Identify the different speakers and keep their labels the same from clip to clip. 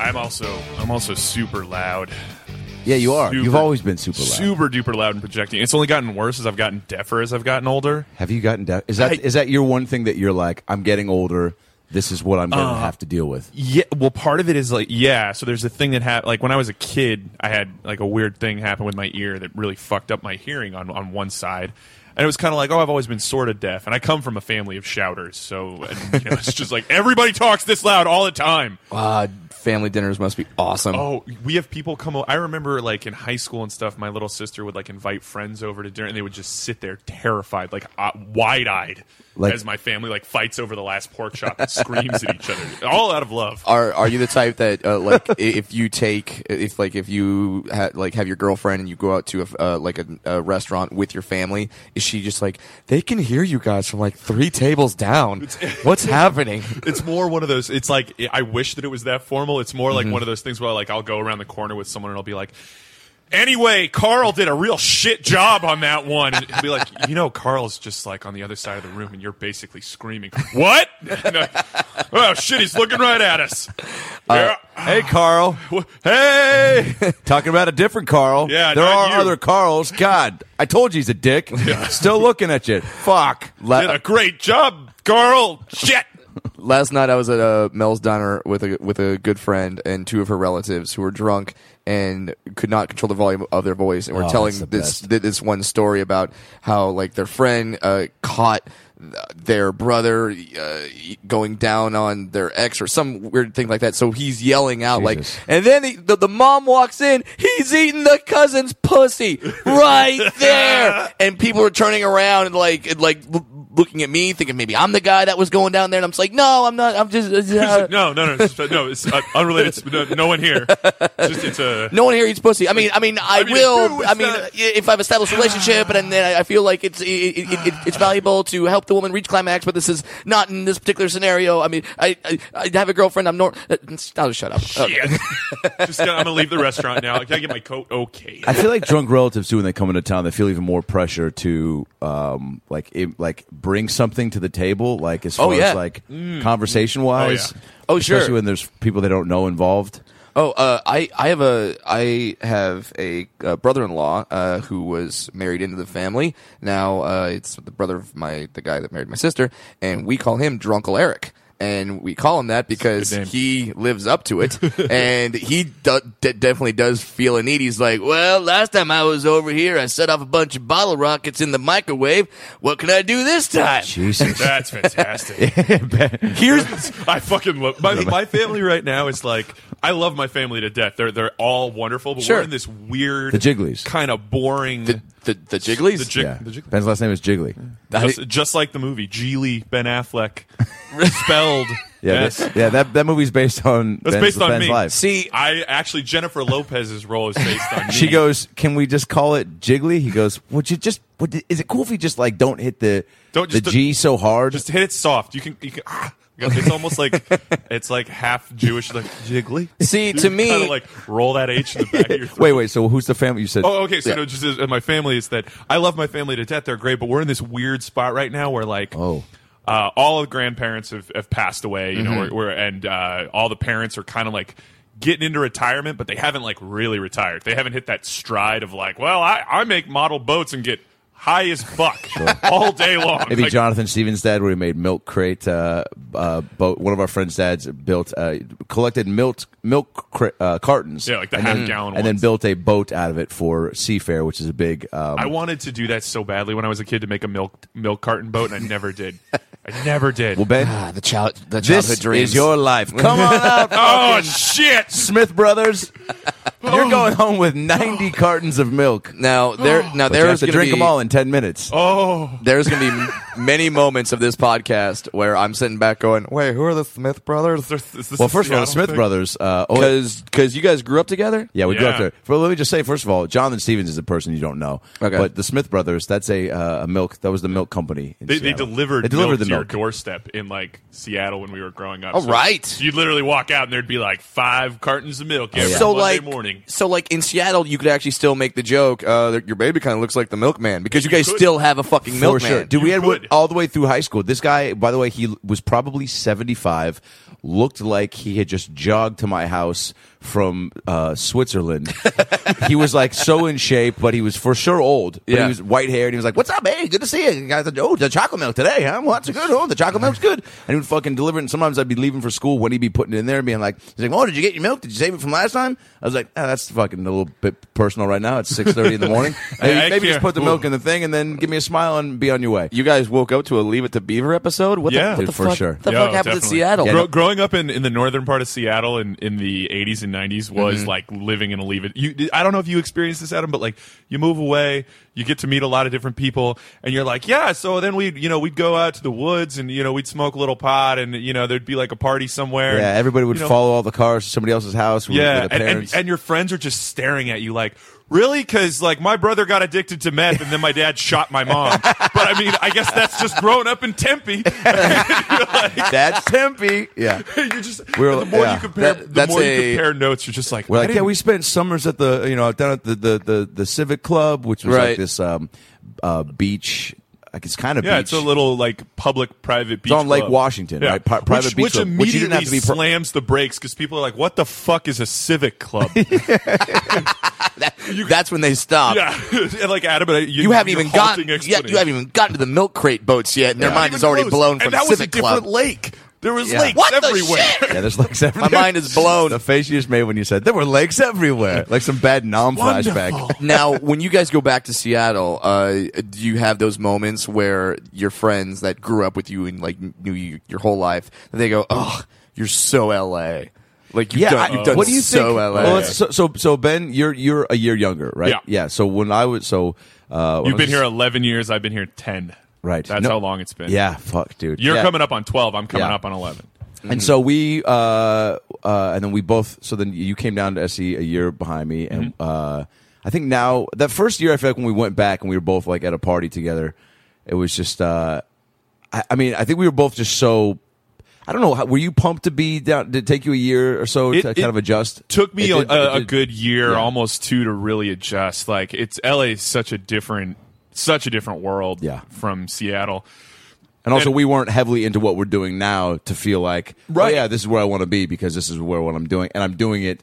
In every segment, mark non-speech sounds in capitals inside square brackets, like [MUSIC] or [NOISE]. Speaker 1: I'm also I'm also super loud,
Speaker 2: Yeah, you are.
Speaker 1: Super-
Speaker 2: You've always been super loud.
Speaker 1: super duper loud and projecting. It's only gotten worse as I've gotten deafer as I've gotten older.
Speaker 2: Have you gotten down? Is that
Speaker 1: I-
Speaker 2: is that your one thing that you're like? I'm getting older. This is what I'm going to
Speaker 1: Uh,
Speaker 2: have to deal with.
Speaker 1: Yeah, well, part of it is like yeah. So there's a thing that happened. Like when I was a kid, I had like a weird thing happen with my ear that really fucked up my hearing on on one side. And it was kind of like, oh, I've always been sort of deaf, and I come from a family of shouters, so and, you know, it's just like everybody talks this loud all the time.
Speaker 3: Uh, family dinners must be awesome.
Speaker 1: Oh, we have people come. o- I remember, like in high school and stuff, my little sister would like invite friends over to dinner, and they would just sit there terrified, like uh, wide-eyed,
Speaker 2: Like-
Speaker 1: as my family like fights over the last pork chop and screams at each other, all out of love.
Speaker 3: Are are you the type that
Speaker 2: [LAUGHS]
Speaker 3: uh, like i- if you take if like if you ha- like have your girlfriend and you go out to a f- uh, like a, a restaurant with your family? Is she just like they can hear you guys from like three tables down? What's happening?
Speaker 1: It's more one of those. It's like I wish that it was that formal. It's more like one of those things where like I'll go around the corner with someone and I'll be like. Anyway, Carl did a real shit job on that one. And he'll be like, you know, Carl's just like on the other side of the room, and you're basically screaming, "What? [LAUGHS] And I- oh shit, he's looking right at us." yeah.
Speaker 2: [LAUGHS] Hey, Carl.
Speaker 1: Hey.
Speaker 2: Talking about a different Carl.
Speaker 1: Yeah,
Speaker 2: there
Speaker 1: not
Speaker 2: are
Speaker 1: you.
Speaker 2: other Carls. God, I told you he's
Speaker 1: [LAUGHS]
Speaker 2: a dick. Still looking at you. Fuck.
Speaker 1: Did a great job, Carl. Shit.
Speaker 3: last night I was at uh, Mel's diner with a with a good friend and two of her relatives who were drunk and could not control the volume of their voice and were
Speaker 2: Oh,
Speaker 3: telling
Speaker 2: that's the
Speaker 3: this
Speaker 2: best.
Speaker 3: th- this one story about how like their friend uh, caught th- their brother uh, going down on their ex or some weird thing like that so he's yelling out
Speaker 2: Jesus.
Speaker 3: like and then the, the, the mom walks in he's eating the cousin's pussy
Speaker 1: [LAUGHS]
Speaker 3: right there and people are turning around and like and, like l- looking at me thinking maybe i'm the guy that was going down there and i'm just like no i'm not i'm just
Speaker 1: [LAUGHS]
Speaker 3: uh,
Speaker 1: No,
Speaker 3: no.
Speaker 1: no, no, it's just- no. It's uh, unrelated. It's, no, no one here. It's just it's a.
Speaker 3: one here eats pussy. I mean, I mean, I,
Speaker 1: mean, it's true,
Speaker 3: will.
Speaker 1: it's
Speaker 3: I mean,
Speaker 1: not-
Speaker 3: if I've established a relationship, and then I- I feel like it's it, it, it, it's valuable to help the woman reach climax, but this is not in this particular scenario. I mean, I I, I have a girlfriend. I'm nor. uh, I'll just shut up. Uh,
Speaker 1: Shit. [LAUGHS] just gonna, I'm gonna leave the restaurant now. Can I get my coat? Okay.
Speaker 2: I feel like drunk relatives too when they come into town, they feel even more pressure to um like it, like bring something to the table, like as far
Speaker 3: Oh, yeah.
Speaker 2: as like conversation wise.
Speaker 1: Mm. Oh, yeah.
Speaker 3: Oh,
Speaker 2: especially
Speaker 3: sure.
Speaker 2: when there's people they don't
Speaker 1: [LAUGHS]
Speaker 2: know involved.
Speaker 3: Oh, uh, I I have a I have a uh, brother-in-law uh, who was married into the family. Now uh, it's the brother of my the guy that married my sister, and we call him Drunkle Eric. And we call him that because
Speaker 1: name.
Speaker 3: he lives up
Speaker 1: [LAUGHS]
Speaker 3: to it, and he do- de- definitely does feel a need. He's like, "Well, last time I was over here, I set off a bunch of bottle rockets in the microwave. What can I do this time?"
Speaker 2: Jesus.
Speaker 1: That's fantastic.
Speaker 3: Here's
Speaker 1: I fucking love my my family right now. Is like I love my family to death. They're they're all wonderful, but
Speaker 3: Sure.
Speaker 1: we're in this weird,
Speaker 2: The Jigglies.
Speaker 1: kind of boring.
Speaker 3: the the, the jigglies.
Speaker 1: The jig-
Speaker 2: yeah.
Speaker 1: the jig-
Speaker 2: Ben's last name is Jiggly.
Speaker 1: just, just like the movie, Geely Ben Affleck, spelled.
Speaker 2: [LAUGHS] Yeah,
Speaker 1: yes.
Speaker 2: that, yeah. That that movie's based on
Speaker 1: That's
Speaker 2: Ben's,
Speaker 1: based on
Speaker 2: Ben's
Speaker 1: me.
Speaker 2: life.
Speaker 3: See,
Speaker 1: I actually Jennifer Lopez's role is based on me.
Speaker 2: [LAUGHS] she goes, "Can we just call it Jiggly?" He goes, "Would you just? Would, is it cool if you just like don't hit the
Speaker 1: Don't just-
Speaker 2: the G so hard?"
Speaker 1: just hit it soft. You can, you can. ah, It's almost
Speaker 2: [LAUGHS]
Speaker 1: like it's like half Jewish, like jiggly.
Speaker 3: see, to me,
Speaker 1: Kind of like roll that H
Speaker 2: [LAUGHS]
Speaker 1: in the back of your throat.
Speaker 2: wait, wait. So who's the family? You said
Speaker 1: Oh, okay. So
Speaker 3: Yeah.
Speaker 1: no, just uh, my family is that I love my family to death. They're great, but we're in this weird spot right now where like,
Speaker 2: Oh.
Speaker 1: uh, all of the grandparents have, have passed away. You
Speaker 2: Mm-hmm.
Speaker 1: know, we're, we're, and uh, all the parents are kind of like getting into retirement, but they haven't like really retired. They haven't hit that stride of like, well, I, I make model boats and get high as
Speaker 2: [LAUGHS]
Speaker 1: fuck [LAUGHS] all day long.
Speaker 2: maybe
Speaker 1: Like,
Speaker 2: Jonathan Stevens' dad, where he made milk crate uh, uh, boat. One of our friends' dads built uh, collected milk milk cra- uh, cartons,
Speaker 1: Yeah, like the
Speaker 2: and then-
Speaker 1: half-gallon
Speaker 2: and then
Speaker 1: ones.
Speaker 2: built a boat out of it for Seafair, which is a big. Um,
Speaker 1: I wanted to do that so badly when I was a kid to make a milk milk carton boat, and I never did. I never did.
Speaker 2: well, Ben,
Speaker 3: ah, the child, the childhood
Speaker 2: this
Speaker 3: dreams. [LAUGHS]
Speaker 2: is your life. Come on out,
Speaker 1: oh shit!
Speaker 2: Smith Brothers. [LAUGHS] You're going home with [GASPS] 90 cartons of milk.
Speaker 3: Now there, now
Speaker 2: But you have
Speaker 3: there's
Speaker 2: to
Speaker 3: gonna
Speaker 2: drink
Speaker 3: be,
Speaker 2: them all in 10 minutes.
Speaker 1: Oh,
Speaker 3: There's gonna be m- many moments of this podcast where I'm sitting back going, "Wait, who are the Smith brothers?"
Speaker 1: there's- is this
Speaker 2: well,
Speaker 1: a
Speaker 2: first of all, the
Speaker 1: Seattle
Speaker 2: Smith
Speaker 1: thing?
Speaker 2: brothers. Uh, oh,
Speaker 3: Because because you guys grew up together.
Speaker 2: Yeah, we go
Speaker 1: Yeah.
Speaker 2: up there. But let me just say, first of all, Jonathan Stevens is a person you don't know.
Speaker 3: Okay.
Speaker 2: But the Smith brothers, that's a, uh, a milk. That was the milk company. in
Speaker 1: They, they
Speaker 2: Seattle.
Speaker 1: delivered,
Speaker 2: They delivered
Speaker 1: milk to
Speaker 2: the
Speaker 1: your
Speaker 2: milk.
Speaker 1: doorstep in like Seattle when we were growing up.
Speaker 3: Oh, right.
Speaker 1: You'd literally walk out and there'd be like five cartons of milk
Speaker 2: Oh,
Speaker 1: every
Speaker 3: So
Speaker 1: Monday
Speaker 3: like
Speaker 1: morning.
Speaker 3: so like in Seattle, you could actually still make the joke. Uh, that your baby kind of looks like the milkman because you, guys
Speaker 1: could.
Speaker 3: still have a fucking
Speaker 2: For
Speaker 3: milkman.
Speaker 2: sure, dude.
Speaker 1: You
Speaker 2: we had
Speaker 1: could.
Speaker 2: all the way through high school. This guy, by the way, he was probably seventy-five. Looked like he had just jogged to my house from uh, Switzerland. he was like so in shape, but he was for sure old. But
Speaker 3: Yeah.
Speaker 2: he was white haired. He was like, "What's up, hey? Good to see you, you guys. Oh, the chocolate milk today, huh? Well, that's good. Oh, the chocolate milk's good." And he would fucking deliver it. And sometimes I'd be leaving for school when he'd be putting it in there, and being like, "He's like, oh, did you get your milk? Did you save it from last time?" I was like, oh, "That's fucking a little bit personal right now. It's six thirty in the morning. Maybe,
Speaker 1: I- I
Speaker 2: maybe just
Speaker 1: can't-
Speaker 2: put the
Speaker 1: Ooh.
Speaker 2: milk in the thing and then give me a smile and be on your way."
Speaker 3: You guys woke up to a Leave It to Beaver episode. What
Speaker 1: Yeah.
Speaker 3: the, what the
Speaker 2: Dude, for
Speaker 3: fuck,
Speaker 2: sure.
Speaker 3: what the
Speaker 1: Yo,
Speaker 3: fuck happened in
Speaker 1: definitely.
Speaker 3: Seattle?
Speaker 1: Grow- growing up in, in the northern part of Seattle in, in the 80s and 90s was
Speaker 2: Mm-hmm.
Speaker 1: like living in a leave it. You, I don't know if you experienced this, Adam, but like you move away, you get to meet a lot of different people, and you're like, yeah. So then we'd you know we'd go out to the woods and you know we'd smoke a little pot, and you know there'd be like a party somewhere.
Speaker 2: Yeah,
Speaker 1: and,
Speaker 2: everybody would
Speaker 1: you know,
Speaker 2: follow all the cars to somebody else's house. With,
Speaker 1: Yeah,
Speaker 2: with the
Speaker 1: and,
Speaker 2: parents.
Speaker 1: and, and your friends are just staring at you like, really? Because like my brother got addicted to meth, and then my dad shot my mom. but I mean, I guess that's just growing up in
Speaker 2: [LAUGHS]
Speaker 1: Tempe.
Speaker 2: that's Tempe. [LAUGHS] Yeah,
Speaker 1: you just
Speaker 2: We were
Speaker 1: the
Speaker 2: like-
Speaker 1: more
Speaker 2: yeah.
Speaker 1: you compare,
Speaker 3: That-
Speaker 1: the
Speaker 3: that's
Speaker 1: more
Speaker 3: a-
Speaker 1: you compare notes, you're just like,
Speaker 2: we're
Speaker 1: I
Speaker 2: like, yeah,
Speaker 1: didn't-
Speaker 2: we spent summers at the you know down at the the the, the Civic Club, which was
Speaker 3: Right.
Speaker 2: like this um, uh, beach. Like it's kind of
Speaker 1: yeah,
Speaker 2: beach.
Speaker 1: it's a little like public private beach
Speaker 2: on Lake
Speaker 1: club.
Speaker 2: Washington, right? Pri- private
Speaker 1: which,
Speaker 2: beach
Speaker 1: which
Speaker 2: club,
Speaker 1: immediately
Speaker 2: which you didn't have to be pro-
Speaker 1: slams the brakes because people are like, "What the fuck is a civic
Speaker 2: [LAUGHS]
Speaker 1: club?" [LAUGHS]
Speaker 3: That's when they stopped.
Speaker 1: yeah, and like Adam, and I- you,
Speaker 3: You haven't
Speaker 1: your
Speaker 3: even
Speaker 1: halting
Speaker 3: gotten. Yeah,
Speaker 1: explanation.
Speaker 3: you haven't even gotten to the milk crate boats yet, and their
Speaker 1: Not
Speaker 3: mind
Speaker 1: even
Speaker 3: is already
Speaker 1: close.
Speaker 3: blown from
Speaker 1: and that was a
Speaker 3: Civic
Speaker 1: different
Speaker 3: Club.
Speaker 1: lake. There was
Speaker 2: Yeah.
Speaker 1: lakes
Speaker 3: What the
Speaker 1: everywhere.
Speaker 3: shit?
Speaker 2: [LAUGHS] yeah, there's lakes everywhere.
Speaker 3: mind is blown.
Speaker 2: The face you just made when you said there were lakes everywhere, like some bad nom flashback.
Speaker 1: Wonderful.
Speaker 3: now, when you guys go back to Seattle, uh, do you have those moments where your friends that grew up with you and like knew you your whole life, they go, "Oh, you're so LA." Like you've
Speaker 2: yeah,
Speaker 3: done,
Speaker 2: I-
Speaker 1: uh,
Speaker 3: you've done
Speaker 2: what do you
Speaker 3: so
Speaker 2: think?
Speaker 3: LA.
Speaker 2: Well, it's- so, so so Ben, you're you're a year younger, right?
Speaker 1: Yeah.
Speaker 2: So when I was so uh, when I
Speaker 1: You've
Speaker 2: was
Speaker 1: been here 11 years. I've been here 10.
Speaker 2: Right.
Speaker 1: That's
Speaker 2: No.
Speaker 1: how long it's been.
Speaker 2: Yeah, fuck, dude.
Speaker 1: You're
Speaker 2: Yeah.
Speaker 1: coming up on 12. I'm coming
Speaker 2: Yeah.
Speaker 1: up on 11.
Speaker 2: And so we, uh, uh, and then we both. So then you came down to SE a year behind me, and
Speaker 1: Mm-hmm.
Speaker 2: uh, I think now that first year, I feel like when we went back and we were both like at a party together, it was just. Uh, I, I mean, I think we were both just so. I don't know. how- Were you pumped to be down? Did it take you a year or so
Speaker 1: It-
Speaker 2: to
Speaker 1: it
Speaker 2: kind of adjust?
Speaker 1: Took me
Speaker 2: It
Speaker 1: a,
Speaker 2: did-
Speaker 1: a,
Speaker 2: it
Speaker 1: a
Speaker 2: did-
Speaker 1: good year,
Speaker 2: yeah.
Speaker 1: almost two, to really adjust. Like it's LA is such a different, such a different world
Speaker 2: Yeah.
Speaker 1: from Seattle.
Speaker 2: And also,
Speaker 1: and-
Speaker 2: we weren't heavily into what we're doing now to feel like,
Speaker 1: Right.
Speaker 2: oh yeah, this is where I want to be because this is where what I'm doing, and I'm doing it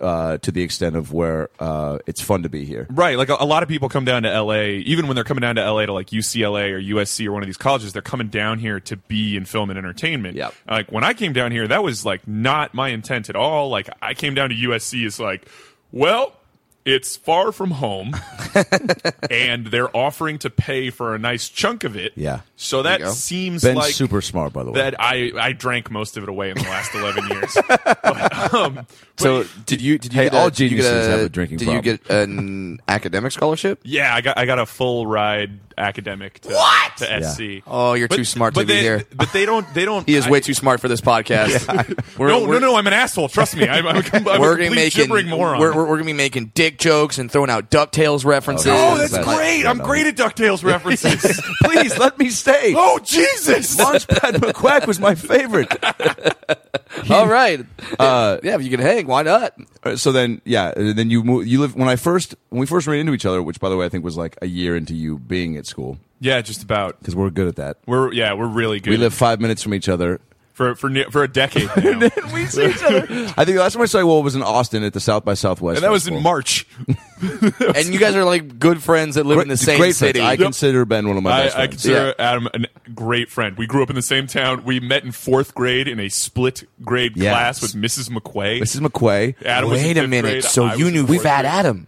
Speaker 2: uh, to the extent of where uh, it's fun to be here.
Speaker 1: Right. Like a, a lot of people come down to LA, even when they're coming down to LA to like UCLA or USC or one of these colleges, they're coming down here to be in film and entertainment.
Speaker 2: Yep.
Speaker 1: Like when I came down here, that was like not my intent at all. Like I came down to USC, it's like, well, it's far from
Speaker 2: [LAUGHS]
Speaker 1: home and they're offering to pay for a nice chunk of it.
Speaker 2: Yeah.
Speaker 1: So
Speaker 3: you go.
Speaker 1: that seems
Speaker 2: Ben's
Speaker 1: like
Speaker 2: super smart, by the way.
Speaker 1: that I, I drank most of it away in the last 11
Speaker 2: [LAUGHS]
Speaker 1: years. But, um, but
Speaker 3: So did you? Did you?
Speaker 2: Hey,
Speaker 3: get a-
Speaker 2: all
Speaker 3: did you get
Speaker 2: geniuses have a drinking
Speaker 3: Did you
Speaker 2: problem.
Speaker 3: get an academic scholarship?
Speaker 1: Yeah, I got I got a full ride academic to,
Speaker 3: What?
Speaker 1: to SC.
Speaker 3: Oh, you're too smart to
Speaker 1: but
Speaker 3: be
Speaker 1: they,
Speaker 3: here.
Speaker 1: But they don't. They
Speaker 3: [LAUGHS]
Speaker 1: don't.
Speaker 3: He is
Speaker 1: I-
Speaker 3: way too smart for this podcast. [LAUGHS] We're-
Speaker 1: no,
Speaker 3: we're-
Speaker 1: no, no. I'm an asshole. Trust me.
Speaker 3: [LAUGHS]
Speaker 1: I'm, I'm, a com- I'm
Speaker 3: we're
Speaker 1: a
Speaker 3: gonna
Speaker 1: complete
Speaker 3: be making
Speaker 1: gibbering moron.
Speaker 3: We're, we're, we're gonna be making dick jokes and throwing out Ducktales references.
Speaker 1: oh,
Speaker 2: This
Speaker 1: that's
Speaker 2: is like-
Speaker 1: great. I'm great at [LAUGHS] Ducktales references.
Speaker 2: Please
Speaker 1: [LAUGHS]
Speaker 2: let me stay.
Speaker 1: oh
Speaker 3: [LAUGHS]
Speaker 1: Jesus!
Speaker 2: Launchpad McQuack was my favorite.
Speaker 3: all right. Uh, yeah, if you can hang, why not?
Speaker 2: Uh, [LAUGHS] So then, yeah, uh, then you move, you live when I first when we first ran into each other, which by the way I think was like a year into you being at school
Speaker 1: Yeah, just about.
Speaker 2: because we're good at that.
Speaker 1: We're yeah, we're really good.
Speaker 2: We live five minutes from each other.
Speaker 1: for for ne- for a decade now, and
Speaker 2: we see each other. I think the last time I saw you well was in Austin at the South by Southwest,
Speaker 1: that was in [LAUGHS]
Speaker 2: Festival.
Speaker 1: March.
Speaker 3: And you guys are like good friends that live in the same
Speaker 2: great
Speaker 3: city.
Speaker 2: Friends. I consider Ben one of my
Speaker 1: I, I
Speaker 2: best
Speaker 1: uh,
Speaker 2: friends.
Speaker 1: consider Adam a great friend. We grew up in the same town. We met in fourth grade in a split grade
Speaker 2: Yeah.
Speaker 1: class with Mrs. McQuay.
Speaker 2: Mrs. McQuay.
Speaker 1: Adam was in
Speaker 3: Wait a
Speaker 1: fifth
Speaker 3: minute.
Speaker 1: grade,
Speaker 3: so
Speaker 1: I
Speaker 3: you
Speaker 1: was in
Speaker 3: knew
Speaker 1: fourth
Speaker 3: Fat
Speaker 1: grade.
Speaker 3: Adam?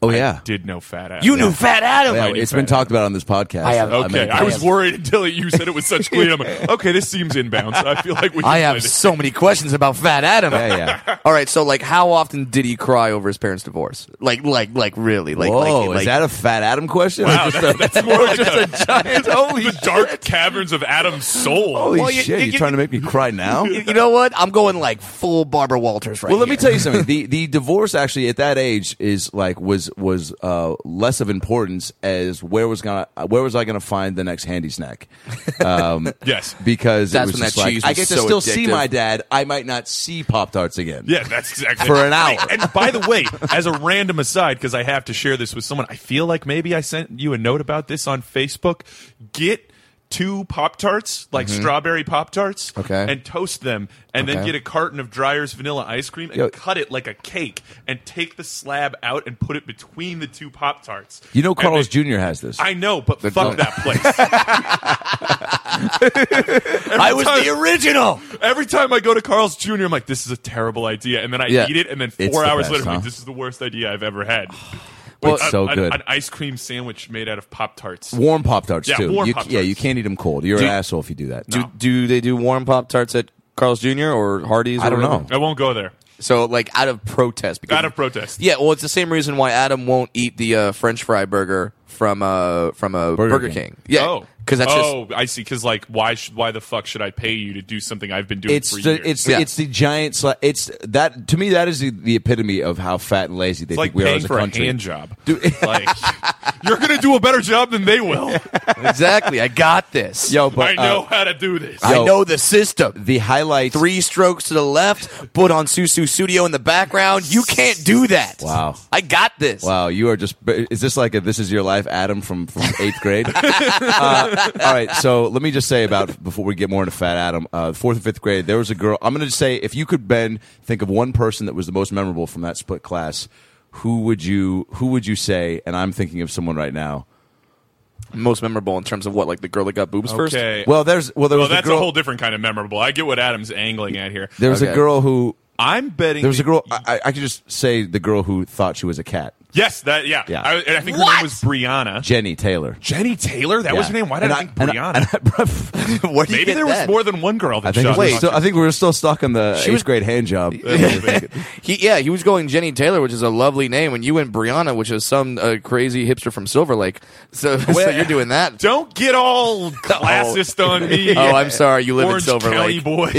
Speaker 2: Oh yeah,
Speaker 1: Did know Fat Ass.
Speaker 3: You knew Fat Adam.
Speaker 2: yeah
Speaker 1: I knew
Speaker 2: it's
Speaker 1: Fat Adam.
Speaker 2: been talked about on this podcast.
Speaker 3: I have-
Speaker 2: uh,
Speaker 1: Okay,
Speaker 2: many
Speaker 1: I, was
Speaker 2: times.
Speaker 1: worried until you said it with such glee. I'm
Speaker 3: [LAUGHS]
Speaker 1: like, okay, this seems inbounds. I feel like we. Can
Speaker 3: I
Speaker 1: play
Speaker 3: have
Speaker 1: this.
Speaker 3: so many questions about Fat Adam.
Speaker 2: Yeah, yeah.
Speaker 3: All right, so [LAUGHS] like, how often did he cry over his parents' divorce? Like, like, like, really? Like,
Speaker 2: Whoa,
Speaker 3: like,
Speaker 2: is
Speaker 3: like,
Speaker 2: that a Fat Adam question?
Speaker 1: Wow,
Speaker 2: Or [LAUGHS]
Speaker 1: [LAUGHS]
Speaker 2: just
Speaker 1: that- that's more like a- [LAUGHS]
Speaker 3: giant? Holy
Speaker 1: the dark caverns of Adam's soul.
Speaker 2: holy
Speaker 3: Well, you-
Speaker 2: shit! You,
Speaker 3: you-
Speaker 2: are trying to make me cry
Speaker 3: [LAUGHS]
Speaker 2: now?
Speaker 3: You you know what? I'm going like full Barbara Walters right
Speaker 2: Well, let me
Speaker 3: here.
Speaker 2: tell you something. The the divorce actually at that age is like was was uh, less of importance as where was gonna uh, where was I gonna find the next handy snack? Um,
Speaker 1: Yes.
Speaker 2: because
Speaker 3: That's
Speaker 2: it was
Speaker 3: when
Speaker 2: just
Speaker 3: that
Speaker 2: like
Speaker 3: cheese
Speaker 2: I
Speaker 3: was
Speaker 2: get to
Speaker 3: so
Speaker 2: still see
Speaker 3: addictive.
Speaker 2: my dad. I might not see Pop Tarts again.
Speaker 1: [LAUGHS] Yeah, that's exactly
Speaker 2: For an hour.
Speaker 1: Hey, And by the way, as a random aside, because I have to share this with someone, I feel like maybe I sent you a note about this on Facebook. Get two Pop Tarts, like
Speaker 2: Mm-hmm.
Speaker 1: strawberry Pop Tarts,
Speaker 3: Okay.
Speaker 1: and toast them, and then
Speaker 3: Okay.
Speaker 1: get a carton of Dryer's vanilla ice cream and
Speaker 2: Yo-
Speaker 1: cut it like a cake, and take the slab out and put it between the two Pop Tarts.
Speaker 2: You know, Carlos Jr. has this.
Speaker 1: I know, but fuck
Speaker 3: done.
Speaker 1: that
Speaker 2: [LAUGHS]
Speaker 1: place.
Speaker 3: I was the original.
Speaker 1: Every time I go to Carl's Jr., I'm like, this is a terrible idea. And then I
Speaker 3: Yeah.
Speaker 1: eat it, and then
Speaker 2: It's
Speaker 1: four
Speaker 2: the
Speaker 1: hours
Speaker 2: best,
Speaker 1: later, I'm
Speaker 2: huh?
Speaker 1: like, this is the worst idea I've ever had.
Speaker 2: Well,
Speaker 1: A-
Speaker 2: it's so
Speaker 1: an-
Speaker 2: good.
Speaker 1: An ice cream sandwich made out of Pop Tarts.
Speaker 2: warm Pop Tarts
Speaker 1: Yeah,
Speaker 2: too.
Speaker 1: warm
Speaker 2: you,
Speaker 1: Pop-Tarts.
Speaker 2: Yeah, you can't eat them cold. You're an
Speaker 3: Do-
Speaker 2: asshole if you do that.
Speaker 3: Do, do they do warm Pop Tarts at Carl's Jr. or Hardee's? or
Speaker 2: I don't
Speaker 3: whatever?
Speaker 2: know.
Speaker 1: I won't go there.
Speaker 3: So like out of protest because
Speaker 1: Out of protest.
Speaker 3: Yeah, well, it's the same reason why Adam won't eat the uh, French fry burger from uh, from a Burger, King.
Speaker 2: King.
Speaker 3: Yeah,
Speaker 1: Oh,
Speaker 3: because that's just
Speaker 1: oh, I see. Because like, why should why the fuck should I pay you to do something I've been doing
Speaker 2: It's
Speaker 1: for
Speaker 2: the
Speaker 1: years?
Speaker 2: it's
Speaker 3: Yeah.
Speaker 2: it's the giant. Sla- it's that to me that is the, the epitome of how fat and lazy they
Speaker 1: It's like
Speaker 2: think we are
Speaker 1: paying
Speaker 2: as a
Speaker 1: for
Speaker 2: country.
Speaker 1: a hand job. [LAUGHS]
Speaker 2: [LAUGHS]
Speaker 1: like, you're gonna do a better job than they will.
Speaker 3: exactly. I got this.
Speaker 2: Yo, but
Speaker 1: I know
Speaker 2: uh,
Speaker 1: how to do this.
Speaker 3: I
Speaker 2: Yo.
Speaker 3: know the system.
Speaker 2: the highlights.
Speaker 3: Three strokes to the left. Put on Susu Studio in the background. You can't do that.
Speaker 2: Wow.
Speaker 3: I got this.
Speaker 2: Wow, you are just. Is this like a This Is Your Life, Adam from, from eighth grade? [LAUGHS] uh, all right, so let me just say about before we get more into Fat Adam, uh, fourth and fifth grade, there was a girl. I'm going to say, if you could, Ben, think of one person that was the most memorable from that split class, who would you who would you say? And I'm thinking of someone right now.
Speaker 3: Most memorable in terms of what, like the girl that got boobs first.
Speaker 1: okay.
Speaker 2: Well, there's well there
Speaker 1: well,
Speaker 2: was
Speaker 1: that's
Speaker 2: a girl.
Speaker 1: a whole different kind of memorable. I get what Adam's angling at here.
Speaker 2: there was a
Speaker 3: Okay.
Speaker 2: girl who.
Speaker 1: I'm betting
Speaker 2: There was
Speaker 1: that
Speaker 2: a girl.
Speaker 1: you-
Speaker 2: I, I could just say the girl who thought she was a cat,
Speaker 1: yes, that yeah.
Speaker 2: Yeah.
Speaker 1: I, and I think her name was Brianna.
Speaker 2: Jenny Taylor.
Speaker 1: Jenny Taylor. That was her
Speaker 2: Yeah.
Speaker 1: name. Why did
Speaker 2: And
Speaker 1: I, think
Speaker 2: and
Speaker 1: Brianna?
Speaker 2: and I- [LAUGHS]
Speaker 3: Where do you
Speaker 1: Maybe
Speaker 3: get
Speaker 1: there was
Speaker 3: that?
Speaker 1: more than one girl that
Speaker 2: I think,
Speaker 1: shot.
Speaker 2: we were
Speaker 3: Wait.
Speaker 2: still, I think we were still stuck in the
Speaker 3: She
Speaker 2: eighth
Speaker 3: was-
Speaker 2: grade hand
Speaker 3: [LAUGHS]
Speaker 2: job.
Speaker 3: He, yeah, he was going Jenny Taylor, which is a lovely name, and you and Brianna, which is some uh, crazy hipster from Silver Lake. [LAUGHS] So, so
Speaker 1: Well-
Speaker 3: you're
Speaker 1: [LAUGHS]
Speaker 3: doing that.
Speaker 1: Don't get
Speaker 2: [LAUGHS]
Speaker 1: all classist on me.
Speaker 3: Oh, I'm sorry. You live
Speaker 1: Orange
Speaker 3: in Silver
Speaker 1: County
Speaker 3: Lake. [LAUGHS]
Speaker 1: boy.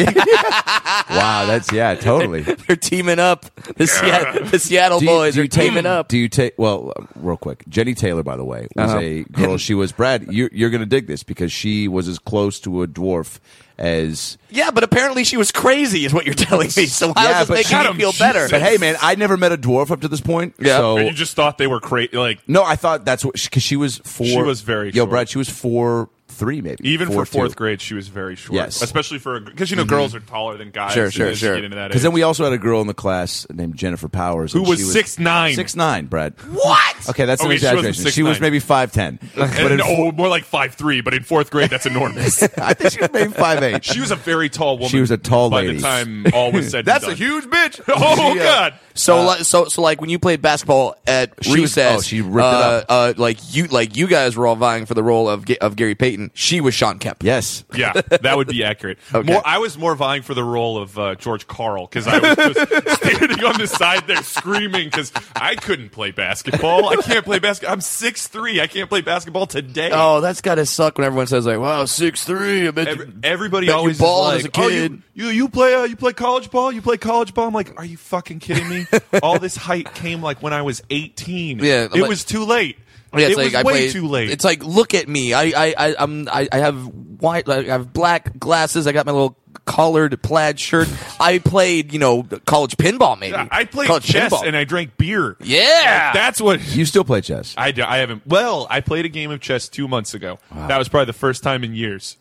Speaker 2: Wow, that's yeah, totally.
Speaker 3: They're teaming up. The, Seattle, the Seattle
Speaker 2: Do you,
Speaker 3: boys
Speaker 2: do you
Speaker 3: are
Speaker 2: take-
Speaker 3: teaming up. Uh-huh.
Speaker 2: Do you take? Well, uh, real quick, Jenny Taylor, by the way, was a girl.
Speaker 3: [LAUGHS]
Speaker 2: She was Brad. You're, you're going to dig this because she was as close to a dwarf as.
Speaker 3: Yeah, but apparently she was crazy, is what you're telling me. So how
Speaker 2: Yeah,
Speaker 3: does
Speaker 2: but
Speaker 3: this make
Speaker 1: Adam,
Speaker 3: you feel
Speaker 1: Jesus.
Speaker 3: better?
Speaker 2: But hey, man, I never met a dwarf up to this point.
Speaker 3: Yeah.
Speaker 1: Or you
Speaker 2: So
Speaker 1: [LAUGHS] just thought they were crazy. Like
Speaker 2: no, I thought that's what because she was four.
Speaker 1: She was very
Speaker 2: Yo,
Speaker 1: short.
Speaker 2: Brad, she was four three maybe.
Speaker 1: even
Speaker 2: four,
Speaker 1: for fourth grade, she was very short.
Speaker 2: Yes.
Speaker 1: especially for because you
Speaker 2: Mm-hmm.
Speaker 1: know girls are taller than guys.
Speaker 3: Sure,
Speaker 1: as
Speaker 3: sure,
Speaker 1: you
Speaker 3: sure.
Speaker 1: Get into that
Speaker 2: Because
Speaker 1: age.
Speaker 2: then we also had a girl in the class named Jennifer Powers
Speaker 1: who
Speaker 2: and she
Speaker 1: was six nine.
Speaker 2: Six nine, Brad.
Speaker 3: what?
Speaker 2: Okay, that's an
Speaker 1: Okay, she wasn't
Speaker 2: exaggeration. She, was
Speaker 1: 6'9".
Speaker 2: maybe five ten, but
Speaker 1: and,
Speaker 2: in,
Speaker 1: oh, more like five three. But in fourth grade, that's
Speaker 2: [LAUGHS]
Speaker 1: enormous.
Speaker 2: I think she was maybe five
Speaker 1: [LAUGHS]
Speaker 2: eight.
Speaker 1: she was a very tall woman.
Speaker 2: She was a tall
Speaker 1: by
Speaker 2: lady.
Speaker 1: the time all was
Speaker 2: [LAUGHS]
Speaker 1: said. and
Speaker 2: That's a
Speaker 1: done.
Speaker 2: huge bitch.
Speaker 1: [LAUGHS] Oh
Speaker 2: She, uh,
Speaker 1: God!
Speaker 3: So, li- so, so, like when you played basketball at
Speaker 2: She was-
Speaker 3: recess,
Speaker 2: oh, she ripped it
Speaker 3: uh,
Speaker 2: up.
Speaker 3: Uh, like you, like you guys were all vying for the role of Ga- of Gary Payton. She was Sean Kemp.
Speaker 2: Yes.
Speaker 1: Yeah, that would be accurate.
Speaker 3: [LAUGHS] Okay.
Speaker 1: More, I was more vying for the role of uh, George Carl because I was just
Speaker 3: [LAUGHS]
Speaker 1: standing on the side there screaming because I couldn't play basketball. I can't play basketball. I'm six three. I can't play basketball today.
Speaker 3: Oh, that's gotta suck when everyone says like, "Wow, six three, I bet you-
Speaker 1: Every- everybody
Speaker 3: bet you
Speaker 1: always is
Speaker 3: balled
Speaker 1: like,
Speaker 3: as a
Speaker 1: "Oh,
Speaker 3: kid."
Speaker 1: you, you you play uh, you play college ball. You play college ball. I'm like, are you fucking kidding
Speaker 3: [LAUGHS]
Speaker 1: me? All this height came like when I was 18.
Speaker 3: Yeah,
Speaker 1: it
Speaker 3: like-
Speaker 1: was too late.
Speaker 3: Yeah,
Speaker 1: it was
Speaker 3: I
Speaker 1: way
Speaker 3: play-
Speaker 1: too late.
Speaker 3: It's like, look at me. I, I, I, I'm, I, I have white, like, I have black glasses. I got my little collared plaid shirt. I played, you know, college pinball, maybe.
Speaker 1: I I played
Speaker 3: college
Speaker 1: chess
Speaker 3: pinball.
Speaker 1: and I drank beer.
Speaker 3: Yeah!
Speaker 1: Like, that's what
Speaker 2: You still play chess.
Speaker 1: I, do- I haven't. Well, I played a game of chess two months ago. That was probably the first time in years.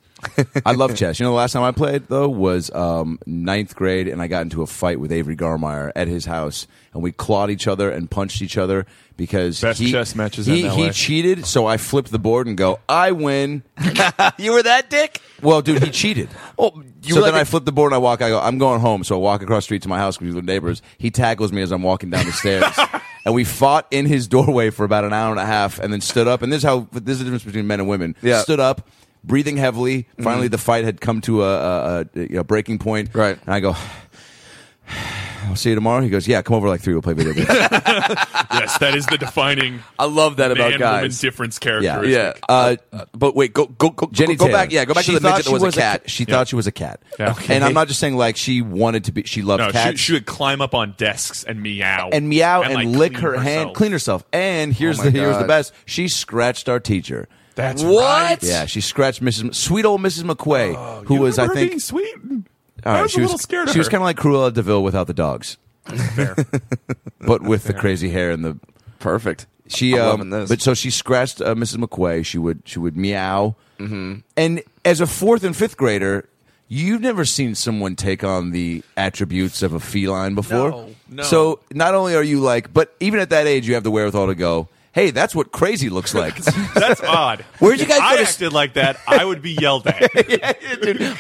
Speaker 2: I love chess. You know, the last time I played though was um, ninth grade, and I got into a fight with Avery Garmeyer at his house, and we clawed each other and punched each other because
Speaker 1: Best
Speaker 2: he,
Speaker 1: chess matches
Speaker 2: He,
Speaker 1: in LA.
Speaker 2: he cheated, so I flipped the board and go, I win.
Speaker 3: you were that dick?
Speaker 2: Well, dude, he [LAUGHS] cheated.
Speaker 3: Oh, you
Speaker 2: so
Speaker 3: were
Speaker 2: then I
Speaker 3: like, a-
Speaker 2: flip the board and
Speaker 3: [LAUGHS]
Speaker 2: I walk. I go, I'm going home. So I walk across the street to my house because we're neighbors. He tackles me as I'm walking down the stairs. and we fought in his doorway for about an hour and a half, and then stood up. And this is how this is the difference between men and women.
Speaker 3: Yeah. Mm-hmm.
Speaker 2: stood up. Breathing heavily, finally the fight had come to a, a, a you know, breaking point.
Speaker 3: Right.
Speaker 2: and I go, "I'll see you tomorrow." He goes, "Yeah, come over like three. We'll play
Speaker 3: [LAUGHS]
Speaker 2: video games."
Speaker 4: yes, that is
Speaker 2: [LAUGHS]
Speaker 4: the defining
Speaker 3: I love that about
Speaker 4: man woman
Speaker 3: guys.
Speaker 4: difference
Speaker 2: Oh, yeah,
Speaker 4: characteristic.
Speaker 3: Yeah.
Speaker 2: Uh,
Speaker 3: But wait, go go go
Speaker 2: Jenny
Speaker 3: go, go
Speaker 2: Taylor.
Speaker 3: back. Yeah, go back
Speaker 2: She
Speaker 3: to the
Speaker 2: thought
Speaker 3: midget that
Speaker 2: she
Speaker 3: was, a cat.
Speaker 2: she thought she was a cat.
Speaker 4: Yeah. Okay.
Speaker 2: And I'm not just saying like she wanted to be. She loved
Speaker 4: No, she,
Speaker 2: cats
Speaker 4: she would climb up on desks and meow
Speaker 2: and meow and,
Speaker 4: like,
Speaker 2: lick
Speaker 4: clean
Speaker 2: her hand,
Speaker 4: herself.
Speaker 2: clean herself. And here's
Speaker 3: Oh my
Speaker 2: the here's the
Speaker 3: God.
Speaker 2: best. She scratched our teacher.
Speaker 4: That's
Speaker 3: What?
Speaker 4: right.
Speaker 2: Yeah, she scratched Mrs. M- sweet old Mrs. McQuay, who
Speaker 4: Oh, You
Speaker 2: was I
Speaker 4: remember her
Speaker 2: think
Speaker 4: being sweet.
Speaker 2: all
Speaker 4: I was
Speaker 2: she
Speaker 4: a little scared of
Speaker 2: she was
Speaker 4: her.
Speaker 2: kind of like Cruella Deville without the dogs,
Speaker 4: Fair.
Speaker 2: [LAUGHS] but with the crazy hair and the
Speaker 3: Perfect.
Speaker 2: She,
Speaker 3: I'm
Speaker 2: um,
Speaker 3: loving this.
Speaker 2: but so she scratched uh, Mrs. McQuay. She would she would meow, mm-hmm. and as a fourth and fifth grader, you've never seen someone take on the attributes of a feline before.
Speaker 4: No, no.
Speaker 2: So not only are you like, but even at that age, you have the wherewithal to go. Hey, that's what crazy looks like.
Speaker 3: [LAUGHS]
Speaker 4: That's
Speaker 2: [LAUGHS]
Speaker 4: odd.
Speaker 2: Where'd you
Speaker 4: If
Speaker 2: guys go
Speaker 4: I
Speaker 2: to-
Speaker 4: acted like that, I would be yelled
Speaker 2: [LAUGHS]
Speaker 4: at.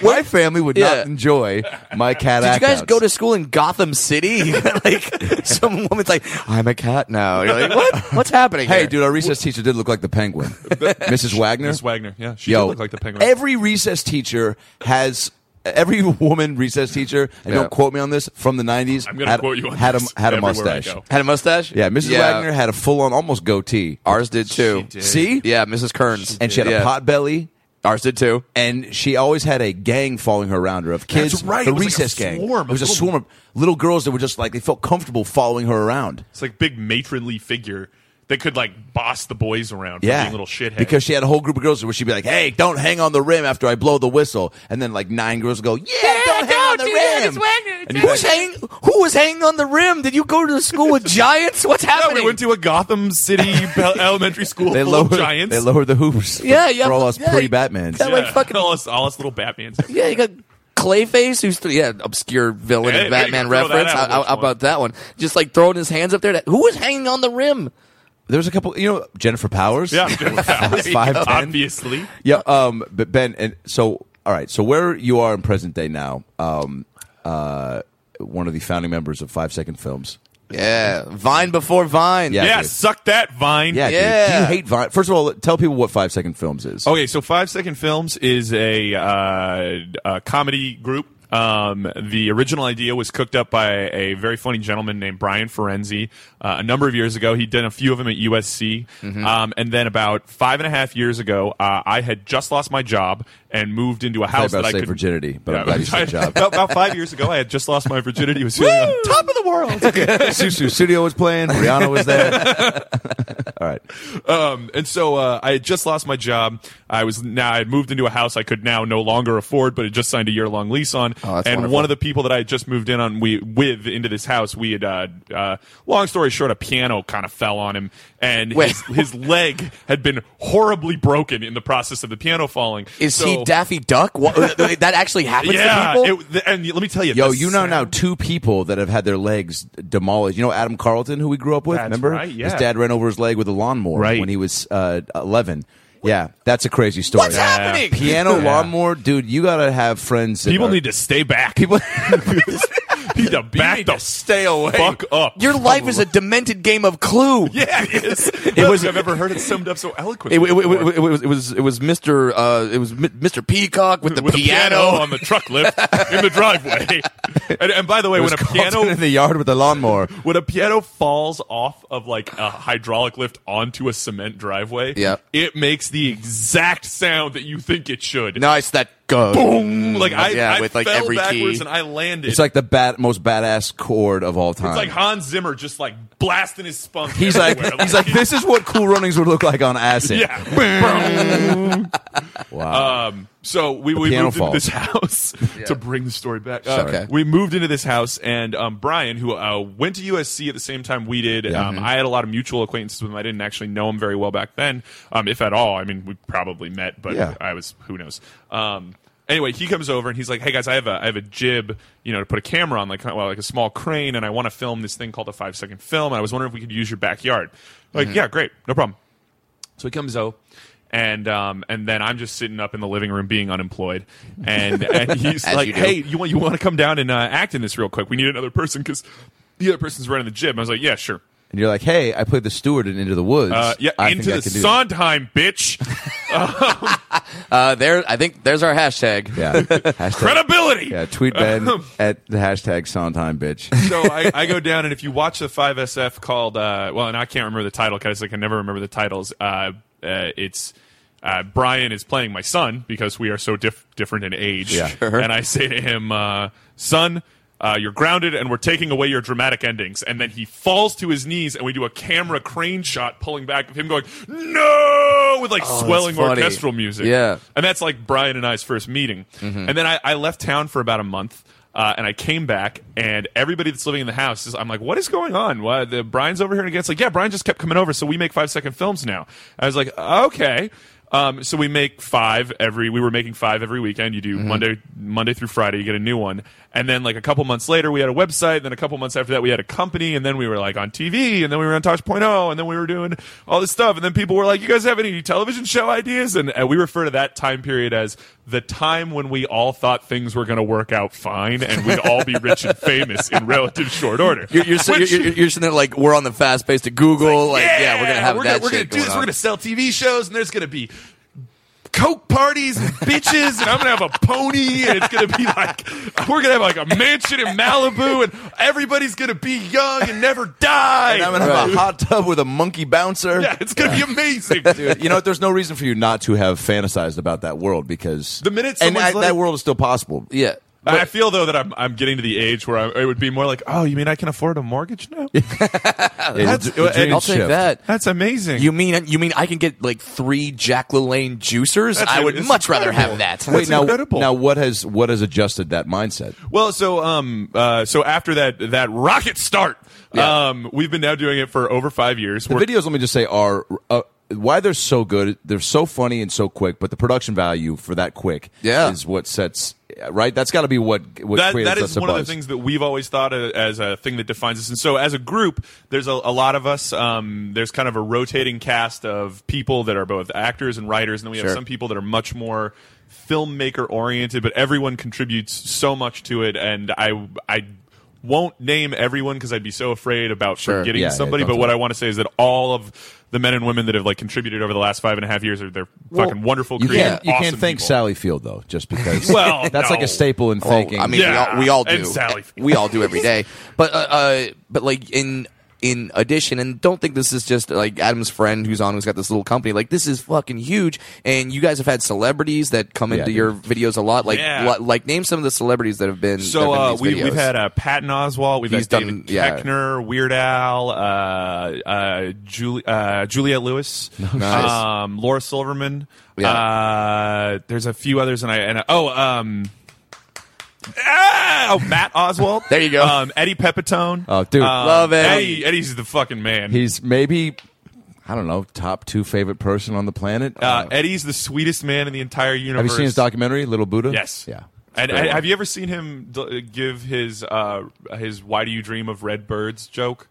Speaker 2: My family would
Speaker 3: Yeah.
Speaker 2: not enjoy my cat.
Speaker 3: Did you guys
Speaker 2: act-outs.
Speaker 3: go to school in Gotham [LAUGHS] City? like some woman's like, I'm a cat now. You're like, what? [LAUGHS] What's happening?
Speaker 2: Hey,
Speaker 3: here?
Speaker 2: dude, our recess teacher did look like the
Speaker 3: [LAUGHS]
Speaker 2: penguin, Mrs. Wagner.
Speaker 4: Miss Wagner, yeah, she
Speaker 2: Yo,
Speaker 4: did look like the penguin.
Speaker 2: Every recess teacher has every [LAUGHS] woman recess teacher, and
Speaker 3: Yeah.
Speaker 2: don't quote me on this, from the nineties.
Speaker 4: I'm gonna
Speaker 2: had,
Speaker 4: quote you on
Speaker 2: had
Speaker 4: this
Speaker 2: a had a
Speaker 4: everywhere I
Speaker 2: mustache.
Speaker 4: go.
Speaker 3: Had a mustache?
Speaker 2: Yeah, Mrs. Wagner had a full on almost goatee.
Speaker 3: Ours did too.
Speaker 4: did.
Speaker 2: See?
Speaker 3: Yeah, Mrs. Kearns.
Speaker 2: And she had
Speaker 3: Yeah.
Speaker 2: a pot belly.
Speaker 3: Ours did too.
Speaker 2: And she always had a gang following her around her of kids.
Speaker 4: That's right.
Speaker 2: The
Speaker 4: It was like a
Speaker 2: recess gang.
Speaker 4: swarm
Speaker 2: It was a
Speaker 4: of little-
Speaker 2: swarm of little girls that were just like they felt comfortable following her around.
Speaker 4: It's like big matronly figure that could like boss the boys around. For
Speaker 2: Yeah,
Speaker 4: being little shithead.
Speaker 2: Because she had a whole group of girls where she'd be like, "Hey, don't hang on the rim after I blow the whistle," and then like nine girls would go, "Yeah, don't hang on the rim." And you'd be
Speaker 3: Who's
Speaker 2: like,
Speaker 3: hanging? Who was hanging on the rim? Did you go to the school [LAUGHS] with giants? What's
Speaker 4: yeah,
Speaker 3: happening?
Speaker 4: we went to a Gotham City [LAUGHS] bel- elementary school
Speaker 2: They
Speaker 4: full
Speaker 2: lowered,
Speaker 4: of giants.
Speaker 2: They lowered the hoops.
Speaker 3: Yeah, yeah,
Speaker 2: For all us
Speaker 3: yeah.
Speaker 2: pre-Batmans.
Speaker 3: Yeah.
Speaker 4: yeah,
Speaker 3: like fucking-
Speaker 4: all us, all us little Batman's.
Speaker 3: yeah, you got Clayface, who's th- yeah, obscure villain
Speaker 4: Yeah,
Speaker 3: and
Speaker 4: there you
Speaker 3: Batman
Speaker 4: go. Throw that
Speaker 3: reference.
Speaker 4: out.
Speaker 3: How, how-
Speaker 4: Which
Speaker 3: how
Speaker 4: one?
Speaker 3: about that one? Just like throwing his hands up there. That, who was hanging on the rim?
Speaker 2: There was a couple. You know, Jennifer Powers.
Speaker 4: Yeah, Jennifer Powers.
Speaker 2: [LAUGHS]
Speaker 4: [LAUGHS]
Speaker 2: Five ten.
Speaker 4: obviously.
Speaker 2: Yeah. Um. But Ben, and so all right. So where you are in present day now? Um. Uh. One of the founding members of Five Second Films.
Speaker 3: Yeah, Vine before Vine.
Speaker 2: Yeah.
Speaker 4: Yeah,
Speaker 2: dude.
Speaker 4: suck that vine.
Speaker 2: Yeah. dude.
Speaker 3: Yeah.
Speaker 2: Do you hate Vine? First of all, tell people what Five Second Films is.
Speaker 4: Okay, so Five Second Films is a, uh, a comedy group. Um, the original idea was cooked up by a very funny gentleman named Brian Ferenzi uh, a number of years ago. He'd done a few of them at USC. Um, and then about five and a half years ago, uh, I had just lost my job and moved into a
Speaker 2: I
Speaker 4: house
Speaker 2: was about
Speaker 4: that
Speaker 2: to
Speaker 4: I
Speaker 2: say
Speaker 4: could.
Speaker 2: virginity, but
Speaker 4: Yeah,
Speaker 2: I'm glad
Speaker 4: [LAUGHS]
Speaker 2: you said job.
Speaker 4: about, about five years ago, I had just lost my virginity. Was feeling on top of the world.
Speaker 2: Susu Studio was playing. Rihanna was
Speaker 3: [LAUGHS]
Speaker 2: there. all right.
Speaker 4: um, and so uh, I had just lost my job. I was now I had moved into a house I could now no longer afford, but had just signed a year long lease on.
Speaker 3: Oh, that's
Speaker 4: and
Speaker 3: wonderful.
Speaker 4: one of the people that I had just moved in on we with into this house, we had uh, uh, long story short, a piano kind of fell on him, and
Speaker 3: Wait.
Speaker 4: his, his leg had been horribly broken in the process of the piano falling.
Speaker 3: Is
Speaker 4: so,
Speaker 3: he Daffy Duck? What, [LAUGHS] that actually happens
Speaker 4: Yeah,
Speaker 3: to people.
Speaker 4: it- th- and let me tell you,
Speaker 2: Yo,
Speaker 4: the
Speaker 2: you know
Speaker 4: sound-
Speaker 2: now two people that have had their legs demolished. You know Adam Carlton, who we grew up with.
Speaker 4: That's
Speaker 2: remember,
Speaker 4: right, yeah.
Speaker 2: his dad ran over his leg with a lawnmower
Speaker 4: Right.
Speaker 2: when he was uh, eleven. Yeah, that's a crazy story.
Speaker 3: What's happening?
Speaker 2: Piano lawnmower, dude. You gotta have friends. that
Speaker 4: People
Speaker 2: are-
Speaker 4: need to stay back. [LAUGHS] People need to back the
Speaker 2: stay away.
Speaker 4: fuck up.
Speaker 3: [LAUGHS] Your life is a demented game of Clue.
Speaker 4: Yeah, it is. it was. I've ever heard it summed up so eloquently.
Speaker 3: It, it- it-
Speaker 4: before.
Speaker 3: it- it was it was it was Mr. Uh, it was Mi- Mr. Peacock with the
Speaker 4: with
Speaker 3: piano.
Speaker 4: a piano on the truck lift in the
Speaker 1: [LAUGHS]
Speaker 4: driveway. And, and by the way,
Speaker 2: It was
Speaker 4: when a
Speaker 2: Carlton
Speaker 4: piano
Speaker 2: in the yard with
Speaker 4: [LAUGHS]
Speaker 2: a lawnmower.
Speaker 4: when a piano falls off of like a hydraulic lift onto a cement driveway,
Speaker 3: Yeah.
Speaker 4: it makes the exact sound that you think it should.
Speaker 3: nice that go.
Speaker 4: Boom! Like I,
Speaker 3: Yeah,
Speaker 4: I
Speaker 3: with, like,
Speaker 4: fell
Speaker 3: every key.
Speaker 4: backwards and I landed.
Speaker 2: It's like the bat, most badass chord of all time.
Speaker 4: it's like Hans Zimmer just like blasting his spunk.
Speaker 2: he's like,
Speaker 4: everywhere.
Speaker 2: he's like, this is what Cool Runnings would look like on acid.
Speaker 4: Yeah.
Speaker 3: Uh,
Speaker 2: Wow.
Speaker 4: Um, so we, we
Speaker 2: piano
Speaker 4: moved
Speaker 2: falls.
Speaker 4: into this
Speaker 2: [LAUGHS]
Speaker 4: house [LAUGHS] to bring the story back. Uh,
Speaker 3: Sorry.
Speaker 4: We moved into this house, and um, Brian, who uh, went to USC at the same time we did, um,
Speaker 3: Mm-hmm.
Speaker 4: I had a lot of mutual acquaintances with him. I didn't actually know him very well back then, um, if at all. I mean, we probably met, but
Speaker 2: Yeah.
Speaker 4: I was who knows. Um, anyway, he comes over and he's like, "Hey guys, I have a I have a jib, you know, to put a camera on, like well, like a small crane, and I want to film this thing called a five second film. And I was wondering if we could use your backyard."
Speaker 3: Mm-hmm.
Speaker 4: Like, yeah, great, no problem. So he comes out, and um, and then I'm just sitting up in the living room being unemployed, and
Speaker 3: [LAUGHS]
Speaker 4: and he's
Speaker 3: As
Speaker 4: like,
Speaker 3: you do.
Speaker 4: "Hey, you want you want to come down and uh, act in this real quick? We need another person because the other person's running the gym." I was like, "Yeah, sure."
Speaker 2: and you're like, "Hey, I played the steward in Into the Woods."
Speaker 1: Uh, yeah,
Speaker 2: I
Speaker 1: into
Speaker 2: think I
Speaker 1: the
Speaker 2: can do that."
Speaker 1: Sondheim,
Speaker 4: [LAUGHS]
Speaker 1: bitch.
Speaker 3: Uh, there, I think there's our hashtag.
Speaker 1: [LAUGHS]
Speaker 2: Yeah, hashtag,
Speaker 1: Credibility.
Speaker 2: yeah. Tweet Ben
Speaker 1: Um,
Speaker 2: at the hashtag Sondheim bitch.
Speaker 1: so I, I go down, and if you watch the five SF called, uh, well, and I can't remember the title because I can never remember the titles. Uh, uh, it's uh, Brian is playing my son because we are so diff- different in age.
Speaker 2: Yeah.
Speaker 3: Sure.
Speaker 1: And I say to him, uh, "Son, uh, you're grounded, and we're taking away your dramatic endings." And then he falls to his knees, and we do a camera crane shot pulling back of him going, "No!" with like
Speaker 3: Oh, that's
Speaker 1: swelling
Speaker 3: funny.
Speaker 1: orchestral music.
Speaker 3: Yeah. Mm-hmm.
Speaker 1: And that's like Brian and I's first meeting. And then I, I left town for about a month. Uh, and I came back, and everybody that's living in the house is. I'm like, "What is going on? Why the Brian's over here?" And it's like, "Yeah, Brian just kept coming over, so we make five second films now." I was like, "Okay." Um, so we make five every. We were making five every weekend. You do Monday, Monday through Friday. You get a new one, and then like a couple months later, we had a website. And then a couple months after that, we had a company, and then we were like on TV, and then we were on Tosh.0, and then we were doing all this stuff. And then people were like, "You guys have any television show ideas?" And, and uh, we refer to that time period as the time when we all thought things were going to work out fine, and we'd all be rich [LAUGHS] and famous in relative short
Speaker 3: [LAUGHS]
Speaker 1: order.
Speaker 3: You're, you're, so-
Speaker 1: Which-
Speaker 3: you're, you're, you're sitting there like we're on the fast pace to Google. Like, yeah, we're gonna have
Speaker 1: we're
Speaker 3: that.
Speaker 1: Gonna, we're gonna
Speaker 3: shit
Speaker 1: do this.
Speaker 3: going
Speaker 1: We're
Speaker 3: on.
Speaker 1: gonna sell TV shows, and there's gonna be coke parties and bitches, and I'm gonna have a pony, and it's gonna be like we're gonna have like a mansion in Malibu, and everybody's gonna be young and never die.
Speaker 2: And I'm gonna have a hot tub with a monkey bouncer.
Speaker 1: yeah, it's gonna be amazing.
Speaker 2: Dude, you know what? There's no reason for you not to have fantasized about that world because
Speaker 1: The minute
Speaker 2: and
Speaker 1: someone's
Speaker 2: I-
Speaker 1: like-
Speaker 2: that world is still possible.
Speaker 3: Yeah.
Speaker 1: I feel though that I'm I'm getting to the age where I, it would be more like, oh, you mean I can afford a mortgage now? [LAUGHS]
Speaker 2: That's,
Speaker 1: and
Speaker 3: I'll take that.
Speaker 1: That's amazing.
Speaker 3: You mean you mean I can get like three Jack Lalanne juicers?
Speaker 1: That's
Speaker 3: I
Speaker 1: it.
Speaker 3: would
Speaker 1: It's
Speaker 3: much rather
Speaker 1: incredible.
Speaker 3: have that.
Speaker 2: Wait, now,
Speaker 1: incredible.
Speaker 2: now what has what has adjusted that mindset?
Speaker 1: Well, so um, uh, so after that that rocket start,
Speaker 3: Yeah.
Speaker 1: um, we've been now doing it for over five years.
Speaker 2: The
Speaker 1: We're-
Speaker 2: videos, let me just say, are uh, why they're so good. They're so funny and so quick, but the production value for that quick
Speaker 3: Yeah.
Speaker 2: is what sets right. That's got to be what what
Speaker 1: that,
Speaker 2: creates
Speaker 1: that
Speaker 2: us
Speaker 1: is
Speaker 2: a
Speaker 1: one of the
Speaker 2: buzz.
Speaker 1: things that we've always thought of as a thing that defines us. And so, as a group, there's a, a lot of us. Um, there's kind of a rotating cast of people that are both actors and writers, and then we have
Speaker 3: Sure.
Speaker 1: some people that are much more filmmaker oriented. But everyone contributes so much to it, and I I won't name everyone because I'd be so afraid about
Speaker 3: Sure.
Speaker 1: forgetting
Speaker 2: Yeah, yeah,
Speaker 1: somebody.
Speaker 2: don't
Speaker 1: but
Speaker 2: do
Speaker 1: what
Speaker 2: that.
Speaker 1: I want to say is that all of the men and women that have like contributed over the last five and a half years are they're fucking wonderful,
Speaker 2: You
Speaker 1: creative,
Speaker 2: can't you
Speaker 1: awesome
Speaker 2: can't thank
Speaker 1: people.
Speaker 2: Sally Field though,
Speaker 1: [LAUGHS]
Speaker 2: just because.
Speaker 1: Well,
Speaker 2: that's like
Speaker 1: no.
Speaker 2: a staple in thanking.
Speaker 3: Oh, I mean,
Speaker 1: Yeah,
Speaker 3: we, all, we all do.
Speaker 1: and Sally.
Speaker 3: [LAUGHS] We all do every day. But uh, uh, but like in in addition, and don't think this is just like Adam's friend who's on who's got this little company. Like this is fucking huge, and you guys have had celebrities that come
Speaker 2: Yeah,
Speaker 3: into
Speaker 2: dude.
Speaker 3: your videos a lot. Like
Speaker 1: Yeah.
Speaker 3: li- like name some of the celebrities that have been.
Speaker 1: So
Speaker 3: that
Speaker 1: uh,
Speaker 3: have been in
Speaker 1: we,
Speaker 3: these
Speaker 1: we've
Speaker 3: videos.
Speaker 1: had uh, Patton Oswald, we've
Speaker 3: He's
Speaker 1: had
Speaker 3: done-
Speaker 1: David
Speaker 3: yeah.
Speaker 1: Koechner, Weird Al, uh, uh, Julie, uh, Juliette
Speaker 3: [LAUGHS]
Speaker 1: Lewis,
Speaker 3: Oh, Nice.
Speaker 1: um, Laura Silverman.
Speaker 3: Yeah.
Speaker 1: Uh, there's a few others, and I and I, oh um. ah, oh, Matt Oswald.
Speaker 3: There you go.
Speaker 1: Um, Eddie Pepitone.
Speaker 2: Oh, dude.
Speaker 1: Um,
Speaker 3: Love Eddie.
Speaker 1: Eddie. Eddie's the fucking man.
Speaker 2: he's maybe I don't know top two favorite person on the planet.
Speaker 1: uh, Eddie's the sweetest man in the entire
Speaker 2: have you
Speaker 1: universe.
Speaker 2: seen his documentary, Little Buddha?
Speaker 1: Yes.
Speaker 2: Yeah.
Speaker 1: And,
Speaker 2: Very
Speaker 1: and
Speaker 2: well.
Speaker 1: have you ever seen him d- give his uh, his "Why do you dream of red birds" joke?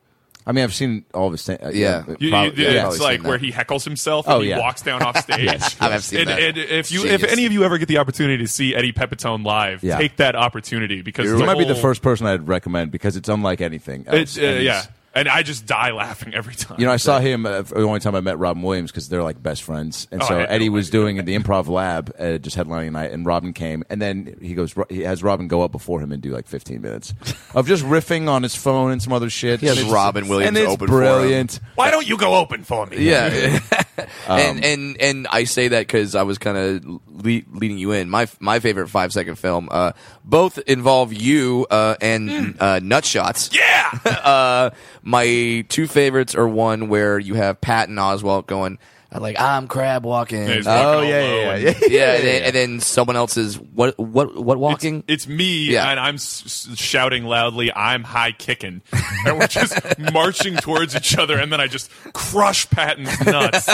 Speaker 2: I mean, I've seen all of his. uh, things.
Speaker 3: Yeah.
Speaker 1: You, you,
Speaker 3: Prob- yeah, probably
Speaker 1: it's
Speaker 3: seen
Speaker 1: like
Speaker 3: that.
Speaker 1: where he heckles himself and
Speaker 2: Oh,
Speaker 1: he
Speaker 2: yeah.
Speaker 1: walks down off stage. [LAUGHS]
Speaker 3: I've- I've seen
Speaker 1: and,
Speaker 3: that.
Speaker 1: and if you, if
Speaker 3: Genius.
Speaker 1: any of you ever get the opportunity to see Eddie Pepitone live,
Speaker 2: Yeah.
Speaker 1: take that opportunity because
Speaker 2: He might be the
Speaker 1: whole-
Speaker 2: first person I'd recommend because it's unlike anything.
Speaker 1: It's,
Speaker 2: else.
Speaker 1: uh,
Speaker 2: And
Speaker 1: yeah,
Speaker 2: it's-
Speaker 1: and I just die laughing every time.
Speaker 2: You know, I saw him uh, the only time I met Robin Williams because they're like best friends, and
Speaker 1: Oh,
Speaker 2: so
Speaker 1: I had no
Speaker 2: Eddie was
Speaker 1: idea.
Speaker 2: doing the improv lab, uh, just headlining a night, and Robin came, and then he goes, he has Robin go up before him and do like 15 minutes of just riffing on his phone and some other shit.
Speaker 3: has
Speaker 2: And it's-
Speaker 3: Robin Williams
Speaker 2: and it's
Speaker 3: open for him.
Speaker 2: brilliant.
Speaker 1: Why don't you go open for me?
Speaker 3: Yeah, [LAUGHS] Um, and and and I say that because I was kind of le- leading you in. My my favorite five second film, uh, both involve you uh, and uh,
Speaker 1: [LAUGHS]
Speaker 3: Nutshots.
Speaker 1: Yeah.
Speaker 3: [LAUGHS] uh, my two favorites are one where you have Patton Oswalt going uh, like I'm crab walking.
Speaker 1: Yeah, he's
Speaker 3: Uh,
Speaker 1: walking
Speaker 2: Oh
Speaker 1: all
Speaker 2: yeah,
Speaker 1: low
Speaker 2: yeah,
Speaker 1: and-
Speaker 2: yeah, [LAUGHS] yeah.
Speaker 3: yeah, and, then- and then someone else is what what what walking?
Speaker 1: It's me,
Speaker 3: Yeah.
Speaker 1: and I'm s- s- shouting loudly, I'm high kicking. And we're just marching towards each other, and then I just crush Patton's nuts.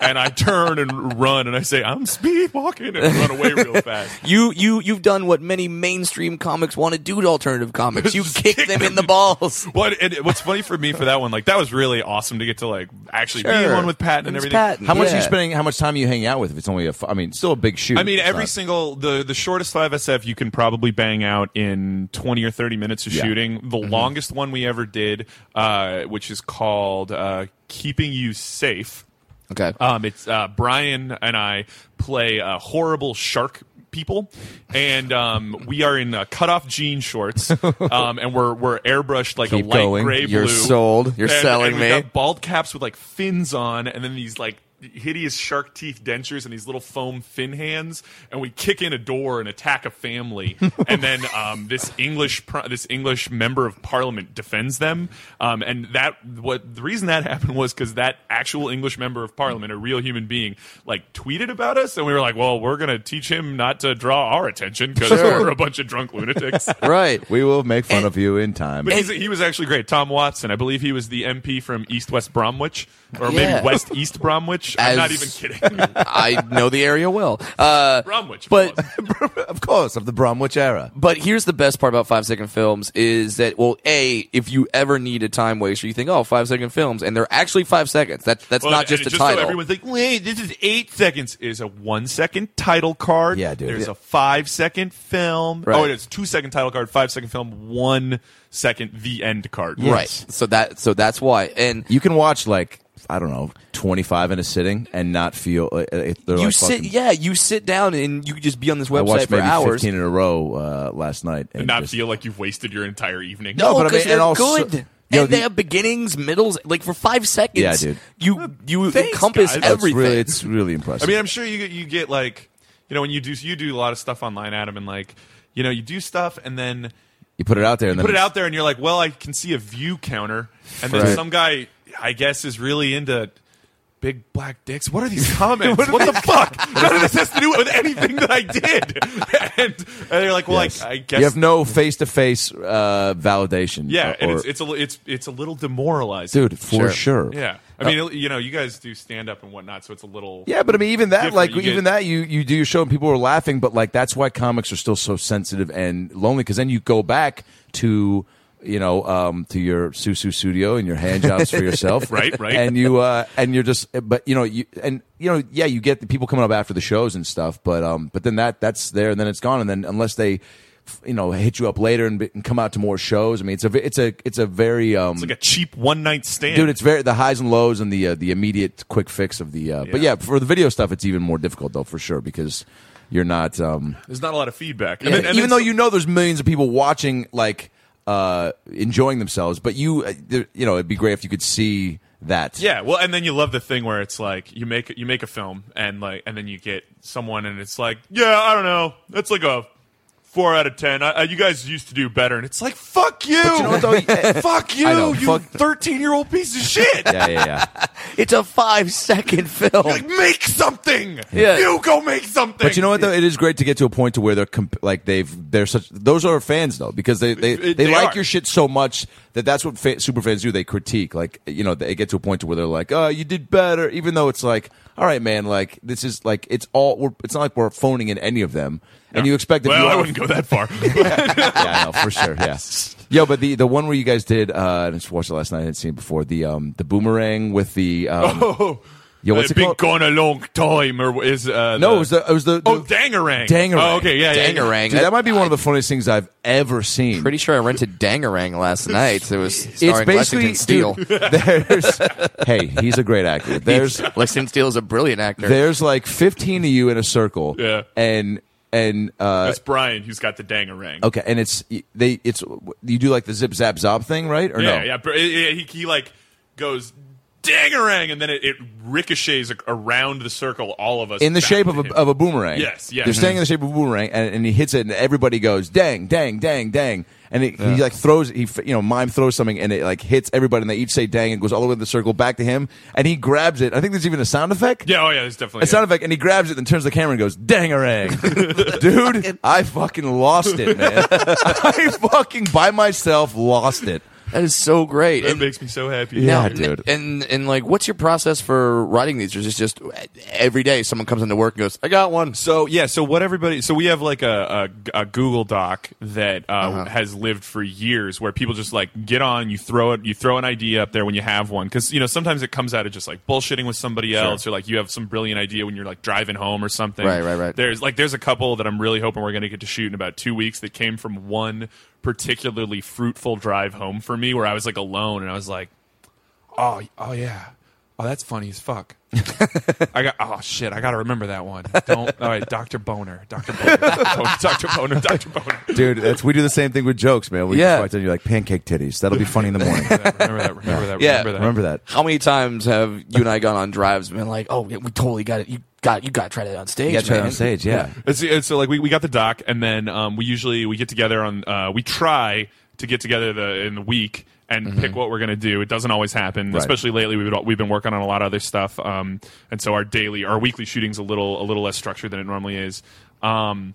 Speaker 1: and I turn and run, and I say, I'm speed walking, and run away real fast.
Speaker 3: you you you've done what many mainstream comics want to do to alternative [LAUGHS] comics. You
Speaker 1: Just
Speaker 3: kick
Speaker 1: kick
Speaker 3: them in the balls.
Speaker 1: What and what's funny for me for that one, like that was really awesome to get to like actually be
Speaker 3: Sure.
Speaker 1: one with Patton and
Speaker 3: It's
Speaker 1: everything.
Speaker 3: that.
Speaker 2: How much are
Speaker 3: Yeah.
Speaker 2: you spending? How much time are you hanging out with? If it's only a, f- I mean, still a big shoot.
Speaker 1: I mean,
Speaker 2: It's
Speaker 1: every
Speaker 2: not-
Speaker 1: single the the shortest live SF you can probably bang out in twenty or thirty minutes of
Speaker 2: Yeah. Mm-hmm.
Speaker 1: shooting. The longest one we ever did, uh, which is called uh, "Keeping You Safe."
Speaker 3: Okay.
Speaker 1: Um, it's uh, Brian and I play uh, horrible shark people, and um, we are in uh, cut-off jean shorts,
Speaker 2: [LAUGHS]
Speaker 1: um, and we're we're airbrushed like a
Speaker 2: Keep
Speaker 1: light
Speaker 2: going.
Speaker 1: gray
Speaker 3: You're
Speaker 1: blue.
Speaker 3: sold. You're
Speaker 1: And-
Speaker 3: selling
Speaker 1: and
Speaker 3: me.
Speaker 1: we've Got bald caps with like fins on, and then these like hideous shark teeth dentures and these little foam fin hands and we kick in a door and attack a
Speaker 3: [LAUGHS]
Speaker 1: family and then um, this english pr- this english member of parliament defends them um, and that what the reason that happened was because that actual english member of parliament a real human being like tweeted about us and we were like well we're gonna teach him not to draw our attention
Speaker 3: [LAUGHS]
Speaker 1: because
Speaker 3: Sure.
Speaker 1: we're a bunch of drunk lunatics
Speaker 3: right.
Speaker 2: we will make fun of you
Speaker 1: [LAUGHS]
Speaker 2: in time. [LAUGHS]
Speaker 1: but he's, he was actually great. Tom Watson, I believe he was the MP from East West Bromwich, or
Speaker 3: Yeah.
Speaker 1: maybe West East Bromwich.
Speaker 3: As-
Speaker 1: I'm not even kidding. [LAUGHS]
Speaker 3: I know the area well. Uh,
Speaker 1: Bromwich,
Speaker 3: But
Speaker 1: come
Speaker 2: of course, of the Bromwich era.
Speaker 3: but here's the best part about five second films is that well, a if you ever need a time waster, you think oh five second films, and they're actually five seconds. That that's
Speaker 1: Well,
Speaker 3: not
Speaker 1: and
Speaker 3: just a
Speaker 1: just
Speaker 3: title.
Speaker 1: So everyone's like, wait, this is eight seconds. Is a one second title card.
Speaker 2: Yeah, dude.
Speaker 1: There's
Speaker 2: Yeah.
Speaker 1: a five second film.
Speaker 3: Right.
Speaker 1: Oh, it's two second title card, five second film, one second the end card.
Speaker 3: Right. So that so that's why. And
Speaker 2: You can watch like I don't know, twenty five in a sitting and not feel. Uh, uh, they're
Speaker 3: you
Speaker 2: like
Speaker 3: sit
Speaker 2: fucking-
Speaker 3: yeah, you sit down and you could just be on this
Speaker 2: I
Speaker 3: website
Speaker 2: watched
Speaker 3: for
Speaker 2: maybe
Speaker 3: hours.
Speaker 2: fifteen in a row uh, last night,
Speaker 1: And not
Speaker 2: just-
Speaker 1: feel like you've wasted your entire evening.
Speaker 3: No,
Speaker 2: No, but I
Speaker 3: because
Speaker 2: mean-
Speaker 3: Oh, they're
Speaker 2: and also-
Speaker 3: good.
Speaker 2: Yo,
Speaker 3: and
Speaker 2: the-
Speaker 3: they have beginnings, middles, like for five seconds.
Speaker 2: Yeah, dude.
Speaker 3: You you
Speaker 1: Thanks,
Speaker 3: encompass
Speaker 1: guys. That's
Speaker 2: It's
Speaker 3: everything.
Speaker 2: really, it's really impressive.
Speaker 1: I mean, I'm sure you you get like, you know, when you do you do a lot of stuff online, Adam, and like, you know, you do stuff and then.
Speaker 2: you put it out there, and
Speaker 1: put
Speaker 2: then
Speaker 1: it
Speaker 2: it's-
Speaker 1: out there and you're like, well, I can see a view counter, and then
Speaker 3: Right.
Speaker 1: some guy, I guess, is really into big black dicks. What are
Speaker 2: [LAUGHS]
Speaker 1: these comments? [LAUGHS] what the fuck? None of this has to do with anything that I did. [LAUGHS] and, and they're like, well,
Speaker 2: Yes.
Speaker 1: I, I guess
Speaker 2: you have no face to face validation.
Speaker 1: yeah,
Speaker 2: or-
Speaker 1: and it's it's a li- it's it's a little demoralizing,
Speaker 2: dude, for
Speaker 3: Sure.
Speaker 2: sure.
Speaker 1: Yeah, I
Speaker 2: Uh,
Speaker 1: mean, you know, you guys do stand up and whatnot, so it's a little
Speaker 2: Yeah, but I mean, even that,
Speaker 1: Different,
Speaker 2: like,
Speaker 1: you get-
Speaker 2: even that, you you do your show and people are laughing, but like, that's why comics are still so sensitive and lonely because then you go back to you know um, to your susu studio and your hand jobs for
Speaker 1: [LAUGHS]
Speaker 2: yourself,
Speaker 1: Right, right.
Speaker 2: and you uh, and you're just, but you know, you and you know, yeah, you get the people coming up after the shows and stuff, but um, but then that that's there and then it's gone, and then unless they. f- You know, hit you up later and, be- and come out to more shows. I mean, it's a ve- it's a it's a very um,
Speaker 1: it's like a cheap one night stand,
Speaker 2: dude it's very the highs and lows and the uh, the immediate quick fix of the uh, but yeah
Speaker 1: Yeah.
Speaker 2: for the video stuff it's even more difficult though for sure because you're not um
Speaker 1: There's not a lot of feedback,
Speaker 3: Yeah.
Speaker 1: and
Speaker 2: even
Speaker 1: then
Speaker 2: though you know there's millions of people watching like uh enjoying themselves but you uh, there- you know it'd be great if you could see that
Speaker 1: Yeah, well, and then you love the thing where it's like you make you make a film and like and then you get someone and it's like, yeah, I don't know, that's like a four out of ten. I, I, you guys used to do better, and it's like, fuck you,
Speaker 2: you know what, though?
Speaker 1: fuck you,
Speaker 2: I know,
Speaker 1: you
Speaker 2: fuck-
Speaker 1: thirteen year old piece of
Speaker 2: [LAUGHS]
Speaker 1: shit.
Speaker 2: yeah yeah yeah
Speaker 3: It's a five
Speaker 1: [LAUGHS]
Speaker 3: second film.
Speaker 1: Like make something.
Speaker 3: Yeah.
Speaker 1: You go make something.
Speaker 2: but you know what though it is great to get to a point to where they're comp- like they've they're such those are fans though because they they, they,
Speaker 1: It- they
Speaker 2: like
Speaker 1: are.
Speaker 2: your shit so much that that's what fa- super fans do they critique like you know they get to a point to where they're like oh you did better even though it's like all right man like this is like it's all we're, it's not like we're phoning in any of them and you expect if
Speaker 1: Well,
Speaker 2: you
Speaker 1: I
Speaker 2: are- [LAUGHS]
Speaker 1: wouldn't go that [LAUGHS] far.
Speaker 2: yeah, I know, for sure. Yeah. Yo, but the the one where you guys did, uh, I just watched it last night. I hadn't seen it before. The um the boomerang with the um,
Speaker 1: oh,
Speaker 2: yo, what's
Speaker 1: I've
Speaker 2: it
Speaker 1: been
Speaker 2: called?
Speaker 1: gone a long time. Or is uh,
Speaker 2: no, it was the it was the,
Speaker 1: oh
Speaker 2: the-
Speaker 1: dangerang.
Speaker 2: Dangarang.
Speaker 1: Oh, okay, yeah, yeah, yeah.
Speaker 3: Dangarang.
Speaker 2: Dude, that might be one of the funniest things I've ever seen.
Speaker 3: Pretty sure I rented Dangarang last night. It was starring Lexington Steele.
Speaker 1: [LAUGHS]
Speaker 2: dude, there's hey, he's a great actor. There's
Speaker 3: Lexington Steele is a brilliant actor.
Speaker 2: there's like 15 of you in a circle.
Speaker 1: Yeah.
Speaker 2: And and uh
Speaker 1: That's Brian who's got the dangerang.
Speaker 2: okay, and it's they it's you do like the zip zap zop thing, right? Or
Speaker 1: yeah,
Speaker 2: no?
Speaker 1: yeah. But it- it- he, he like goes dangerang, and then it, it ricochets a- around the circle. All of us
Speaker 2: in the
Speaker 1: back
Speaker 2: shape
Speaker 1: to
Speaker 2: of a,
Speaker 1: him.
Speaker 2: of a boomerang.
Speaker 1: Yes, yes.
Speaker 2: They're staying in the shape of a boomerang, and, and he hits it, and everybody goes dang, dang, dang, dang, and it, he like throws he f- you know mime throws something, and it like hits everybody, and they each say dang, and goes all the way in the circle back to him, and he grabs it. I think there's even a sound effect.
Speaker 1: yeah, oh yeah, it's definitely
Speaker 2: A sound effect, and he grabs it, and turns the camera and goes, "Dangerang, dude! I fucking lost it, man. I fucking by myself lost it.
Speaker 3: That is so great.
Speaker 4: That
Speaker 3: And-
Speaker 4: makes me so happy.
Speaker 2: Yeah, [LAUGHS]
Speaker 3: now,
Speaker 2: dude.
Speaker 3: And and like, what's your process for writing these? Or is it just every day someone comes into work and goes, "I got one."
Speaker 4: So yeah, so what everybody, so we have like a a, a Google Doc that uh,
Speaker 3: Uh-huh.
Speaker 4: has lived for years, where people just like get on, you throw it, you throw an idea up there when you have one, because you know sometimes it comes out of just like bullshitting with somebody else, or like you have some brilliant idea when you're like driving home or something.
Speaker 3: Right, right, right.
Speaker 4: There's like there's a couple that I'm really hoping we're gonna get to shoot in about two weeks that came from one particularly fruitful drive home for me, where I was like alone and I was like, oh, oh yeah. Oh, that's funny as fuck. I got oh shit, I gotta remember that one. Don't all right, Doctor Boner. Doctor Boner. Oh, Doctor Boner, Doctor [LAUGHS] Boner.
Speaker 2: dude. That's we do the same thing with jokes, man. We
Speaker 3: Yeah.
Speaker 2: yeah. just you like pancake titties. That'll be funny in the [LAUGHS] morning.
Speaker 4: Remember that, remember that,
Speaker 3: Yeah.
Speaker 4: remember that.
Speaker 2: Remember that?
Speaker 3: How many times have you and I gone on drives and been like, "Oh, yeah, we totally got it. You got you got to try that on stage.
Speaker 2: You got to try it
Speaker 3: man."
Speaker 2: on stage, yeah.
Speaker 4: It's, it's uh, so like we, we got the doc and then um, we usually we get together on uh, we try to get together the in the week and pick what we're gonna do. It doesn't always happen,
Speaker 2: Mm-hmm. Right.
Speaker 4: especially lately. We've been- we've been working on a lot of other stuff, um, and so our daily our weekly shooting's a little a little less structured than it normally is. Um,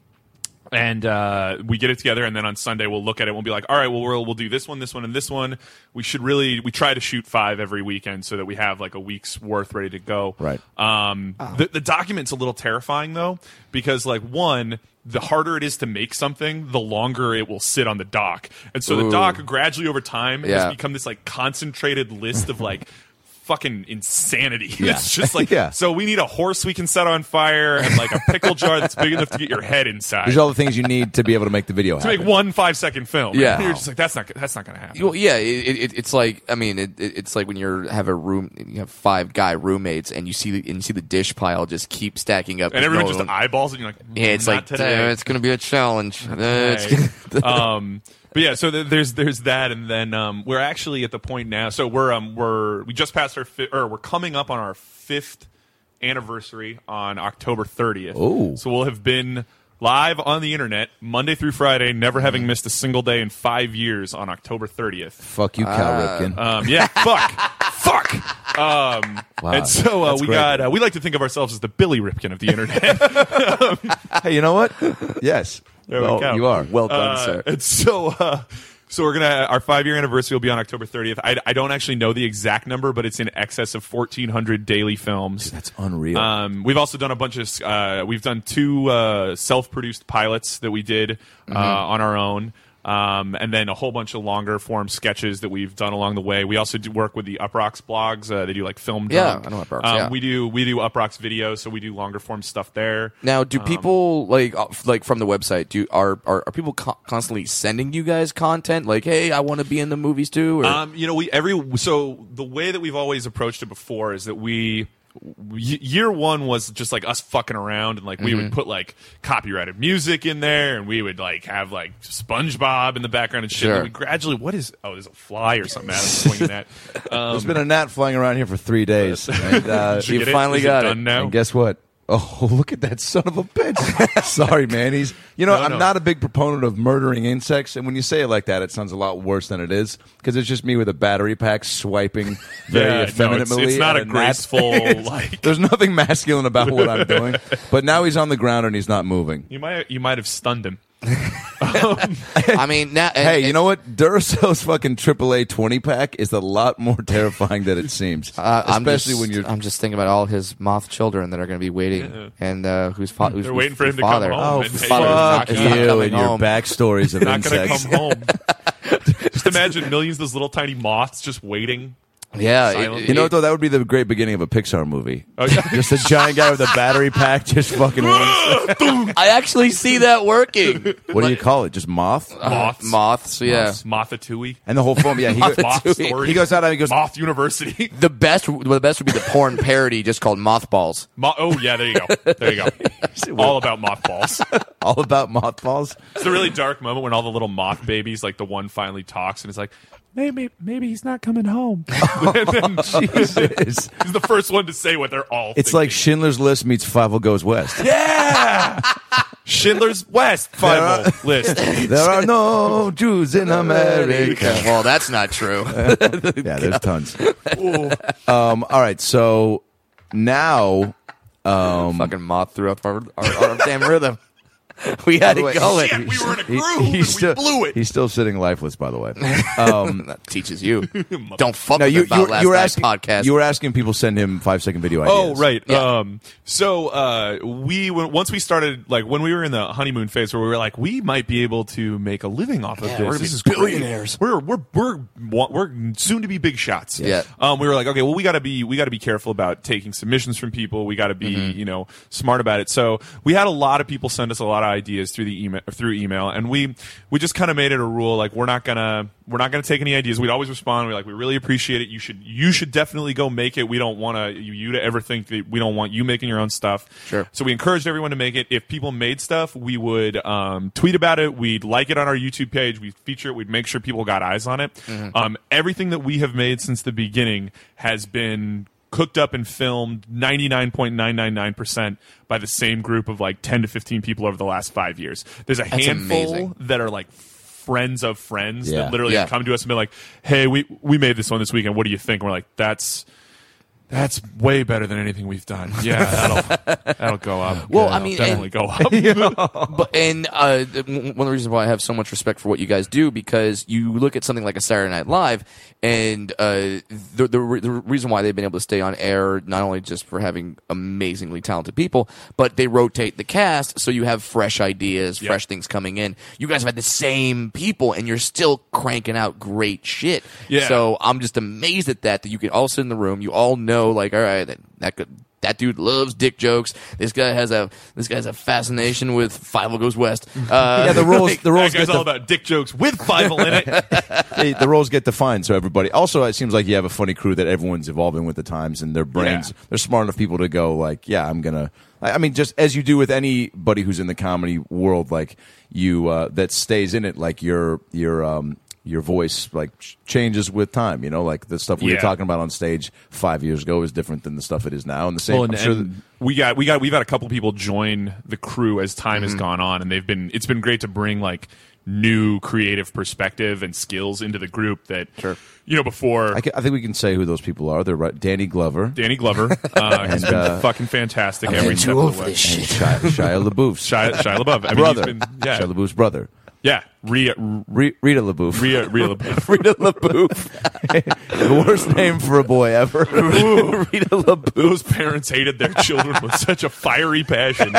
Speaker 4: and uh, we get it together, and then on Sunday we'll look at it. We'll be like, all right, well we'll we'll do this one, this one, and this one. We should really we try to shoot five every weekend so that we have like a week's worth ready to go.
Speaker 2: Right.
Speaker 4: Um,
Speaker 3: Uh-huh.
Speaker 4: the, the document's a little terrifying though, because like one, the harder it is to make something, the longer it will sit on the dock, and so the dock gradually over time
Speaker 3: Yeah.
Speaker 4: has become this like concentrated list of like. [LAUGHS] Fucking insanity! it's just
Speaker 3: [LAUGHS]
Speaker 4: like
Speaker 2: Yeah.
Speaker 4: so. We need a horse we can set on fire and like a pickle jar that's big enough to get your head inside
Speaker 2: There's all the things you need to be able to make the video
Speaker 4: to
Speaker 2: happen.
Speaker 4: make one five second film.
Speaker 3: Yeah.
Speaker 4: you're just like that's not that's not gonna happen.
Speaker 3: Well, yeah, it, it, it's like I mean, it, it, it's like when you have a room, you have five guy roommates, and you see the, and you see the dish pile just keep stacking up,
Speaker 4: and everyone
Speaker 3: no
Speaker 4: just
Speaker 3: one-
Speaker 4: eyeballs it. And you're like,
Speaker 3: yeah, it's
Speaker 4: "Not
Speaker 3: like
Speaker 4: today.
Speaker 3: "Uh, it's gonna be a challenge. Uh, it's
Speaker 4: Right.
Speaker 2: [LAUGHS]
Speaker 3: gonna-
Speaker 4: um, but yeah, so th- there's there's that, and then um, we're actually at the point now. So we're um we're we just passed our fi- or we're coming up on our fifth anniversary on October 30th.
Speaker 2: Ooh.
Speaker 4: so we'll have been live on the internet Monday through Friday,
Speaker 2: Mm-hmm.
Speaker 4: never having missed a single day in five years on October 30th.
Speaker 2: Fuck you, Cal Ripken.
Speaker 4: Um, yeah, [LAUGHS] fuck, fuck. Um,
Speaker 2: Wow.
Speaker 4: and so uh,
Speaker 2: That's
Speaker 4: we
Speaker 2: great.
Speaker 4: got uh, we like to think of ourselves as the Billy Ripkin of the internet.
Speaker 2: Hey, [LAUGHS] you know what? Yes.
Speaker 4: There we
Speaker 2: Well,
Speaker 4: go.
Speaker 2: You are.
Speaker 3: well done,
Speaker 4: Uh,
Speaker 3: sir.
Speaker 4: And so, uh, so we're gonna our five year anniversary will be on October 30th. I, I don't actually know the exact number, but it's in excess of 1,400 daily films.
Speaker 2: That's unreal.
Speaker 4: Um, we've also done a bunch of uh, we've done two uh, self produced pilots that we did
Speaker 3: Mm-hmm.
Speaker 4: uh, on our own. Um, and then a whole bunch of longer form sketches that we've done along the way. We also do work with the Up Rocks blogs. Uh, they do like film.
Speaker 3: Yeah,
Speaker 4: Drunk.
Speaker 3: I know Up Rocks,
Speaker 4: Um,
Speaker 3: yeah.
Speaker 4: We do we do Up Rocks videos, so we do longer form stuff there.
Speaker 3: Now, do people like off- like from the website? Do are are, are people co- constantly sending you guys content? Like, hey, I want to be in the movies too. Or
Speaker 4: Um, you know, we every so the way that we've always approached it before is that we y- year one was just like us fucking around and like we would put like copyrighted music in there and we would like have like SpongeBob in the background and shit.
Speaker 3: Sure.
Speaker 4: And we gradually, what is? Oh, there's a fly or something. Adam's swinging that. Um,
Speaker 2: There's been a gnat flying around here for three [LAUGHS] days. And, uh,
Speaker 4: did you
Speaker 3: you
Speaker 4: get
Speaker 3: finally
Speaker 4: it? Is
Speaker 3: got
Speaker 4: it.
Speaker 3: it.
Speaker 4: Done now?
Speaker 2: And guess what? Oh, [LAUGHS] look at that son of
Speaker 4: [LAUGHS]
Speaker 2: a bitch. Sorry, man. He's, you know,
Speaker 4: No,
Speaker 2: I'm
Speaker 4: no.
Speaker 2: not a big proponent of murdering insects. And when you say it like that, it sounds a lot worse than it is because it's just me with a battery pack swiping
Speaker 4: [LAUGHS]
Speaker 2: very
Speaker 4: yeah, no, it's,
Speaker 2: effeminately.
Speaker 4: it's not
Speaker 2: at
Speaker 4: a
Speaker 2: gnat.
Speaker 4: graceful like.
Speaker 2: [LAUGHS] There's nothing masculine about what
Speaker 4: [LAUGHS]
Speaker 2: I'm doing. But now he's on the ground and he's not moving.
Speaker 4: You might you might have stunned him.
Speaker 3: [LAUGHS] I mean, now and-
Speaker 2: Hey, you know what? Duracell's fucking AAA 20 pack is a lot more [LAUGHS] terrifying than it seems.
Speaker 3: Uh, I'm
Speaker 2: Especially
Speaker 3: just-
Speaker 2: when you're
Speaker 3: I'm just thinking about all his moth children that are going to be waiting, and uh, whose fa-
Speaker 4: [LAUGHS]
Speaker 3: who's,
Speaker 4: They're waiting for him to come
Speaker 3: father.
Speaker 4: home.
Speaker 2: Oh,
Speaker 4: and
Speaker 3: hey, fuck
Speaker 2: fuck
Speaker 3: it's not
Speaker 2: you
Speaker 3: coming
Speaker 2: and your
Speaker 3: home.
Speaker 2: backstories of
Speaker 4: Not going to
Speaker 2: insects.
Speaker 4: come home. Just imagine millions of those little tiny moths just waiting.
Speaker 3: Yeah,
Speaker 4: Silent.
Speaker 2: You know what, though? That would be the great beginning of a Pixar movie.
Speaker 4: Oh, yeah.
Speaker 2: Just a giant guy with a
Speaker 4: [LAUGHS]
Speaker 2: battery pack just fucking runs.
Speaker 3: I actually see that working.
Speaker 2: What do you call it? Just moth?
Speaker 4: [LAUGHS] Moths.
Speaker 3: Moths, yeah.
Speaker 4: Mothatui.
Speaker 2: And the whole film, yeah. He, go-
Speaker 4: Moth
Speaker 3: Moth
Speaker 4: stories.
Speaker 2: he goes out and he goes,
Speaker 4: Moth University. [LAUGHS]
Speaker 3: The best, well, the best would be the porn parody just called Mothballs.
Speaker 4: Mo- oh yeah, there you go. There you go. all about mothballs.
Speaker 2: all about mothballs.
Speaker 4: It's the really dark moment when all the little moth babies, like the one finally talks and is like, maybe maybe he's not coming home. [LAUGHS] and then
Speaker 2: Jesus.
Speaker 4: he's the first one to say what they're all.
Speaker 2: It's like Schindler's List meets Five Goes
Speaker 4: [LAUGHS]
Speaker 2: West.
Speaker 4: yeah, Schindler's West final list.
Speaker 2: [LAUGHS] There are no Jews in America.
Speaker 3: Well, that's not true.
Speaker 2: Yeah, there's tons. Um, all right, so now
Speaker 3: Mm. Fucking moth threw up our, our, our damn rhythm. [LAUGHS] we had
Speaker 2: By the way,
Speaker 3: it going.
Speaker 4: Shit, we were in a
Speaker 2: He-
Speaker 4: groove and we
Speaker 2: he's still,
Speaker 4: blew it.
Speaker 2: He's still sitting lifeless,
Speaker 4: [LAUGHS]
Speaker 2: by the way. Um,
Speaker 3: that teaches you. [LAUGHS] Don't fuck
Speaker 2: no,
Speaker 3: with
Speaker 2: you,
Speaker 3: about
Speaker 2: you,
Speaker 3: last
Speaker 2: you were
Speaker 3: night's
Speaker 2: asking.
Speaker 3: podcast.
Speaker 2: You were asking people send him five second video ideas.
Speaker 4: Oh right.
Speaker 3: Yeah.
Speaker 4: Um, so uh, we went, once we started like when we were in the honeymoon phase where we were like we might be able to make a living off of
Speaker 3: Yeah,
Speaker 4: this.
Speaker 3: we're gonna
Speaker 4: this
Speaker 3: be
Speaker 4: is great.
Speaker 3: billionaires.
Speaker 4: We're we're we're wa- we're soon to be big shots.
Speaker 3: Yeah.
Speaker 4: Um, we were like okay, well we got to be we got to be careful about taking submissions from people. We got to be
Speaker 3: Mm-hmm.
Speaker 4: you know smart about it. So we had a lot of people send us a lot of ideas through the email through email, and we we just kind of made it a rule like we're not gonna we're not gonna take any ideas. We'd always respond. We're like we really appreciate it. You should you should definitely go make it. We don't want to you to ever think that we don't want you making your own stuff.
Speaker 3: Sure.
Speaker 4: So we encouraged everyone to make it. If people made stuff, we would um, tweet about it. We'd like it on our YouTube page. We'd feature it. We'd make sure people got eyes on it.
Speaker 2: Mm-hmm.
Speaker 4: Um, everything that we have made since the beginning has been cooked up and filmed 99.999% by the same group of like 10 to 15 people over the last five years. There's a handful
Speaker 3: amazing.
Speaker 4: that are like friends of friends
Speaker 2: Yeah.
Speaker 4: that literally
Speaker 3: Yeah.
Speaker 4: have come to us and been like, hey, we, we made this one this weekend. What do you think? And we're like, that's that's way better than anything we've done. Yeah,
Speaker 3: [LAUGHS]
Speaker 4: that'll that'll go up.
Speaker 3: Well, I
Speaker 4: That'll
Speaker 3: mean,
Speaker 4: definitely
Speaker 3: and-
Speaker 4: go up.
Speaker 3: But and uh, th- w- one of the reasons why I have so much respect for what you guys do because you look at something like a Saturday Night Live, and uh, the the, re- the reason why they've been able to stay on air not only just for having amazingly talented people, but they rotate the cast so you have fresh ideas,
Speaker 4: Yeah.
Speaker 3: fresh things coming in. You guys have had the same people, and you're still cranking out great shit.
Speaker 4: Yeah.
Speaker 3: So I'm just amazed at that that you can all sit in the room, you all know like all right that that could. That dude loves dick jokes. This guy has a this guy has a fascination with Five Will Goes [LAUGHS] West. Uh,
Speaker 4: [LAUGHS]
Speaker 2: Yeah, the rules. The
Speaker 4: That
Speaker 2: rules
Speaker 4: guy's
Speaker 2: get
Speaker 4: all
Speaker 2: the,
Speaker 4: about dick jokes with Bible in
Speaker 2: [LAUGHS]
Speaker 4: it.
Speaker 2: they- the roles get defined. So everybody. Also, it seems like you have a funny crew that everyone's evolving with the times, and their brains.
Speaker 4: Yeah.
Speaker 2: They're smart enough people to go like, yeah, I'm gonna. I I mean, just as you do with anybody who's in the comedy world, like you uh, that stays in it, like your your um, your voice like ch- changes with time. You know, like the stuff we
Speaker 4: Yeah.
Speaker 2: were talking about on stage five years ago is different than the stuff it is now, and the same.
Speaker 4: Well, and,
Speaker 2: I'm sure that-
Speaker 4: and we got we got we've had a couple people join the crew as time has gone on, and they've been it's been great to bring like new creative perspective and skills into the group that you know before.
Speaker 2: I, ca- I think we can say who those people are. They're right,
Speaker 4: [LAUGHS]
Speaker 2: Danny Glover
Speaker 4: Danny
Speaker 2: [LAUGHS]
Speaker 4: Glover uh, has
Speaker 2: And,
Speaker 4: been
Speaker 2: uh,
Speaker 4: fucking fantastic every step of the way.
Speaker 2: and Shia, Shia LaBeouf,
Speaker 4: Shia, Shia LaBeouf, I mean,
Speaker 2: brother,
Speaker 4: he's been, yeah,
Speaker 2: Shia LaBeouf's brother,
Speaker 4: yeah, Rhea, R-
Speaker 2: Re- Rita LaBeouf.
Speaker 4: Rhea, Rhea
Speaker 2: [LAUGHS]
Speaker 4: LaBeouf.
Speaker 2: Rita LaBeouf, [LAUGHS] the worst name for a boy ever. [LAUGHS] Rita LaBeouf.
Speaker 4: Those parents hated their children with such a fiery passion.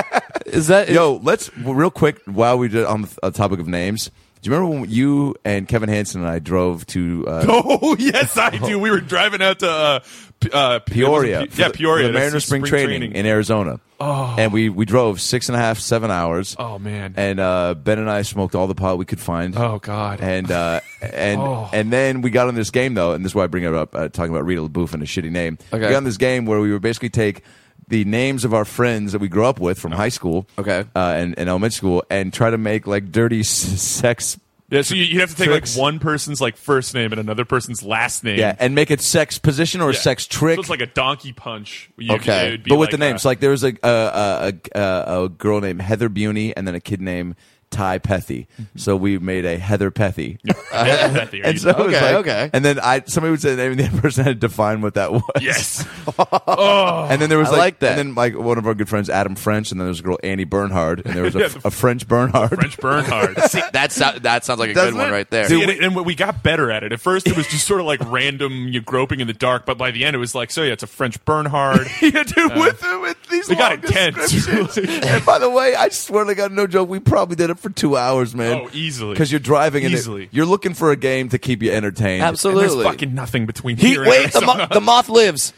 Speaker 3: is that
Speaker 2: Yo, let's well, real quick while we did on the uh, topic of names. Do you remember when you and Kevin Hansen and I drove to uh,
Speaker 4: [LAUGHS] [LAUGHS] Oh yes, I do. We were driving out to uh, P- uh, P-
Speaker 2: Peoria.
Speaker 4: was it Pe- yeah,
Speaker 2: for the-
Speaker 4: Peoria.
Speaker 2: for The
Speaker 4: to
Speaker 2: Mariners
Speaker 4: see
Speaker 2: spring, training, in Arizona. Oh. And we, we drove six and a half, seven hours.
Speaker 4: Oh, man.
Speaker 2: And uh, Ben and I smoked all the pot we could find.
Speaker 4: Oh, God.
Speaker 2: And uh, and
Speaker 4: Oh.
Speaker 2: and then we got on this game though, and this is why I bring it up, uh, talking about Rita LaBeouf and a shitty name.
Speaker 3: Okay.
Speaker 2: We got on this game where we would basically take the names of our friends that we grew up with from high school,
Speaker 3: Uh-huh. Okay.
Speaker 2: uh, and, and elementary school, and try to make like dirty s- sex.
Speaker 4: yeah, so you, you have to take like
Speaker 2: Tricks.
Speaker 4: one person's like first name and another person's last name.
Speaker 2: Yeah, and make it sex position or
Speaker 4: Yeah.
Speaker 2: sex trick.
Speaker 4: So it's like a donkey punch. You-
Speaker 3: Okay.
Speaker 4: it would be
Speaker 2: but with the
Speaker 4: like,
Speaker 2: names,
Speaker 4: uh,
Speaker 2: like there was a a, a a a girl named Heather Buney and then a kid named Ty Pethy.
Speaker 3: Mm-hmm.
Speaker 2: So we made a Heather Pethy.
Speaker 4: yeah, that theory.
Speaker 2: [LAUGHS] And so it was
Speaker 3: Okay,
Speaker 2: like-
Speaker 3: okay.
Speaker 2: And then I somebody would say the name, and the other [LAUGHS] person had to define what that was. [LAUGHS]
Speaker 4: yes, Oh,
Speaker 2: And then there was
Speaker 3: I
Speaker 2: like,
Speaker 3: like
Speaker 2: And
Speaker 3: that.
Speaker 2: then like one of our good friends, Adam French, and then there was a girl Annie Bernhard, and there was
Speaker 4: [LAUGHS]
Speaker 2: a,
Speaker 4: Yeah, the-
Speaker 2: a French Bernhard.
Speaker 4: French Bernhard.
Speaker 3: See, that sou- that sounds like a good
Speaker 2: Doesn't
Speaker 3: one
Speaker 2: it?
Speaker 3: right there.
Speaker 4: See, and, and we got better at it. At first, it was just sort of like [LAUGHS] random, you groping in the dark. But by the end, it was like, so yeah, it's a French Bernhard.
Speaker 2: [LAUGHS] yeah, dude, [LAUGHS] with with these
Speaker 4: It got
Speaker 2: long
Speaker 4: intense.
Speaker 2: descriptions. and by the way, I swear to God, no joke, we probably did it for two hours, man.
Speaker 4: [LAUGHS] Oh, easily.
Speaker 2: Because you're driving and it-
Speaker 4: Easily.
Speaker 2: you're looking for a game to keep you entertained.
Speaker 4: And there's
Speaker 3: Absolutely.
Speaker 4: fucking nothing between
Speaker 3: He-
Speaker 4: here and
Speaker 3: wait, the, mo-
Speaker 4: Arizona.
Speaker 3: the moth lives.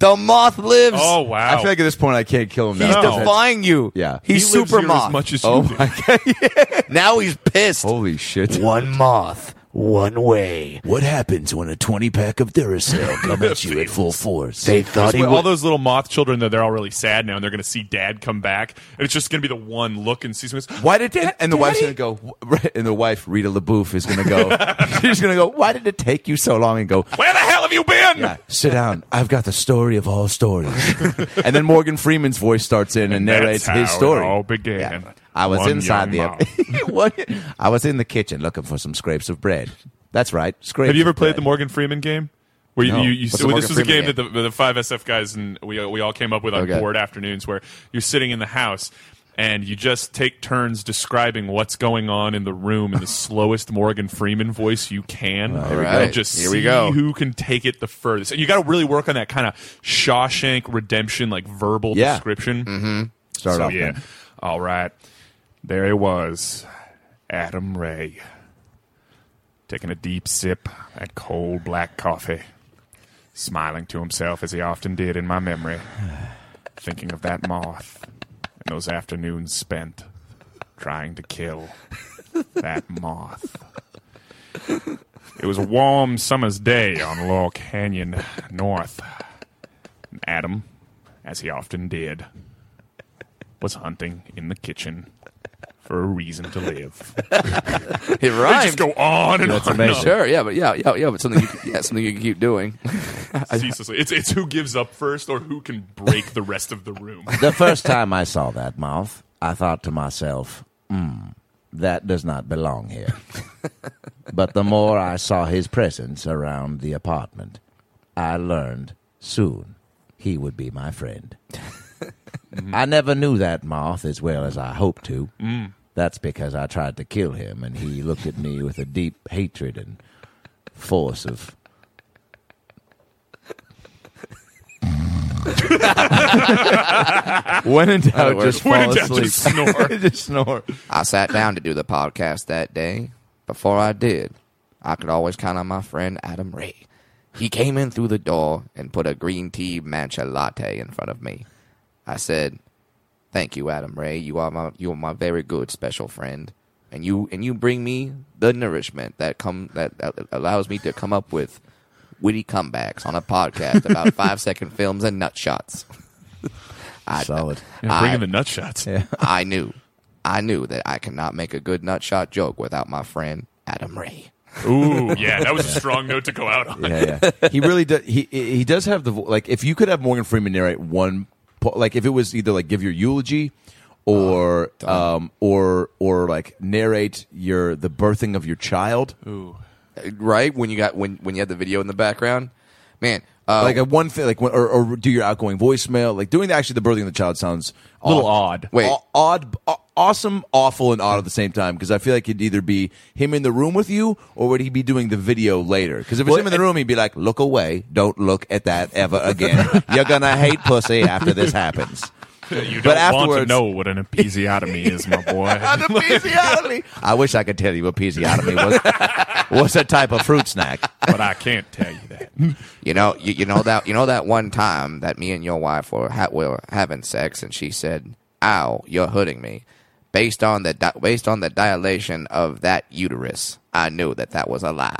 Speaker 3: The moth lives.
Speaker 4: Oh wow!
Speaker 2: I feel like at this point I can't kill him.
Speaker 3: He's
Speaker 2: now.
Speaker 4: No.
Speaker 3: defying you.
Speaker 2: Yeah.
Speaker 3: he's
Speaker 4: He lives
Speaker 3: super
Speaker 4: here
Speaker 3: moth.
Speaker 4: as much as you
Speaker 2: Oh
Speaker 4: do.
Speaker 2: my god!
Speaker 3: now he's pissed.
Speaker 2: Holy shit!
Speaker 5: One moth, one way.
Speaker 6: What happens when a 20 pack of
Speaker 4: [LAUGHS]
Speaker 6: Duracell come at you at full force?
Speaker 5: They thought he
Speaker 4: Well, all
Speaker 5: would.
Speaker 4: those little moth children, though, they're all really sad now, and they're going to see Dad come back, and it's just going to be the one look and see something.
Speaker 2: Why did and, and the wife's gonna go? [LAUGHS] right, And the wife Rita LaBeouf is
Speaker 4: [LAUGHS]
Speaker 2: gonna go. she's gonna go. Why did it take you so long? And go.
Speaker 4: Where the hell have you been?
Speaker 2: "Yeah, sit down. I've got the story of all stories.
Speaker 4: [LAUGHS]
Speaker 2: and then Morgan Freeman's voice starts in and, narrates
Speaker 4: That's how
Speaker 2: his story.
Speaker 4: It all began.
Speaker 2: I was
Speaker 4: One
Speaker 2: inside
Speaker 4: young
Speaker 2: the.
Speaker 4: moth.
Speaker 2: [LAUGHS] What? I was in the kitchen looking for some scrapes of bread. That's right. Scrapes.
Speaker 4: Have you ever
Speaker 2: of
Speaker 4: played the
Speaker 2: bread.
Speaker 4: Morgan Freeman game? Where you,
Speaker 2: No.
Speaker 4: you, you
Speaker 3: What's
Speaker 4: so
Speaker 3: the
Speaker 4: this was a
Speaker 3: Morgan
Speaker 4: game,
Speaker 3: Freeman
Speaker 4: that the, the five SF guys and we we all came up with on
Speaker 3: Okay.
Speaker 4: board afternoons, where you're sitting in the house. and you just take turns describing what's going on in the room
Speaker 3: [LAUGHS]
Speaker 4: in the slowest Morgan Freeman voice you can.
Speaker 3: right.
Speaker 4: And just
Speaker 3: Here we
Speaker 4: see
Speaker 3: go.
Speaker 4: who can take it the furthest. And you got to really work on that kind of Shawshank Redemption like verbal
Speaker 2: Yeah.
Speaker 4: description.
Speaker 2: Start
Speaker 4: so
Speaker 2: off.
Speaker 4: yeah,
Speaker 2: man.
Speaker 4: all right. There he was, Adam Ray, taking a deep sip at cold black coffee, smiling to himself as he often did in my memory, [SIGHS] thinking of that moth and those afternoons spent trying to kill [LAUGHS] that moth. It was a warm summer's day on Laurel Canyon North. And Adam, as he often did, was hunting in the kitchen for a reason to [LAUGHS] live.
Speaker 3: It
Speaker 4: I
Speaker 3: rhymes.
Speaker 4: just go on [LAUGHS] and on and
Speaker 2: amazing.
Speaker 4: on
Speaker 3: Sure, yeah, but yeah, yeah, yeah, but something, you can, yeah, something you can keep doing.
Speaker 4: ceaselessly. It's it's who gives up first or who can break the rest of the room.
Speaker 6: The first time I saw that mouth, I thought to myself, hmm, that does not belong here. but the more I saw his presence around the apartment, I learned soon he would be my friend. I never knew that moth as well as I hoped to. That's because I tried to kill him, and he looked at me with a deep hatred and force
Speaker 4: [LAUGHS]
Speaker 6: of.
Speaker 2: When in doubt,
Speaker 3: works.
Speaker 2: just fall
Speaker 4: When in doubt,
Speaker 2: asleep.
Speaker 6: [LAUGHS]
Speaker 4: just snore.
Speaker 2: Just snore.
Speaker 3: I sat down to do the podcast that day. Before I did, I could always count on my friend Adam Ray. He came in through the door and put a green tea matcha latte in front of me. I said, "Thank you, Adam Ray. You are my you are my very good special friend, and you and you bring me the nourishment that come that that allows me to come up with witty comebacks on a
Speaker 4: [LAUGHS]
Speaker 3: podcast about five second films and nut shots." I,
Speaker 6: Solid.
Speaker 4: [LAUGHS] Yeah, bring
Speaker 3: I-
Speaker 4: in the nut shots.
Speaker 3: [LAUGHS] I knew, I knew that I cannot make a good nutshot joke without my friend Adam Ray.
Speaker 4: Ooh, yeah, that was a strong note to go out [LAUGHS] on.
Speaker 2: Yeah, yeah. he really does. He he does have the vo- like. If you could have Morgan Freeman narrate one, po- like if it was either like give your eulogy, or um or or like narrate your the birthing of your child,
Speaker 3: Right when you got when when you had the video in the background, man. Uh,
Speaker 2: like a one thing, like when, or, or do your outgoing voicemail, like doing the, actually the birthing of the child sounds a
Speaker 4: Little odd.
Speaker 3: Wait.
Speaker 2: odd, aw- awesome, awful, and odd at the same time because I feel like it'd either be him in the room with you or would he be doing the video later? Because if it's him in the room, he'd be like, "Look away, don't look at that ever again. You're gonna hate pussy after this
Speaker 3: [LAUGHS]
Speaker 2: happens."
Speaker 4: You don't want
Speaker 2: But
Speaker 4: to
Speaker 2: afterwards-
Speaker 4: know what an episiotomy is, [LAUGHS] my boy.
Speaker 2: episiotomy. I wish I could tell you episiotomy
Speaker 3: [LAUGHS]
Speaker 2: was was a type of fruit snack.
Speaker 4: but I can't tell you [LAUGHS] that.
Speaker 3: you know, you, you know that you know that one time that me and your wife were ha- were having sex, and she said, "Ow, you're hurting me." Based on the di- based on the dilation of that uterus, I knew that that was
Speaker 2: [LAUGHS]
Speaker 3: a lie.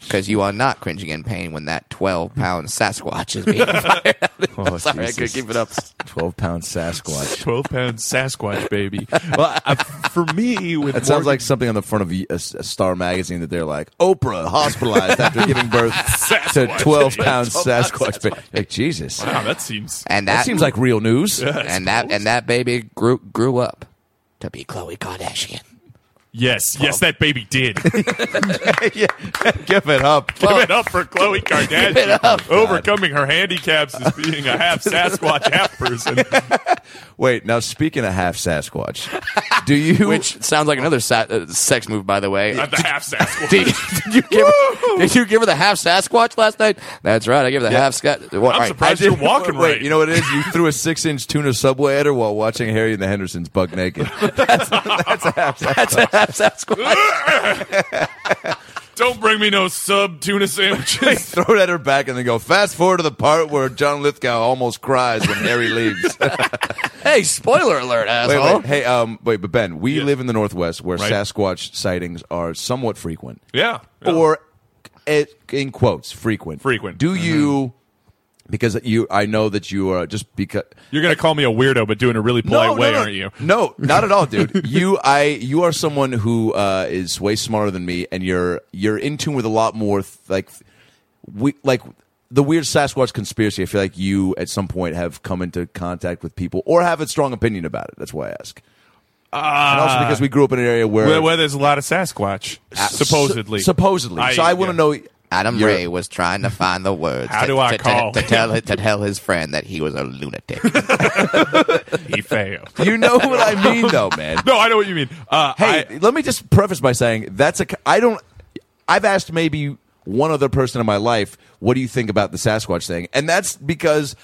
Speaker 3: Because you are not cringing in pain when that twelve pound Sasquatch
Speaker 2: [LAUGHS]
Speaker 3: is being fired.
Speaker 2: Oh,
Speaker 3: [LAUGHS] Sorry, I could
Speaker 2: Jesus.
Speaker 3: keep it up.
Speaker 2: Twelve pound Sasquatch.
Speaker 4: 12 pound Sasquatch baby. Well, I, for me, with
Speaker 2: That sounds
Speaker 4: Morgan-
Speaker 2: like something on the front of a, a Star magazine that they're like Oprah
Speaker 4: [LAUGHS]
Speaker 2: hospitalized after giving birth to twelve pound Sasquatch. baby. Like Jesus,
Speaker 4: Wow, Oh, that seems.
Speaker 3: And
Speaker 2: that seems like
Speaker 4: [LAUGHS]
Speaker 2: real news. [LAUGHS]
Speaker 3: and that and that baby grew grew up to be Khloe Kardashian.
Speaker 4: Yes, yes, that baby did. Give
Speaker 2: Give it up. Oh,
Speaker 4: it up for Chloe Kardashian. Overcoming her handicaps as being a
Speaker 2: [LAUGHS]
Speaker 4: half Sasquatch, half person.
Speaker 2: Wait, now speaking of half Sasquatch,
Speaker 4: [LAUGHS]
Speaker 2: do you?
Speaker 3: Which sounds like another sa- uh, sex move, by the way.
Speaker 4: Not the half Sasquatch.
Speaker 3: Did, [LAUGHS] did you give her, did you give her the half Sasquatch last night? That's right, I gave her the half Sasquatch. Well, all
Speaker 4: I'm
Speaker 3: right.
Speaker 4: surprised you're walking
Speaker 2: Wait,
Speaker 4: right.
Speaker 2: you know what it is? You threw a six-inch tuna subway at her while watching Harry and the Hendersons
Speaker 4: [LAUGHS]
Speaker 2: buck naked.
Speaker 3: That's a half Sasquatch.
Speaker 4: Don't bring me no sub tuna
Speaker 2: [LAUGHS]
Speaker 4: sandwiches.
Speaker 2: throw it at her back and then go fast forward to the part where John Lithgow almost cries when Harry leaves. wait,
Speaker 3: hey, spoiler alert, asshole.
Speaker 2: wait, hey, um, wait, but Ben, we live in the Northwest where
Speaker 4: Right.
Speaker 2: Sasquatch sightings are somewhat frequent,
Speaker 4: yeah.
Speaker 2: or it, in quotes, frequent.
Speaker 4: Oh. Frequent. Mm-hmm.
Speaker 2: Do you? Because you, I know that you are just because.
Speaker 4: You're going to call me a weirdo, but doing a really polite way, aren't you?
Speaker 2: No, not at all, dude. you, I, you are someone who uh, is way smarter than me, and you're you're in tune with a lot more th- like we like the weird Sasquatch conspiracy. I feel like you at some point have come into contact with people or have a strong opinion about it. That's why I ask. and also because we grew up in an area where
Speaker 4: Where, where there's a lot of Sasquatch, Uh, supposedly.
Speaker 2: supposedly. so I want to
Speaker 4: yeah.
Speaker 2: know.
Speaker 3: Adam
Speaker 2: You're-
Speaker 3: Ray was trying to find the words
Speaker 4: How
Speaker 3: to,
Speaker 4: do I
Speaker 3: to- to-
Speaker 4: call
Speaker 3: to
Speaker 4: him?
Speaker 3: tell to tell his friend that he was a [LAUGHS] lunatic.
Speaker 4: He failed.
Speaker 2: You know what I mean, though, man.
Speaker 4: [LAUGHS] No, I know what you mean. Uh,
Speaker 2: Hey,
Speaker 4: I-
Speaker 2: let me just preface by saying that's a. c- I don't. I've asked maybe one other person in my life, "What do you think about the Sasquatch thing?" And that's because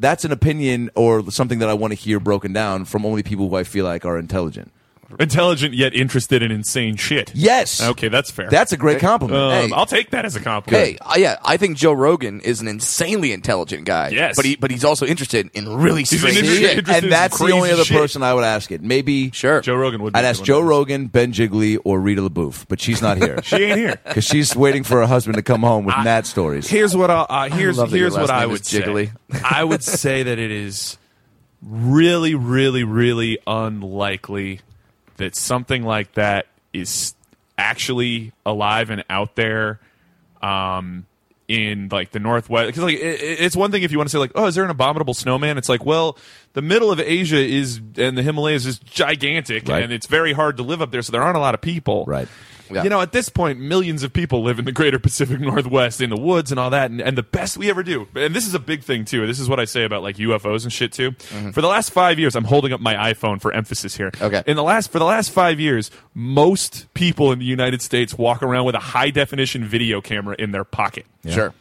Speaker 2: that's an opinion or something that I want to hear broken down from only people who I feel like are intelligent.
Speaker 4: intelligent yet interested in insane shit.
Speaker 2: Yes.
Speaker 4: Okay, that's fair.
Speaker 2: That's a great compliment.
Speaker 4: Um,
Speaker 3: hey.
Speaker 4: I'll take that as a compliment.
Speaker 3: hey, uh, yeah, I think Joe Rogan is an insanely intelligent guy.
Speaker 4: Yes.
Speaker 3: but he but he's also interested in really
Speaker 4: an
Speaker 3: strange
Speaker 4: interesting- interested
Speaker 3: shit.
Speaker 4: in some
Speaker 2: and that's the
Speaker 4: crazy
Speaker 2: only other
Speaker 4: shit.
Speaker 2: person I would ask it. Maybe
Speaker 3: Sure,
Speaker 4: Joe Rogan would. Be
Speaker 2: I'd ask
Speaker 4: doing [LAUGHS]
Speaker 2: Joe
Speaker 4: that.
Speaker 2: Rogan, Ben Jiggly, or Rita LaBouffe, but she's not here [LAUGHS]
Speaker 4: She ain't here.
Speaker 2: because she's waiting for her husband to come home with mad stories.
Speaker 4: Here's what I'll, uh, here's
Speaker 3: love that your
Speaker 4: here's what
Speaker 3: last
Speaker 4: I
Speaker 3: name
Speaker 4: would
Speaker 3: is Jiggly.
Speaker 4: say. I would
Speaker 3: [LAUGHS]
Speaker 4: say that it is really, really, really unlikely that something like that is actually alive and out there. Um, in like the northwest, because like it, it- it's one thing if you want to say like, oh, is there an abominable snowman? It's like, well, the middle of Asia is and the Himalayas is gigantic,
Speaker 2: Right.
Speaker 4: and it's very hard to live up there, so there aren't a lot of people,
Speaker 2: Right.
Speaker 3: Yeah.
Speaker 4: You know, at this point, millions of people live in the greater Pacific Northwest in the woods and all that. And, and the best we ever do, and this is a big thing too. This is what I say about like UFOs and shit too. For the last five years, I'm holding up my iPhone for emphasis here.
Speaker 3: Mm-hmm. Okay.
Speaker 4: In the last, for the last five years, most people in the United States walk around with a high definition video camera in their pocket.
Speaker 3: Sure,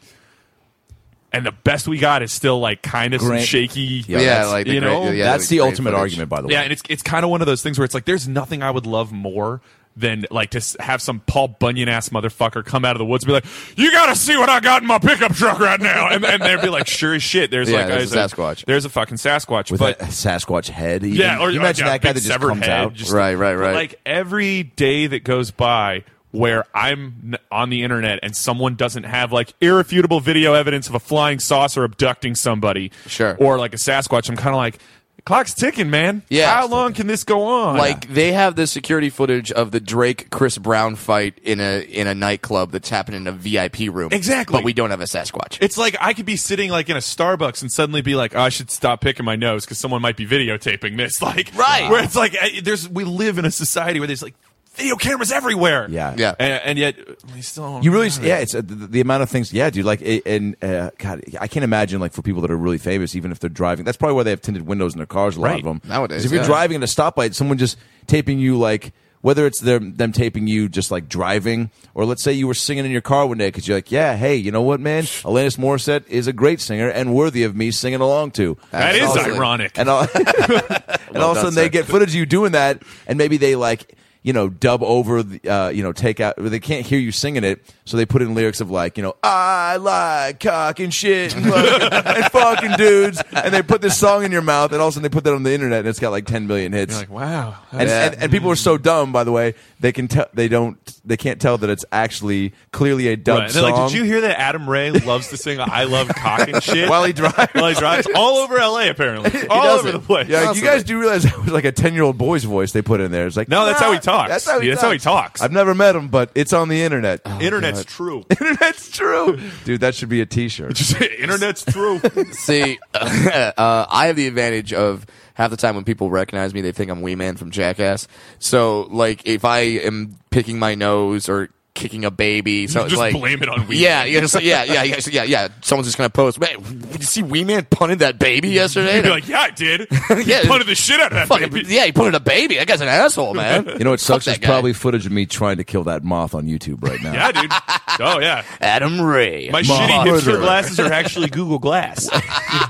Speaker 4: And the best we got is still like kind of some
Speaker 2: Great.
Speaker 4: shaky.
Speaker 3: yeah, like the
Speaker 4: you
Speaker 3: great-
Speaker 4: know,
Speaker 3: yeah,
Speaker 2: that's
Speaker 3: the
Speaker 2: the
Speaker 3: great
Speaker 2: ultimate
Speaker 3: footage.
Speaker 2: argument, by the way.
Speaker 4: yeah, and it's it's kind of one of those things where it's like there's nothing I would love more than like to s- have some Paul Bunyan ass motherfucker come out of the woods and be like, "You got to see what I got in my pickup truck right now," and, and they'd be like, "Sure as shit." There's
Speaker 3: Yeah,
Speaker 4: like
Speaker 3: there's a Sasquatch.
Speaker 4: There's a fucking Sasquatch,
Speaker 2: with
Speaker 4: but
Speaker 2: a Sasquatch head. Even.
Speaker 4: yeah, or uh,
Speaker 2: you imagine
Speaker 4: yeah,
Speaker 2: that guy
Speaker 4: big
Speaker 2: that just
Speaker 4: severed
Speaker 2: comes
Speaker 4: head,
Speaker 2: out.
Speaker 4: just-
Speaker 3: Right, right,
Speaker 4: but,
Speaker 3: right.
Speaker 4: Like every day that goes by where I'm n- on the internet and someone doesn't have like irrefutable video evidence of a flying saucer abducting somebody,
Speaker 3: Sure.
Speaker 4: or like a Sasquatch, I'm kind of like, clock's ticking, man.
Speaker 3: Yeah.
Speaker 4: how long can this go on?
Speaker 3: Like they have the security footage of the Drake Chris Brown fight in a in a nightclub that's happening in a VIP room.
Speaker 4: Exactly.
Speaker 3: but we don't have a Sasquatch.
Speaker 4: It's like I could be sitting like in a Starbucks and suddenly be like, oh, I should stop picking my nose because someone might be videotaping this. [LAUGHS] Like,
Speaker 3: Right.
Speaker 4: Where it's like, I- there's we live in a society where there's like video cameras everywhere.
Speaker 2: Yeah.
Speaker 3: Yeah.
Speaker 4: and, and yet we still don't
Speaker 2: You really, yeah. It's uh, the, the amount of things, yeah, dude. Like, it, and uh, God, I can't imagine like for people that are really famous, even if they're driving. That's probably why they have tinted windows in their cars. A lot
Speaker 4: Right.
Speaker 2: of them 'Cause
Speaker 3: Nowadays,
Speaker 2: If you're
Speaker 3: yeah.
Speaker 2: driving at a stoplight, someone just taping you, like whether it's them them taping you just like driving, or let's say you were singing in your car one day because you're like, yeah, hey, you know what, man, Alanis Morissette is a great singer and worthy of me singing along to.
Speaker 4: That is
Speaker 3: Absolutely.
Speaker 4: ironic.
Speaker 2: and all, [LAUGHS] and all of a
Speaker 3: done,
Speaker 2: sudden
Speaker 3: sir.
Speaker 2: they get footage of you doing that, and maybe they like you know dub over the uh, you know take out they can't hear you singing it, so they put in lyrics of like you know I like cock and shit and,
Speaker 4: [LAUGHS]
Speaker 2: fuck- and fucking dudes, and they put this song in your mouth, and all of a sudden they put that on the internet, and it's got like ten million hits.
Speaker 4: You're like, wow.
Speaker 2: and, and, and people are so dumb, by the way, they can tell they don't they can't tell that it's actually clearly a dub
Speaker 4: Right. They're
Speaker 2: song.
Speaker 4: like, did you hear that Adam Ray loves to sing "I Love Cock
Speaker 2: [LAUGHS]
Speaker 4: and Shit"
Speaker 2: While he drives.
Speaker 4: While he drives all over LA,
Speaker 2: [LAUGHS]
Speaker 4: apparently, all
Speaker 2: does
Speaker 4: over
Speaker 2: it.
Speaker 4: the place.
Speaker 2: Yeah, you guys do realize [LAUGHS] that was like a ten-year-old boy's voice they put in there. It's like
Speaker 4: No, that's
Speaker 2: nah,
Speaker 4: how he talks.
Speaker 2: That's how he,
Speaker 4: Yeah, that's
Speaker 2: talks.
Speaker 4: how he talks.
Speaker 2: I've never met him, but it's on the internet.
Speaker 3: Oh,
Speaker 4: Internet's true. [LAUGHS]
Speaker 2: [LAUGHS] Internet's true, dude. That should be a T-shirt.
Speaker 4: Internet's
Speaker 2: [LAUGHS]
Speaker 4: true.
Speaker 3: See, [LAUGHS] uh, I have the advantage of half the time when people recognize me, they think I'm Wee Man from Jackass. So, like, if I am picking my nose or kicking a baby, so
Speaker 4: You
Speaker 3: it's
Speaker 4: just
Speaker 3: like,
Speaker 4: blame it on Wee
Speaker 3: Yeah, yeah, so yeah, yeah, yeah, so yeah, yeah. Someone's just gonna post, man, did you see Wee Man punted
Speaker 4: [LAUGHS]
Speaker 3: that baby yesterday?
Speaker 4: You're like, yeah, I
Speaker 2: [LAUGHS]
Speaker 4: did.
Speaker 3: Yeah.
Speaker 4: He punted the shit out of that
Speaker 3: Fucking,
Speaker 4: baby.
Speaker 3: yeah, he punted a baby. That guy's an asshole, man.
Speaker 4: [LAUGHS]
Speaker 2: You know what sucks
Speaker 3: Fuck
Speaker 2: is
Speaker 3: that guy.
Speaker 2: probably footage of me trying to kill that moth on YouTube right now.
Speaker 4: [LAUGHS] Yeah, dude. Oh yeah.
Speaker 3: Adam Ray.
Speaker 4: My
Speaker 2: Mom.
Speaker 4: shitty hipster
Speaker 2: Murderer.
Speaker 4: glasses are actually Google
Speaker 2: [LAUGHS]
Speaker 4: Glass. [LAUGHS]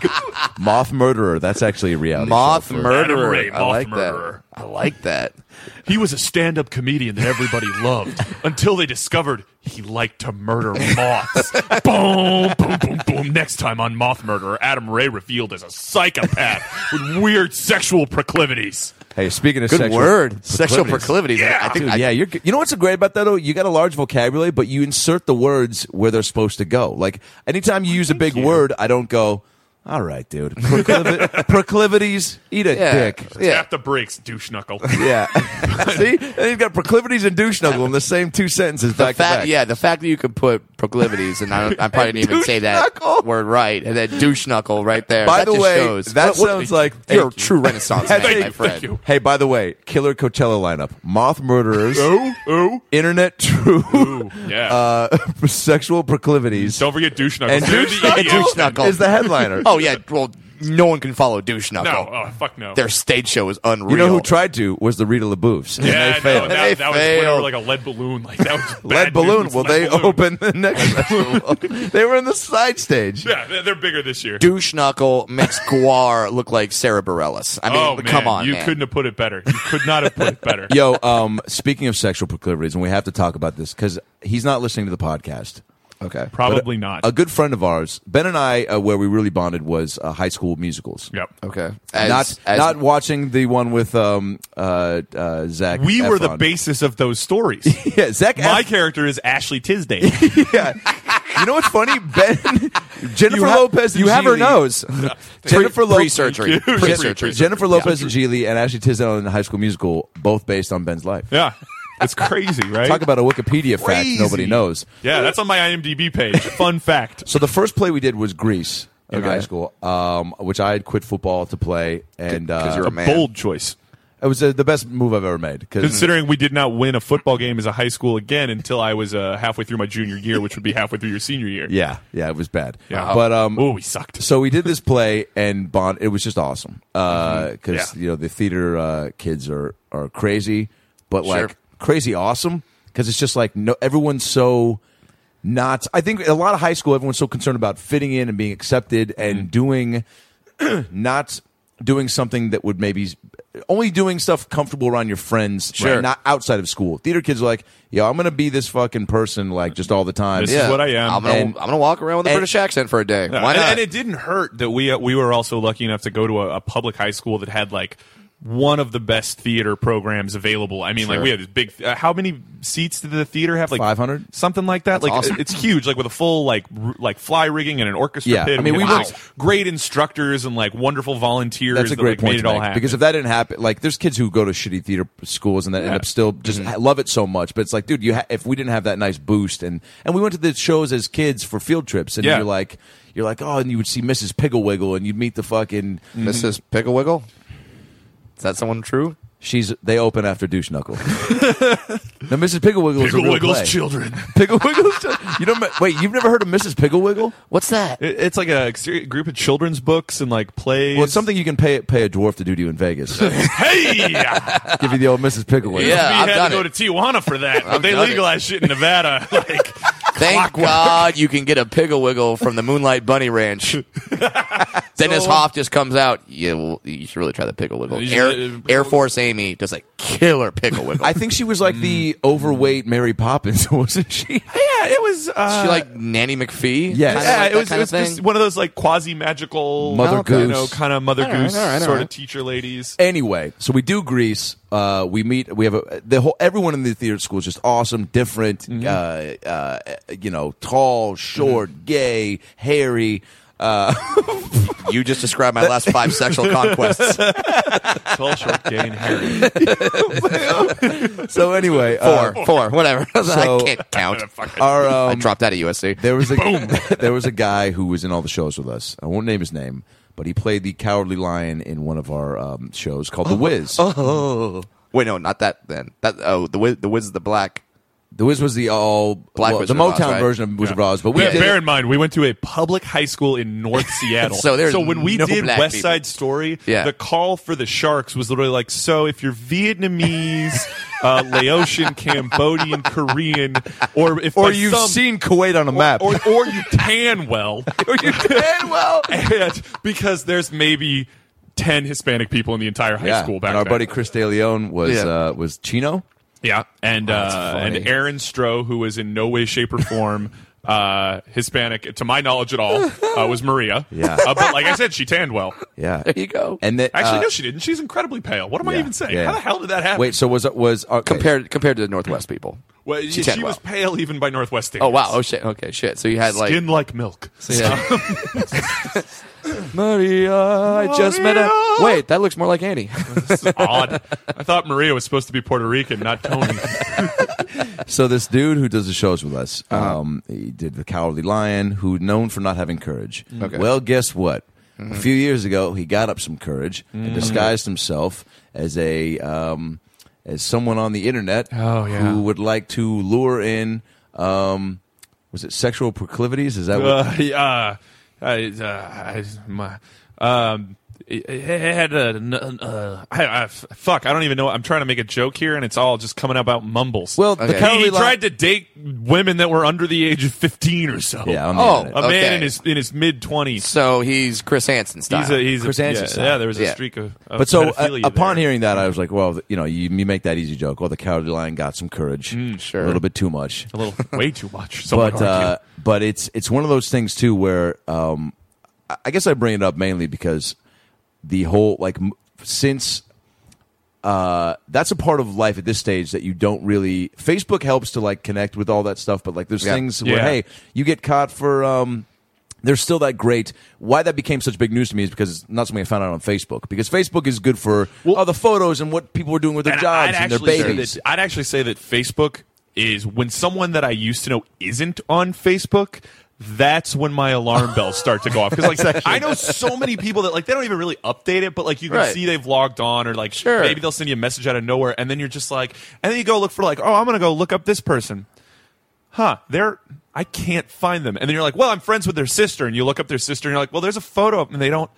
Speaker 2: Moth murderer. That's actually a reality.
Speaker 3: moth
Speaker 2: show for-
Speaker 3: murderer.
Speaker 4: Ray,
Speaker 3: I
Speaker 4: moth
Speaker 3: like
Speaker 4: murderer.
Speaker 3: that. I
Speaker 2: [LAUGHS]
Speaker 3: like that.
Speaker 4: He was a stand-up comedian that everybody loved until they discovered he liked to murder moths. boom, boom, boom, boom. Next time on Moth Murderer, Adam Ray revealed as a psychopath with weird sexual proclivities.
Speaker 2: Hey, speaking of
Speaker 3: Good
Speaker 2: sexual
Speaker 3: word. Sexual
Speaker 2: proclivities.
Speaker 3: proclivities.
Speaker 4: Yeah.
Speaker 3: I think
Speaker 2: Dude,
Speaker 3: I-
Speaker 2: yeah, you're. You know what's great about that? though? You got a large vocabulary, but you insert the words where they're supposed to go. Like anytime you use a big word, I don't go. All right, dude.
Speaker 3: [LAUGHS]
Speaker 2: Proclivi- proclivities, eat a
Speaker 3: Yeah.
Speaker 2: dick.
Speaker 3: Yeah.
Speaker 4: Tap the brakes, douche knuckle.
Speaker 2: Yeah. [LAUGHS] See, and he's got proclivities and douche knuckle in the same two sentences
Speaker 3: The
Speaker 2: back to
Speaker 3: fact,
Speaker 2: back.
Speaker 3: yeah, the fact that you could put proclivities, and I,
Speaker 4: [LAUGHS]
Speaker 3: don't, I probably didn't even say that
Speaker 2: douche-knuckle.
Speaker 3: word right, and then douche knuckle right there.
Speaker 2: By
Speaker 3: that
Speaker 2: the
Speaker 3: just
Speaker 2: way,
Speaker 3: shows.
Speaker 2: that sounds like-
Speaker 3: you're a
Speaker 2: Thank you.
Speaker 3: true Renaissance
Speaker 2: [LAUGHS]
Speaker 3: man,
Speaker 2: Thank
Speaker 3: my
Speaker 2: you.
Speaker 3: friend.
Speaker 4: Thank you.
Speaker 2: Hey, by the way, killer Coachella lineup: Moth Murderers,
Speaker 3: Oh,
Speaker 4: Ooh,
Speaker 2: Internet True,
Speaker 4: ooh, yeah.
Speaker 2: [LAUGHS] uh, sexual proclivities,
Speaker 4: Don't forget douche knuckle.
Speaker 2: and
Speaker 4: Dude,
Speaker 2: douche
Speaker 4: the idiot.
Speaker 3: douche knuckle.
Speaker 2: knuckle is the headliner.
Speaker 3: [LAUGHS] Oh yeah, well, no one can follow douche knuckle.
Speaker 4: No, oh, fuck no.
Speaker 3: Their stage show is unreal.
Speaker 2: you know who tried to was the Rita LaBouffe. and
Speaker 4: yeah,
Speaker 2: they failed.
Speaker 4: no,
Speaker 3: And they
Speaker 4: that, that was when they were
Speaker 3: failed.
Speaker 4: like a lead balloon. Like that was bad
Speaker 2: Lead Balloon.
Speaker 4: news.
Speaker 2: Well,
Speaker 4: Lead
Speaker 2: they
Speaker 4: balloon.
Speaker 2: opened the next [LAUGHS] festival.
Speaker 4: [LAUGHS]
Speaker 2: they were in the side stage.
Speaker 4: Yeah, they're, they're bigger this year.
Speaker 3: douche knuckle makes Guar look like Sarah Bareilles. I mean,
Speaker 4: oh man,
Speaker 3: come on,
Speaker 4: you
Speaker 3: man.
Speaker 4: couldn't have put it better. You could not have put it better.
Speaker 2: [LAUGHS] Yo, um, speaking of sexual proclivities, and we have to talk about this because he's not listening to the podcast.
Speaker 3: Okay.
Speaker 4: Probably not.
Speaker 2: A good friend of ours, Ben and I, uh, where we really bonded was uh, high school musicals.
Speaker 4: yep.
Speaker 3: Okay. As,
Speaker 2: not
Speaker 3: as-
Speaker 2: not watching the one with um uh, uh Zach.
Speaker 4: We were the
Speaker 2: Efron.
Speaker 4: basis of those stories.
Speaker 2: [LAUGHS] Yeah, Zach.
Speaker 4: My
Speaker 2: Ef-
Speaker 4: character is Ashley
Speaker 2: [LAUGHS]
Speaker 4: Tisdale.
Speaker 2: yeah. You know what's [LAUGHS] funny, Ben? Jennifer
Speaker 3: You have-
Speaker 2: Lopez. and
Speaker 3: you have her
Speaker 2: Geely- [LAUGHS]
Speaker 3: nose.
Speaker 2: Jennifer
Speaker 3: pre
Speaker 2: Lopez.
Speaker 3: surgery.
Speaker 4: Thank you.
Speaker 3: Pre
Speaker 4: Pre-surgery.
Speaker 3: surgery.
Speaker 2: Jennifer Lopez and Geely and Ashley Tisdale in High School Musical, both based on Ben's life.
Speaker 4: yeah, it's crazy, right?
Speaker 2: Talk about a Wikipedia
Speaker 4: Crazy.
Speaker 2: fact nobody knows.
Speaker 4: yeah, that's on my IMDb
Speaker 2: [LAUGHS]
Speaker 4: page. Fun fact.
Speaker 2: So the first play we did was Grease in
Speaker 3: Okay.
Speaker 2: high school, um, which I had quit football to play, and uh,
Speaker 3: you're a man.
Speaker 4: Bold choice.
Speaker 2: it was uh, the best move I've ever made. Because
Speaker 4: Considering we did not win a football game as a high school again until I was uh, halfway through my junior year, which would be halfway through your senior year.
Speaker 2: [LAUGHS] yeah, yeah, it was bad.
Speaker 4: Yeah.
Speaker 2: But um,
Speaker 4: Ooh, we sucked.
Speaker 2: So we did this play and Bond. It was just awesome because
Speaker 4: Mm-hmm. Yeah.
Speaker 2: you know the theater uh, kids are are crazy, but
Speaker 3: Sure.
Speaker 2: like crazy awesome because it's just like no everyone's so not. I think a lot of high school everyone's so concerned about fitting in and being accepted
Speaker 4: Mm-hmm.
Speaker 2: and doing [CLEARS THROAT] not doing something that would maybe only doing stuff comfortable around your friends,
Speaker 3: Sure.
Speaker 2: not outside of school. Theater kids are like, yo, I'm gonna be this fucking person like just all the time.
Speaker 4: This is what I am.
Speaker 3: I'm gonna,
Speaker 2: And-
Speaker 3: I'm gonna walk around with a
Speaker 2: and-
Speaker 3: British accent for a day.
Speaker 4: Yeah,
Speaker 3: Why
Speaker 4: and,
Speaker 3: not?
Speaker 4: and it didn't hurt that we uh, we were also lucky enough to go to a, a public high school that had like one of the best theater programs available. I mean, like we had this big. Uh, how many seats did the theater have? Like
Speaker 2: 500?
Speaker 4: something like that. like
Speaker 3: awesome.
Speaker 4: it's huge. Like with a full like r- like fly rigging and an orchestra
Speaker 2: Yeah,
Speaker 4: pit.
Speaker 2: I mean,
Speaker 4: we,
Speaker 2: we
Speaker 4: had
Speaker 2: were-
Speaker 4: these great instructors and like wonderful volunteers.
Speaker 2: That's a
Speaker 4: that,
Speaker 2: great
Speaker 4: like,
Speaker 2: point
Speaker 4: Made it
Speaker 2: to
Speaker 4: all
Speaker 2: make,
Speaker 4: happen
Speaker 2: because if that didn't happen, like there's kids who go to shitty theater schools and that end up still just
Speaker 4: Mm-hmm.
Speaker 2: ha- love it so much. But it's like, dude, you ha- if we didn't have that nice boost and and we went to the shows as kids for field trips, and
Speaker 4: Yeah.
Speaker 2: you're like, you're like, oh, and you would see Mrs. Pigglewiggle, and you'd meet the fucking
Speaker 4: Mm-hmm.
Speaker 3: Mrs. Pickle Wiggle? Is that someone true?
Speaker 2: she's they open after douche knuckle. [LAUGHS] now Mrs. Pigglewiggle is
Speaker 4: [LAUGHS]
Speaker 2: a
Speaker 4: Pickle
Speaker 2: real
Speaker 4: Wiggles
Speaker 2: play.
Speaker 4: children.
Speaker 2: Pigglewiggle's chi- you don't me- wait, you've never heard of Mrs. Pigglewiggle?
Speaker 3: What's that?
Speaker 4: It- it's like a exter- group of children's books and like plays.
Speaker 2: Well, it's [LAUGHS] something you can pay pay a dwarf to do to you in Vegas.
Speaker 4: Hey.
Speaker 2: [LAUGHS]
Speaker 4: [LAUGHS]
Speaker 2: Give you the old Mrs. Pigglewiggle.
Speaker 3: Yeah,
Speaker 4: we
Speaker 3: I've
Speaker 4: had
Speaker 3: done
Speaker 4: to go
Speaker 3: it.
Speaker 4: to Tijuana for that, but
Speaker 3: I've
Speaker 4: they
Speaker 3: done it.
Speaker 4: legalized shit in Nevada. [LAUGHS] Like,
Speaker 3: Thank God you can get a Pickle Wiggle from the Moonlight
Speaker 4: [LAUGHS]
Speaker 3: Bunny Ranch. Dennis Hoff just comes out. Yeah, well, you should really try the Pickle Wiggle.
Speaker 4: You
Speaker 3: Air,
Speaker 4: should-
Speaker 3: Air Force Amy does a killer Pickle Wiggle.
Speaker 2: I think she was like the overweight Mary Poppins, [LAUGHS] wasn't she?
Speaker 4: yeah, it was. Uh,
Speaker 3: she like Nanny McPhee.
Speaker 4: yeah,
Speaker 2: Yes.
Speaker 3: Kinda like
Speaker 4: it
Speaker 3: that
Speaker 4: was, it
Speaker 3: kind
Speaker 4: was
Speaker 3: of thing?
Speaker 4: just one of those like quasi magical
Speaker 2: Mother
Speaker 4: you
Speaker 2: Goose.
Speaker 4: know, kind of mother
Speaker 3: right,
Speaker 4: goose
Speaker 3: all right, all
Speaker 4: sort
Speaker 3: right.
Speaker 4: of teacher ladies.
Speaker 2: Anyway, so we do Greece. Uh, we meet. We have a, the whole everyone in the theater school is just awesome, different. Uh, uh, you know, tall, short, gay, hairy.
Speaker 3: You just described my last
Speaker 4: [LAUGHS]
Speaker 3: five sexual conquests.
Speaker 4: Uh, Tall, short, gay, and
Speaker 3: [LAUGHS]
Speaker 4: hairy.
Speaker 2: So anyway,
Speaker 3: Four,
Speaker 2: uh,
Speaker 3: four, whatever. [LAUGHS]
Speaker 2: So-
Speaker 3: I
Speaker 4: [LAUGHS]
Speaker 3: can't count.
Speaker 2: our
Speaker 3: I
Speaker 2: um,
Speaker 3: dropped out of USC.
Speaker 2: there was a [LAUGHS] there was a guy who was in all the shows with us. I won't name his name, but he played the cowardly lion in one of our um, shows called The Wiz.
Speaker 3: oh, wait, no, not that. Then that. Oh, the Wiz, the Wiz, is the black.
Speaker 2: The Wiz was the all
Speaker 3: Black
Speaker 2: well, the
Speaker 3: Wizard of Oz,
Speaker 2: Motown
Speaker 3: right?
Speaker 2: version of Wizard of Oz, but we
Speaker 4: Yeah,
Speaker 2: did
Speaker 4: bear
Speaker 2: it-
Speaker 4: in mind, we went to a public high school in
Speaker 3: [LAUGHS]
Speaker 4: North Seattle.
Speaker 3: So there's
Speaker 4: when we
Speaker 3: no
Speaker 4: did
Speaker 3: black
Speaker 4: West
Speaker 3: people.
Speaker 4: Side Story,
Speaker 3: Yeah.
Speaker 4: the call for the sharks was literally like, "So if you're Vietnamese, uh,
Speaker 3: [LAUGHS]
Speaker 4: Laotian, Cambodian, Korean, or if by
Speaker 2: or you've
Speaker 4: some-
Speaker 2: seen Kuwait on a map.
Speaker 4: or, or you tan
Speaker 3: [LAUGHS]
Speaker 4: well,
Speaker 2: well,
Speaker 4: and because there's maybe ten Hispanic people in the entire high school back
Speaker 2: and our
Speaker 4: then.
Speaker 2: buddy Chris De Leon was
Speaker 3: Yeah.
Speaker 2: uh, was Chino.
Speaker 4: yeah, and uh,
Speaker 3: funny.
Speaker 4: and Aaron Stroh, who was in no way, shape, or form uh, Hispanic to my knowledge at all, uh, was Maria.
Speaker 2: Yeah.
Speaker 4: uh, but like I said, she tanned well.
Speaker 2: Yeah,
Speaker 3: There you go.
Speaker 2: and then
Speaker 4: Actually,
Speaker 2: uh,
Speaker 4: no, she didn't. She's incredibly pale. What am I
Speaker 2: yeah,
Speaker 4: even saying?
Speaker 2: yeah.
Speaker 4: How the hell did that happen?
Speaker 2: wait. So was was okay.
Speaker 3: compared compared to the Northwest people.
Speaker 4: Well,
Speaker 3: She
Speaker 4: she,
Speaker 3: tanned
Speaker 4: she was
Speaker 3: well.
Speaker 4: pale even by Northwest Standards.
Speaker 3: Oh wow! Oh shit! Okay, shit. So you had like
Speaker 4: Skin like milk. [LAUGHS]
Speaker 3: So, yeah. [LAUGHS] Maria, I just met a.
Speaker 4: Maria!
Speaker 3: Wait, that looks more
Speaker 4: [LAUGHS]
Speaker 3: like Andy.
Speaker 4: This is odd. I thought Maria was supposed to be Puerto Rican, not Tony.
Speaker 2: So this dude who does the shows with us, um, he did the Cowardly Lion, who known for not having courage.
Speaker 3: Okay.
Speaker 2: Well, guess what? A few years ago, he got up some courage and disguised himself as a um, as someone on the internet
Speaker 4: Oh, yeah.
Speaker 2: who would like to lure in. Um, was it sexual proclivities? Is that what?
Speaker 4: uh, [LAUGHS] yeah, uh, I, uh, I, my, um, it, it had a, n- uh, I, I- f- fuck, I don't even know. I'm trying to make a joke here, and it's all just coming about mumbles.
Speaker 2: Well,
Speaker 3: Okay.
Speaker 2: the
Speaker 4: he,
Speaker 2: Cowardly
Speaker 4: he
Speaker 2: Lion.
Speaker 4: tried to date women that were under the age of 15 or so.
Speaker 2: yeah, on the
Speaker 3: Oh,
Speaker 2: internet.
Speaker 4: a man
Speaker 3: Okay.
Speaker 4: in his in his mid 20s.
Speaker 3: so he's Chris Hansen style.
Speaker 4: He's a he's
Speaker 2: Chris
Speaker 4: a,
Speaker 2: Hansen
Speaker 4: yeah,
Speaker 2: style.
Speaker 4: yeah, there was a
Speaker 3: Yeah.
Speaker 4: streak of, of
Speaker 2: But so, uh,
Speaker 4: pedophilia
Speaker 2: upon
Speaker 4: there.
Speaker 2: hearing that, I was like, "Well, you know, you, you make that easy joke. Well, the Cowardly Lion got some courage,
Speaker 4: Mm,
Speaker 3: sure.
Speaker 2: a little bit too much.
Speaker 4: a little way too
Speaker 2: [LAUGHS]
Speaker 4: much. So
Speaker 2: but uh, but it's it's one of those things too where um, I- I guess I bring it up mainly because the whole like m- since uh, that's a part of life at this stage that you don't really Facebook helps to like connect with all that stuff, but like there's
Speaker 3: Yeah.
Speaker 2: things where
Speaker 4: Yeah.
Speaker 2: hey you get caught for. Um, there's still that great. Why that became such big news to me is because it's not something I found out on Facebook. Because Facebook is good for
Speaker 4: Well-
Speaker 2: all the photos and what people were doing with their jobs and their
Speaker 4: actually say
Speaker 2: babies.
Speaker 4: that- I'd actually say that Facebook is when someone that I used to know isn't on Facebook. That's when my
Speaker 2: [LAUGHS]
Speaker 4: alarm bells start to go off because, like, I know so many people that like they don't even really update it, but like you can
Speaker 3: Right.
Speaker 4: see they've logged on or like
Speaker 3: Sure.
Speaker 4: maybe they'll send you a message out of nowhere, and then you're just like, and then you go look for like, oh, I'm gonna go look up this person, huh? They're I can't find them, and then you're like, well, I'm friends with their sister, and you look up their sister, and you're like, well, there's a photo of them, and they don't,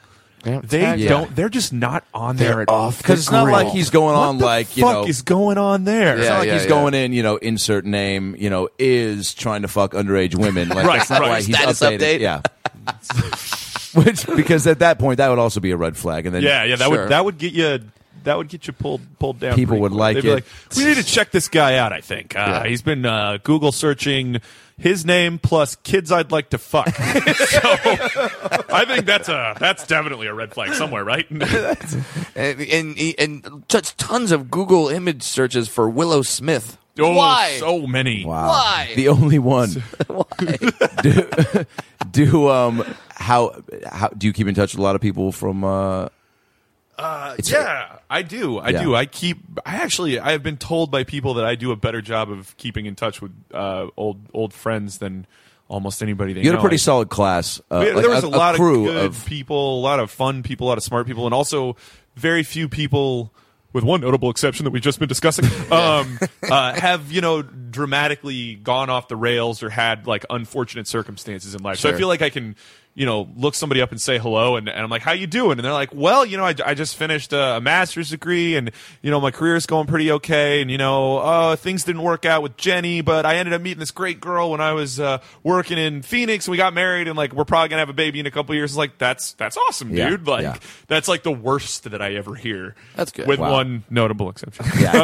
Speaker 4: they
Speaker 3: tag
Speaker 2: you.
Speaker 4: don't, they're just not on there at all.
Speaker 2: Because it's not like he's going on
Speaker 4: what the
Speaker 2: like
Speaker 4: fuck
Speaker 2: you know
Speaker 4: is going on there?
Speaker 2: It's
Speaker 3: Yeah,
Speaker 2: not like
Speaker 3: yeah,
Speaker 2: he's
Speaker 3: yeah.
Speaker 2: going in, you know, insert name, you know, is trying to fuck underage women. Like,
Speaker 4: Right,
Speaker 2: that's not
Speaker 4: right.
Speaker 2: why he's
Speaker 3: Status
Speaker 2: updated.
Speaker 3: update.
Speaker 2: Yeah.
Speaker 4: [LAUGHS]
Speaker 2: Which, because at that point, that would also be a red flag. And then,
Speaker 4: Yeah, yeah, that
Speaker 3: Sure.
Speaker 4: would that would get you that would get you pulled pulled down.
Speaker 2: People
Speaker 4: pretty
Speaker 2: would
Speaker 4: quick.
Speaker 2: like
Speaker 4: They'd be
Speaker 2: it.
Speaker 4: we need to check this guy out. I think uh,
Speaker 3: Yeah.
Speaker 4: he's been uh, Google searching his name plus kids I'd like to fuck. [LAUGHS] so I think that's a that's definitely a red flag somewhere, right? [LAUGHS]
Speaker 3: and and, and just tons of Google image searches for Willow Smith.
Speaker 4: oh,
Speaker 3: Why?
Speaker 4: so many.
Speaker 2: Wow.
Speaker 3: Why?
Speaker 2: The only one. [LAUGHS] Why? do, [LAUGHS] do, um, how, how, do you keep in touch with a lot of people from, uh,
Speaker 4: yeah, I do. I
Speaker 2: Yeah.
Speaker 4: do. I keep. I actually. I have been told by people that I do a better job of keeping in touch with uh, old old friends than almost anybody. They
Speaker 2: you had
Speaker 4: know.
Speaker 2: a pretty
Speaker 4: I-
Speaker 2: solid class. Uh,
Speaker 4: We-
Speaker 2: like
Speaker 4: there was a, lot
Speaker 2: crew
Speaker 4: of good
Speaker 2: of
Speaker 4: people, a lot of fun people, a lot of smart people, and also very few people, with one notable exception that we've just been
Speaker 2: [LAUGHS]
Speaker 4: discussing, um, uh, have you know dramatically gone off the rails or had like unfortunate circumstances in life. So I
Speaker 3: Sure.
Speaker 4: feel like I can. You know, look somebody up and say hello, and, and I'm like, "How you doing?" And they're like, "Well, you know, I, I just finished uh, a master's degree, and you know, my career's going pretty okay, and you know, uh, things didn't work out with Jenny, but I ended up meeting this great girl when I was uh, working in Phoenix, and we got married, and like, we're probably gonna have a baby in a couple years. It's like, that's that's awesome,
Speaker 2: Yeah,
Speaker 4: dude. Like,
Speaker 2: yeah.
Speaker 4: that's like the worst that I ever hear.
Speaker 3: That's good.
Speaker 4: with
Speaker 2: Wow.
Speaker 4: one notable exception. [LAUGHS]
Speaker 3: with,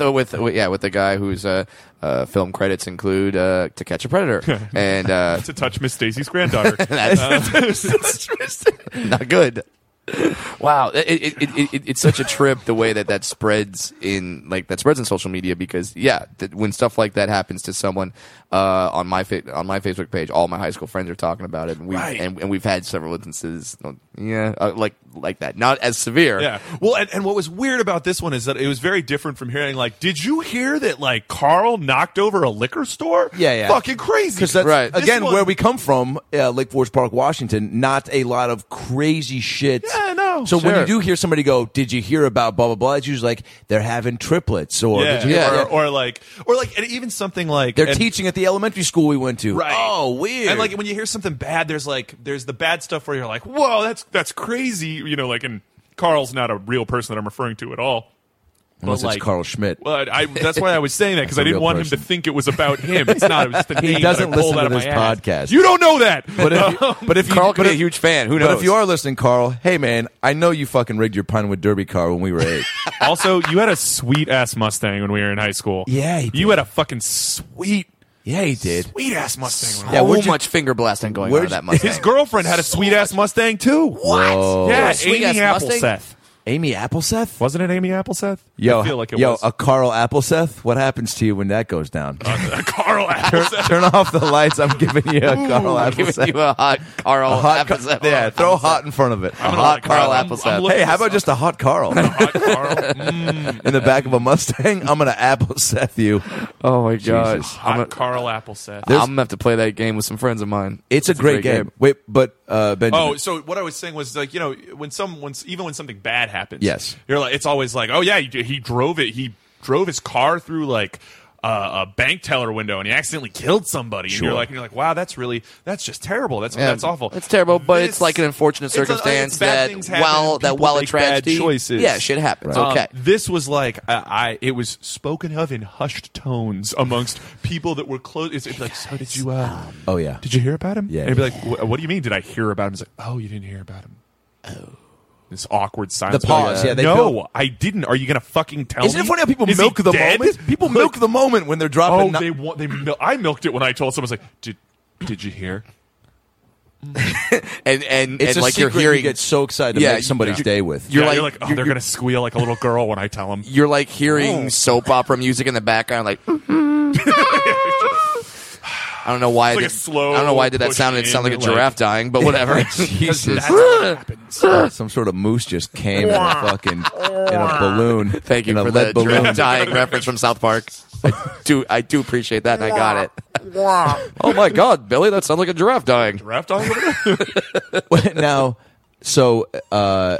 Speaker 3: uh, with with- yeah with the guy whose uh, uh, film credits include uh, To Catch
Speaker 4: [LAUGHS]
Speaker 3: a Predator and uh,
Speaker 4: to touch Miss Daisy's granddaughter. [LAUGHS]
Speaker 2: [LAUGHS]
Speaker 3: not good. Wow, it, it, it, it, it's such a trip the way that that spreads in like that spreads in social media because yeah, that when stuff like that happens to someone uh, on my fa- on my Facebook page, all my high school friends are talking about it, and we
Speaker 4: Right.
Speaker 3: and, and we've had several instances, uh, yeah, uh, like like that, not as severe,
Speaker 4: Yeah. Well, and, and what was weird about this one is that it was very different from hearing like, did you hear that like Carl knocked over a liquor store?
Speaker 2: Yeah, yeah.
Speaker 4: Fucking crazy.
Speaker 2: Because that's
Speaker 3: Right.
Speaker 4: This
Speaker 2: again
Speaker 4: one-
Speaker 2: where we come from, uh, Lake Forest Park, Washington. Not a lot of crazy shit.
Speaker 4: Yeah, I know.
Speaker 2: So when
Speaker 3: Sure.
Speaker 2: you do hear somebody go, "Did you hear about blah blah blah?" It's usually like they're having triplets, or
Speaker 4: yeah,
Speaker 2: "Did you hear
Speaker 3: Yeah.
Speaker 2: about-"
Speaker 4: Or, or like, or like, and even something like
Speaker 2: they're
Speaker 4: and-
Speaker 2: teaching at the elementary school we went to.
Speaker 4: Right.
Speaker 2: Oh, weird.
Speaker 4: And like when you hear something bad, there's like there's the bad stuff where you're like, whoa, that's that's crazy. You know, like and Carl's not a real person that I'm referring to at all.
Speaker 2: Unless
Speaker 4: but,
Speaker 2: it's
Speaker 4: like-
Speaker 2: Carl Schmidt.
Speaker 4: Well, I, that's why I was saying
Speaker 2: [LAUGHS]
Speaker 4: that because
Speaker 2: a
Speaker 4: I didn't
Speaker 2: real
Speaker 4: want
Speaker 2: person.
Speaker 4: him to think it was about him. It's not. It's
Speaker 2: [LAUGHS]
Speaker 4: the name that I
Speaker 2: doesn't
Speaker 4: pulled
Speaker 2: listen
Speaker 4: out
Speaker 2: to
Speaker 4: of my
Speaker 2: this
Speaker 4: ass.
Speaker 2: podcast.
Speaker 4: You don't know that.
Speaker 2: [LAUGHS]
Speaker 4: [LAUGHS]
Speaker 2: but if, you, but if you,
Speaker 3: Carl could
Speaker 2: but
Speaker 3: be a
Speaker 2: if-
Speaker 3: huge fan. Who knows?
Speaker 2: But if you are listening, Carl, hey man, I know you fucking rigged your Pinewood Derby car when we were eight.
Speaker 4: also, you had a sweet ass Mustang when we were in high school.
Speaker 2: Yeah, he
Speaker 4: you had a fucking sweet,
Speaker 2: [LAUGHS] yeah, he did.
Speaker 4: sweet ass Mustang. When
Speaker 2: Yeah,
Speaker 4: we
Speaker 3: so
Speaker 2: where'd you-
Speaker 3: much finger blasting going on
Speaker 2: [LAUGHS] where'd
Speaker 3: in that
Speaker 2: you-
Speaker 4: were-
Speaker 3: Mustang.
Speaker 4: His girlfriend had a sweet ass Mustang too.
Speaker 2: What?
Speaker 4: Yeah,
Speaker 3: Sweet-ass
Speaker 4: Amy
Speaker 3: Mustang?
Speaker 4: Appleseth.
Speaker 2: Amy Appleseth?
Speaker 4: Wasn't it Amy Appleseth?
Speaker 2: Yo,
Speaker 4: I feel like it
Speaker 2: yo,
Speaker 4: was.
Speaker 2: a Carl Appleseth. What happens to you when that goes
Speaker 4: [LAUGHS]
Speaker 2: down?
Speaker 4: Carl
Speaker 2: turn,
Speaker 4: Appleseth.
Speaker 2: turn off the lights. I'm giving you a Carl
Speaker 3: I'm giving
Speaker 2: Appleseth.
Speaker 3: you a hot Carl
Speaker 2: A hot, Ca-
Speaker 3: Appleseth.
Speaker 2: yeah, throw hot in front of it.
Speaker 4: I'm gonna
Speaker 3: hot
Speaker 4: let Carl-
Speaker 3: Carl
Speaker 4: I'm-
Speaker 3: Appleseth.
Speaker 4: I'm looking
Speaker 2: Hey,
Speaker 4: this
Speaker 2: how about
Speaker 4: up.
Speaker 2: just a hot
Speaker 4: [LAUGHS]
Speaker 2: Carl
Speaker 4: hot Carl? Mm,
Speaker 2: in the back of a Mustang? I'm gonna Appleseth you.
Speaker 3: Oh my gosh.
Speaker 2: Jesus.
Speaker 4: hot
Speaker 3: I'm, gonna,
Speaker 4: Carl Appleseth.
Speaker 3: I'm gonna have to play that game with some friends of mine.
Speaker 2: It's a great, game. Wait, but uh, Benjamin.
Speaker 4: Oh, so what I was saying was like you know when some when even when something bad happens,
Speaker 2: Yes.
Speaker 4: you're like it's always like oh yeah he, he drove it he drove his car through like uh, a bank teller window and he accidentally killed somebody and
Speaker 2: Sure.
Speaker 4: you're like and you're like wow that's really that's just terrible that's
Speaker 3: Yeah,
Speaker 4: that's awful
Speaker 3: It's terrible, but it's
Speaker 4: This-
Speaker 3: like an unfortunate
Speaker 4: it's a- it's
Speaker 3: circumstance
Speaker 4: bad
Speaker 3: that
Speaker 4: things happen,
Speaker 3: while that
Speaker 4: people
Speaker 3: while a
Speaker 4: make bad
Speaker 3: tragedy,
Speaker 4: choices.
Speaker 3: yeah, shit happens.
Speaker 4: Um,
Speaker 3: Okay,
Speaker 4: this was like I, I. It was spoken of in hushed tones amongst people that were close. It's, it's like, so did you? Uh,
Speaker 2: Oh, yeah.
Speaker 4: Did you hear about him?
Speaker 2: Yeah,
Speaker 4: And it'd be like, "Wha- what do you mean? Did I hear about him? It's like, oh, you didn't hear about him. Oh. This awkward silence.
Speaker 2: The pause, yeah, they
Speaker 4: no,
Speaker 2: build-
Speaker 4: I didn't. Are you gonna fucking tell
Speaker 2: Isn't
Speaker 4: me?
Speaker 2: it funny how people
Speaker 4: Is he
Speaker 2: milk the
Speaker 4: dead?
Speaker 2: moment? People
Speaker 4: Like,
Speaker 2: milk the moment when they're dropping.
Speaker 4: Oh,
Speaker 2: no-
Speaker 4: they want. They. Mil- I milked it when I told someone. I was like, did Did you hear?
Speaker 3: and and
Speaker 2: it's
Speaker 3: and
Speaker 2: a
Speaker 3: like you're
Speaker 2: secret
Speaker 3: hearing,
Speaker 2: you get so excited to
Speaker 3: Yeah,
Speaker 2: make somebody's
Speaker 3: you-
Speaker 2: day with. [LAUGHS]
Speaker 3: You're
Speaker 4: Yeah,
Speaker 3: like-
Speaker 4: you're like, oh,
Speaker 3: you're-
Speaker 4: they're gonna squeal like a little girl when I tell them.
Speaker 3: you're like hearing soap opera music in the background. [LAUGHS] Like, [SIGHS] I don't know why I
Speaker 4: like
Speaker 3: did.
Speaker 4: a slow
Speaker 3: I don't know why I did that
Speaker 4: push
Speaker 3: sound. It sounded like a
Speaker 4: in, like-
Speaker 3: giraffe dying, but [LAUGHS] whatever.
Speaker 2: [LAUGHS] Jesus. Some sort of moose just came in [LAUGHS] a fucking in a balloon.
Speaker 3: Thank you
Speaker 2: in a
Speaker 3: for
Speaker 2: lead
Speaker 3: the
Speaker 2: balloon.
Speaker 3: giraffe dying reference from South Park. I do I do appreciate that, and I got it. [LAUGHS] oh my God, Billy, that sounds like a giraffe dying.
Speaker 4: Giraffe dog over
Speaker 2: [LAUGHS]
Speaker 4: there?
Speaker 2: now, so uh,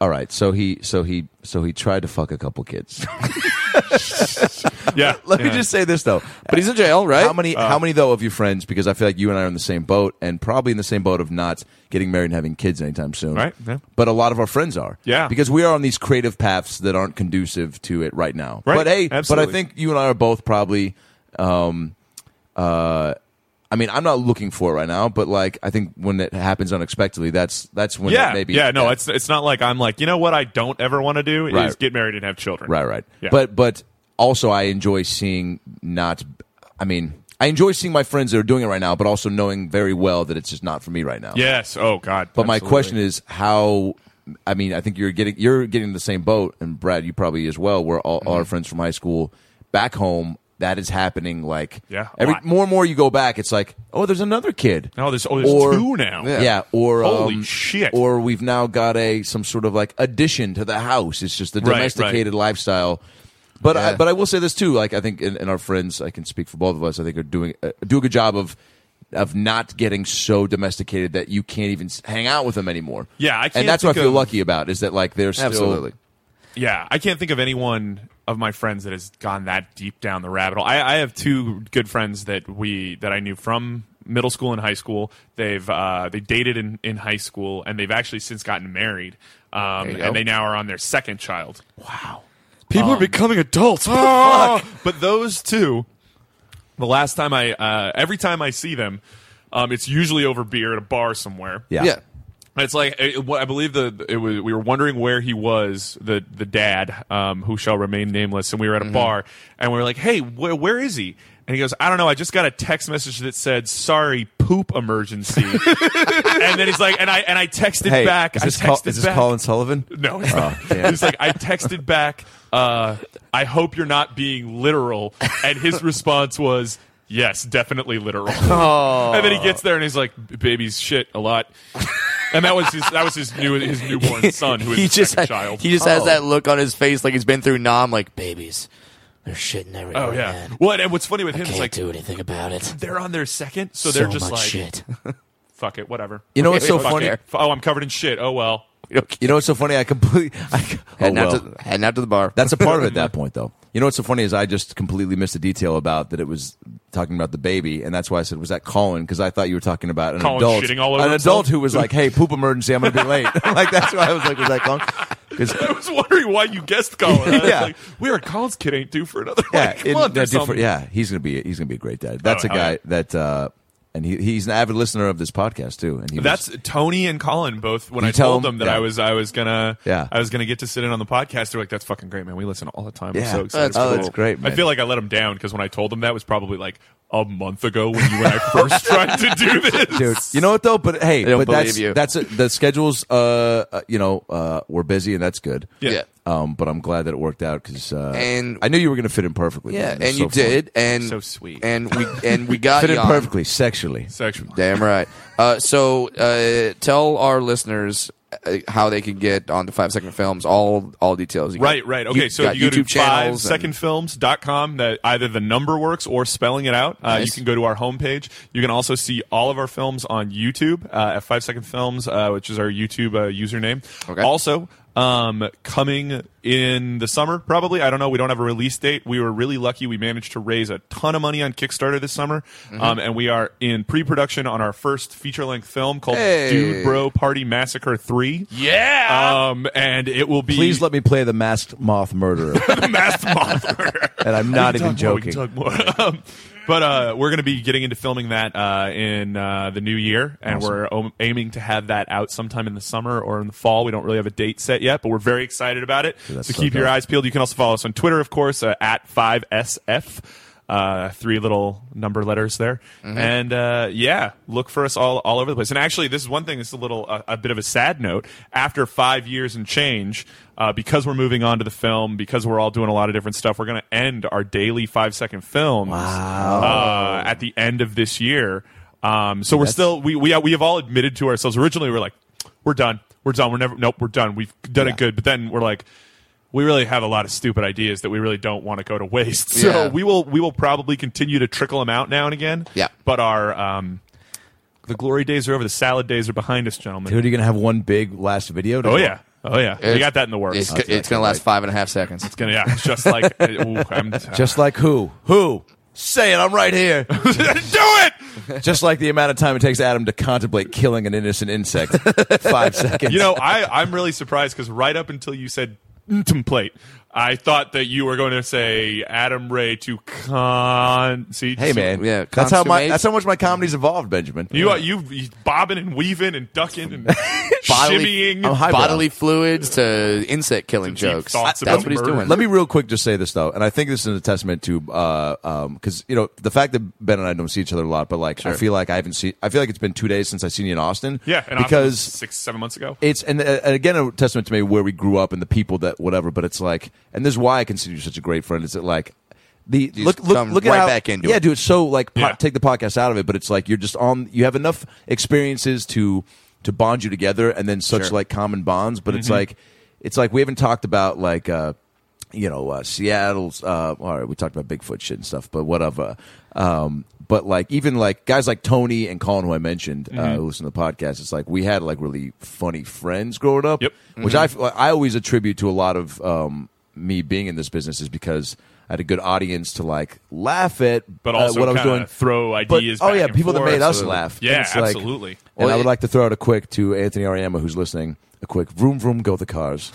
Speaker 2: all right, so he, so he, so he tried to fuck a couple kids. [LAUGHS]
Speaker 4: Yeah.
Speaker 2: Let me
Speaker 4: yeah. Uh.
Speaker 2: just say this though.
Speaker 3: But he's in jail, right?
Speaker 2: How many? how many though of your friends? Because I feel like you and I are in the same boat, and probably in the same boat of not getting married and having kids anytime soon.
Speaker 4: Right, yeah.
Speaker 2: But a lot of our friends are.
Speaker 4: Yeah.
Speaker 2: Because we are on these creative paths that aren't conducive to it right now.
Speaker 4: Right,
Speaker 2: But hey, but I
Speaker 4: absolutely.
Speaker 2: think you and I are both probably. Um, uh, I mean, I'm not looking for it right now, but like, I think when it happens unexpectedly, that's that's when
Speaker 4: yeah,
Speaker 2: it maybe
Speaker 4: yeah, no, it's it's not like I'm like you know what I don't ever want to do is
Speaker 2: Right.
Speaker 4: get married and have children.
Speaker 2: Right, right.
Speaker 4: Yeah.
Speaker 2: But but also I enjoy seeing not I mean, I enjoy seeing my friends that are doing it right now, but also knowing very well that it's just not for me right now.
Speaker 4: yes, oh god.
Speaker 2: But my question is how I mean, I think you're getting you're getting in the same boat and Brad, you probably as well, where all,
Speaker 4: Mm-hmm.
Speaker 2: all our friends from high school back home that is happening like
Speaker 4: Yeah, a
Speaker 2: every
Speaker 4: lot.
Speaker 2: more and more you go back it's like oh there's another kid
Speaker 4: no, there's oh, there's
Speaker 2: or-
Speaker 4: two now.
Speaker 2: yeah. or
Speaker 4: Holy
Speaker 2: um,
Speaker 4: shit.
Speaker 2: Or we've now got a some sort of like addition to the house. It's just the
Speaker 4: Right,
Speaker 2: domesticated lifestyle. But I,
Speaker 3: Yeah.
Speaker 2: but I will say this too. Like I think in, in our friends, I can speak for both of us. I think are doing uh, do a good job of of not getting so domesticated that you can't even s- hang out with them anymore.
Speaker 4: Yeah, I can't
Speaker 2: and that's what I
Speaker 4: think
Speaker 2: feel
Speaker 4: of-
Speaker 2: lucky about is that like they're still
Speaker 3: Absolutely.
Speaker 4: Yeah, I can't think of anyone of my friends that has gone that deep down the rabbit hole. I, I have two good friends that we that I knew from middle school and high school. They've uh, they dated in, in high school and they've actually since gotten married. Um,
Speaker 3: you go.
Speaker 4: and they now are on their second child. Oh,
Speaker 3: People are becoming [LAUGHS] adults.
Speaker 4: But those two, the last time I, uh, every time I see them, um, it's usually over beer at a bar somewhere.
Speaker 2: Yeah.
Speaker 3: Yeah.
Speaker 4: It's like it, what- I believe the it was, we were wondering where he was the the dad um, who shall remain nameless, and we were
Speaker 2: Mm-hmm.
Speaker 4: at a bar, and we were like, "Hey, where where is he?" And he goes, "I don't know. I just got a text message that said sorry poop emergency," [LAUGHS] and then he's like, "And I and I texted
Speaker 2: Hey,
Speaker 4: back.
Speaker 2: is this,
Speaker 4: I texted
Speaker 2: Col- is this
Speaker 4: back.
Speaker 2: Colin Sullivan?
Speaker 4: No, it's not.
Speaker 2: damn.
Speaker 4: It's like I texted back. Uh, I hope you're not being literal, and his response was, "Yes, definitely literal." And then he gets there and he's like, "Babies shit a lot," and that was his that was his new his newborn son who is
Speaker 3: he
Speaker 4: his
Speaker 3: just
Speaker 4: second
Speaker 3: ha-
Speaker 4: child.
Speaker 3: he just has that look on his face like he's been through nom like babies.
Speaker 5: They're shitting everywhere.
Speaker 4: oh yeah.
Speaker 5: man.
Speaker 4: Well, and, and what's funny with him
Speaker 5: Can't
Speaker 4: is like
Speaker 5: do anything about it.
Speaker 4: they're on their second, so they're just
Speaker 5: much
Speaker 4: like,
Speaker 5: shit.
Speaker 4: "Fuck it, whatever."
Speaker 2: You know what's so
Speaker 4: Fuck
Speaker 2: funny?
Speaker 4: it. F- Oh, I'm covered in shit. Oh well. [LAUGHS]
Speaker 3: You know,
Speaker 2: You know what's so funny? I completely. I, oh,
Speaker 3: heading,
Speaker 2: well.
Speaker 3: out to, heading out to the bar.
Speaker 2: That's a part of it
Speaker 4: [LAUGHS]
Speaker 2: at that point, though. You know what's so funny is I just completely missed the detail about that it was talking about the baby, and that's why I said, was that Colin? Because I thought you were talking about an
Speaker 4: Colin
Speaker 2: adult.
Speaker 4: shitting all over
Speaker 2: an
Speaker 4: himself?
Speaker 2: adult who was like, hey, poop emergency, I'm going to be late. [LAUGHS] like, that's why I was like, was that Colin?
Speaker 4: [LAUGHS]
Speaker 2: 'Cause-
Speaker 4: I was wondering why you guessed Colin. I was
Speaker 2: Yeah.
Speaker 4: like, Weird. Colin's kid ain't due for another
Speaker 2: yeah,
Speaker 4: like
Speaker 2: in-
Speaker 4: month or
Speaker 2: yeah, dude, for-
Speaker 4: something.
Speaker 2: yeah, he's gonna be he's gonna be a great dad. That's
Speaker 4: Oh,
Speaker 2: a
Speaker 4: hell
Speaker 2: guy
Speaker 4: yeah.
Speaker 2: that uh, and he, he's an avid listener of this podcast too. And he was-
Speaker 4: That's Tony and Colin both. When
Speaker 2: You
Speaker 4: I
Speaker 2: tell
Speaker 4: told
Speaker 2: them-
Speaker 4: them that
Speaker 2: yeah.
Speaker 4: I was I was gonna
Speaker 2: Yeah.
Speaker 4: I was gonna get to sit in on the podcast, they're like, "That's fucking great, man. We listen all the time. I'm
Speaker 2: Yeah.
Speaker 4: so excited."
Speaker 3: That's Oh, cool.
Speaker 2: that's great, man.
Speaker 4: I feel like I let them down because when I told them that was probably like a month ago when you and I first [LAUGHS] tried to do this.
Speaker 2: dude. You know what though? But hey,
Speaker 3: don't
Speaker 2: but that's
Speaker 3: believe you.
Speaker 2: that's it. the schedules. Uh, uh, you know, uh, we're busy and that's good.
Speaker 4: Yeah.
Speaker 3: Yeah.
Speaker 2: Um, but I'm glad that it worked out because uh,
Speaker 3: And-
Speaker 2: I knew you were going to fit in perfectly.
Speaker 3: Yeah,
Speaker 2: man. It was
Speaker 3: and you
Speaker 2: so fun.
Speaker 3: did, and
Speaker 4: So sweet.
Speaker 3: and we and we
Speaker 2: [LAUGHS]
Speaker 3: got
Speaker 2: fit in
Speaker 3: you on.
Speaker 2: perfectly sexually.
Speaker 4: Sexual.
Speaker 3: Damn right. Uh, so uh, tell our listeners uh, how they can get onto Five Second Films. All all details. You got-
Speaker 4: Right, right. Okay,
Speaker 3: you
Speaker 4: so
Speaker 3: got
Speaker 4: if you go
Speaker 3: YouTube
Speaker 4: to five
Speaker 3: channels.
Speaker 4: second films.com that either the number works or spelling it out. Uh,
Speaker 3: Nice.
Speaker 4: you can go to our homepage. You can also see all of our films on YouTube uh, at Five Second Films, uh, which is our YouTube uh, username.
Speaker 3: Okay.
Speaker 4: Also, um, coming in the summer, probably. I don't know. We don't have a release date. We were really lucky. We managed to raise a ton of money on Kickstarter this summer,
Speaker 3: Mm-hmm.
Speaker 4: um, and we are in pre-production on our first feature-length film called
Speaker 3: Hey.
Speaker 4: Dude Bro Party Massacre Three. Yeah, um, and it will be
Speaker 2: Please let me play the masked moth murderer,
Speaker 4: the masked modeler.
Speaker 2: and
Speaker 4: [LAUGHS]
Speaker 2: I'm not even
Speaker 4: We
Speaker 2: joking.
Speaker 4: can talk more. We can talk more. Um, but uh, we're going to be getting into filming that uh, in uh, the new year, and we're o- aiming to have that out sometime in the summer or in the fall. We don't really have a date set yet, but we're very excited about it.
Speaker 2: that's
Speaker 4: so
Speaker 2: so
Speaker 4: keep your
Speaker 2: dope.
Speaker 4: eyes peeled. You can also follow us on Twitter, of course, uh, at five sf. Uh, three little number letters there, and uh, yeah, look for us all all over the place. And actually, this is one thing. This is a little uh, a bit of a sad note. After five years and change, uh, because we're moving on to the film, because we're all doing a lot of different stuff, we're going to end our daily five second films uh, at the end of this year. Um, so we're still we we we have all admitted to ourselves. Originally, we were like, we're done, we're done, we're never nope, we're done. We've done it good, but then we're like we really have a lot of stupid ideas that we really don't want to go to waste. [LAUGHS] So
Speaker 3: Yeah.
Speaker 4: we will we will probably continue to trickle them out now and again.
Speaker 3: Yeah.
Speaker 4: But our um, the glory days are over. The salad days are behind us, gentlemen.
Speaker 2: Dude, you're gonna have one big last video.
Speaker 4: oh yeah, oh yeah. we got that in the works.
Speaker 3: It's,
Speaker 4: It's,
Speaker 3: it's, gonna last five and a half seconds.
Speaker 4: gonna yeah, it's just
Speaker 3: [LAUGHS]
Speaker 4: like ooh, I'm,
Speaker 2: Just like who? Who? Say it. I'm right
Speaker 3: [LAUGHS]
Speaker 4: [LAUGHS]
Speaker 2: here.
Speaker 4: do it.
Speaker 2: Just like the amount of time it takes Adam to contemplate killing an innocent
Speaker 3: [LAUGHS]
Speaker 2: insect. Five seconds.
Speaker 4: You know, I I'm really surprised because right up until you said contemplate. I thought that you were going to say Adam Ray to con. See,
Speaker 2: hey man.
Speaker 3: Yeah,
Speaker 2: That's how my.
Speaker 3: consummate.
Speaker 2: That's how much my comedy's evolved, Benjamin.
Speaker 4: you are you you bobbing and weaving and ducking
Speaker 2: [LAUGHS]
Speaker 4: and
Speaker 3: Bodily-
Speaker 4: shimmying.
Speaker 2: I'm highbrow.
Speaker 3: Bodily fluids to insect killing
Speaker 4: deep
Speaker 3: jokes.
Speaker 4: thoughts
Speaker 3: That's
Speaker 4: about
Speaker 3: what he's
Speaker 4: murder.
Speaker 3: doing.
Speaker 2: Let me real quick just say this though, and I think this is a testament to because uh, um 'cause you know the fact that Ben and I don't see each other a lot, but like I feel like I haven't seen. I feel like it's been two days since I've seen you in Austin.
Speaker 4: yeah, and
Speaker 2: because
Speaker 4: six seven months ago.
Speaker 2: it's and, uh, and again a testament to me where we grew up and the people that whatever. But it's like, and this is why I consider you such a great friend. Is that like the look look
Speaker 3: come
Speaker 2: look
Speaker 3: right
Speaker 2: at how,
Speaker 3: back into
Speaker 2: yeah,
Speaker 3: it.
Speaker 2: dude. It's so like po-
Speaker 4: Yeah.
Speaker 2: take the podcast out of it, but it's like you're just on. You have enough experiences to to bond you together, and then such like common bonds. But
Speaker 4: Mm-hmm.
Speaker 2: it's like it's like we haven't talked about like. uh you know, uh, Seattle's. Uh, all right, we talked about Bigfoot shit and stuff, but whatever. Um, but like, even like guys like Tony and Colin, who I mentioned,
Speaker 4: Mm-hmm.
Speaker 2: uh, who listen to the podcast, it's like we had like really funny friends growing up,
Speaker 4: Yep. Mm-hmm.
Speaker 2: which I f- I always attribute to a lot of um, me being in this business is because I had a good audience to like laugh at,
Speaker 4: but
Speaker 2: uh,
Speaker 4: also
Speaker 2: what I was
Speaker 4: kinda
Speaker 2: doing.
Speaker 4: throw
Speaker 2: But,
Speaker 4: ideas.
Speaker 2: oh
Speaker 4: back
Speaker 2: yeah,
Speaker 4: and
Speaker 2: people that
Speaker 4: forth.
Speaker 2: made us
Speaker 4: Absolutely.
Speaker 2: laugh.
Speaker 4: Yeah,
Speaker 2: And it's like- [LAUGHS]
Speaker 4: absolutely.
Speaker 2: and I
Speaker 3: Well,
Speaker 2: would
Speaker 3: it-
Speaker 2: like to throw out a quick to Anthony Ariema, who's listening. A quick vroom vroom go the cars.
Speaker 4: [LAUGHS]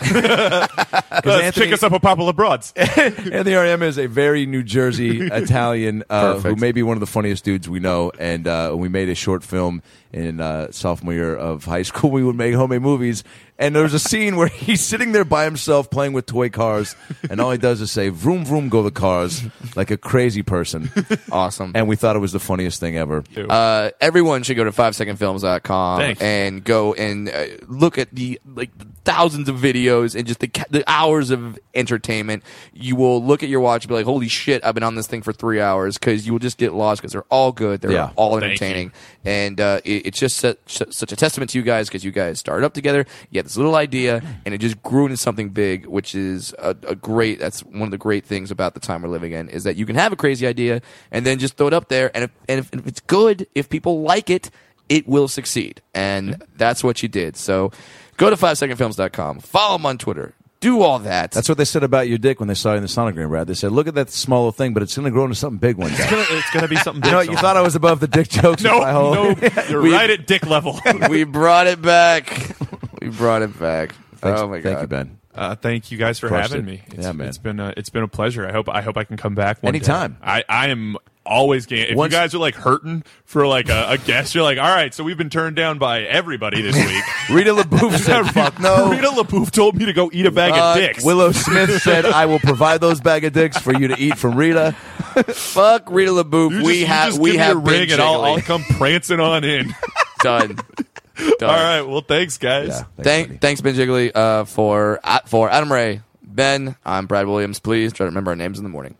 Speaker 4: Let's
Speaker 2: Anthony-
Speaker 4: pick us up a Papa
Speaker 2: [LAUGHS]
Speaker 4: Broads.
Speaker 2: Anthony Ariema is a very
Speaker 4: [LAUGHS]
Speaker 2: New Jersey Italian uh, who
Speaker 3: Perfect.
Speaker 2: may be one of the funniest dudes we know. And uh, we made a short film in uh, sophomore year of high [LAUGHS] school. We would make homemade movies. And there was a scene where [LAUGHS] he's sitting there by himself playing with toy cars. And all he does is say, vroom, vroom, go the cars, like a
Speaker 4: [LAUGHS]
Speaker 2: crazy person.
Speaker 3: awesome.
Speaker 2: And we thought it was the funniest thing ever.
Speaker 3: Uh, everyone should go to 5secondfilms.com
Speaker 4: Thanks.
Speaker 3: and go and uh, look at the like thousands of videos and just the, ca- the hours of entertainment. You will look at your watch and be like, holy shit, I've been on this thing for three hours because you will just get lost because they're all good. They're
Speaker 2: Yeah.
Speaker 3: all
Speaker 4: Thank you.
Speaker 3: entertaining. And uh, it, it's just such, such a testament to you guys because you guys started up together. You had this little idea and it just grew into something big, which is a, a great, that's one of the great things about the time we're living in is that you can have a crazy idea and then just throw it up there. And if, and if, if it's good, if people like it, it will succeed. And that's what you did. So go to 5secondfilms.com, follow them on Twitter, do all that.
Speaker 2: That's what they said about your dick when they saw you in the sonogram, Brad. They said, look at that small little thing, but it's going to grow into something big one day.
Speaker 4: it's gonna be something.
Speaker 2: You know, what? you thought I was above the dick jokes.
Speaker 3: [LAUGHS]
Speaker 2: with
Speaker 4: no,
Speaker 2: my whole- [LAUGHS]
Speaker 4: no, you're
Speaker 3: We-
Speaker 4: right at dick level.
Speaker 3: we brought it back. We brought it back.
Speaker 2: Thanks-
Speaker 3: oh my
Speaker 2: Thank
Speaker 3: God.
Speaker 2: you, Ben.
Speaker 4: Uh, thank you guys for
Speaker 2: Crushed
Speaker 4: having
Speaker 2: it.
Speaker 4: me. It's,
Speaker 2: Yeah, man.
Speaker 4: It's been a, it's been a pleasure. I hope I hope I can come back one day.
Speaker 2: Anytime.
Speaker 4: I I am always game. If
Speaker 2: Once-
Speaker 4: you guys are like hurting for like a, a guest, you're like, all right, so we've been turned down by everybody
Speaker 2: [LAUGHS]
Speaker 4: this week.
Speaker 2: Rita LaBouffe said,
Speaker 4: Rita-
Speaker 2: "Fuck
Speaker 3: [LAUGHS]
Speaker 2: no."
Speaker 4: Rita LaBouffe told me to go eat a bag
Speaker 2: Uh,
Speaker 4: of dicks.
Speaker 2: Willow Smith said, "I will provide those bag of dicks for you to eat from Rita."
Speaker 3: [LAUGHS] Fuck Rita LaBouffe.
Speaker 4: You just-
Speaker 3: we
Speaker 4: you
Speaker 3: have
Speaker 4: just
Speaker 3: we
Speaker 4: give me
Speaker 3: have
Speaker 4: a
Speaker 3: been
Speaker 4: ring and I'll,
Speaker 3: jiggly.
Speaker 4: I'll come prancing on in.
Speaker 3: done.
Speaker 2: [LAUGHS]
Speaker 3: done.
Speaker 4: all right, well, thanks guys.
Speaker 2: Yeah,
Speaker 3: Thank,
Speaker 2: buddy.
Speaker 3: thanks, Ben Jiggly, uh, for uh, for Adam Ray. Ben, I'm Brad Williams. Please try to remember our names in the morning.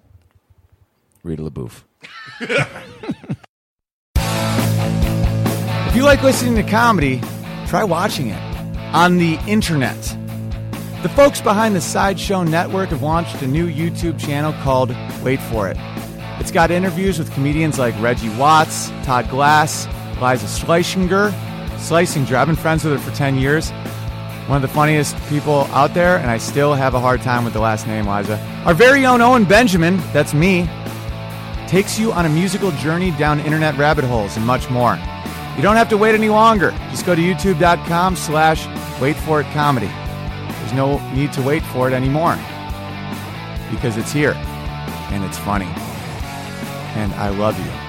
Speaker 2: Rita LaBouffe.
Speaker 7: If you like listening to comedy, try watching it on the internet. The folks behind the Sideshow Network have launched a new YouTube channel called Wait For It. It's got interviews with comedians like Reggie Watts, Todd Glass, Liza Schleichinger, Schlesinger. I've been friends with her for 10 years. One of the funniest people out there, and I still have a hard time with the last name, Liza. Our very own Owen Benjamin, that's me, takes you on a musical journey down internet rabbit holes and much more. You don't have to wait any longer. Just go to youtube.com slash wait for it comedy. There's no need to wait for it anymore because it's here and it's funny. And I love you.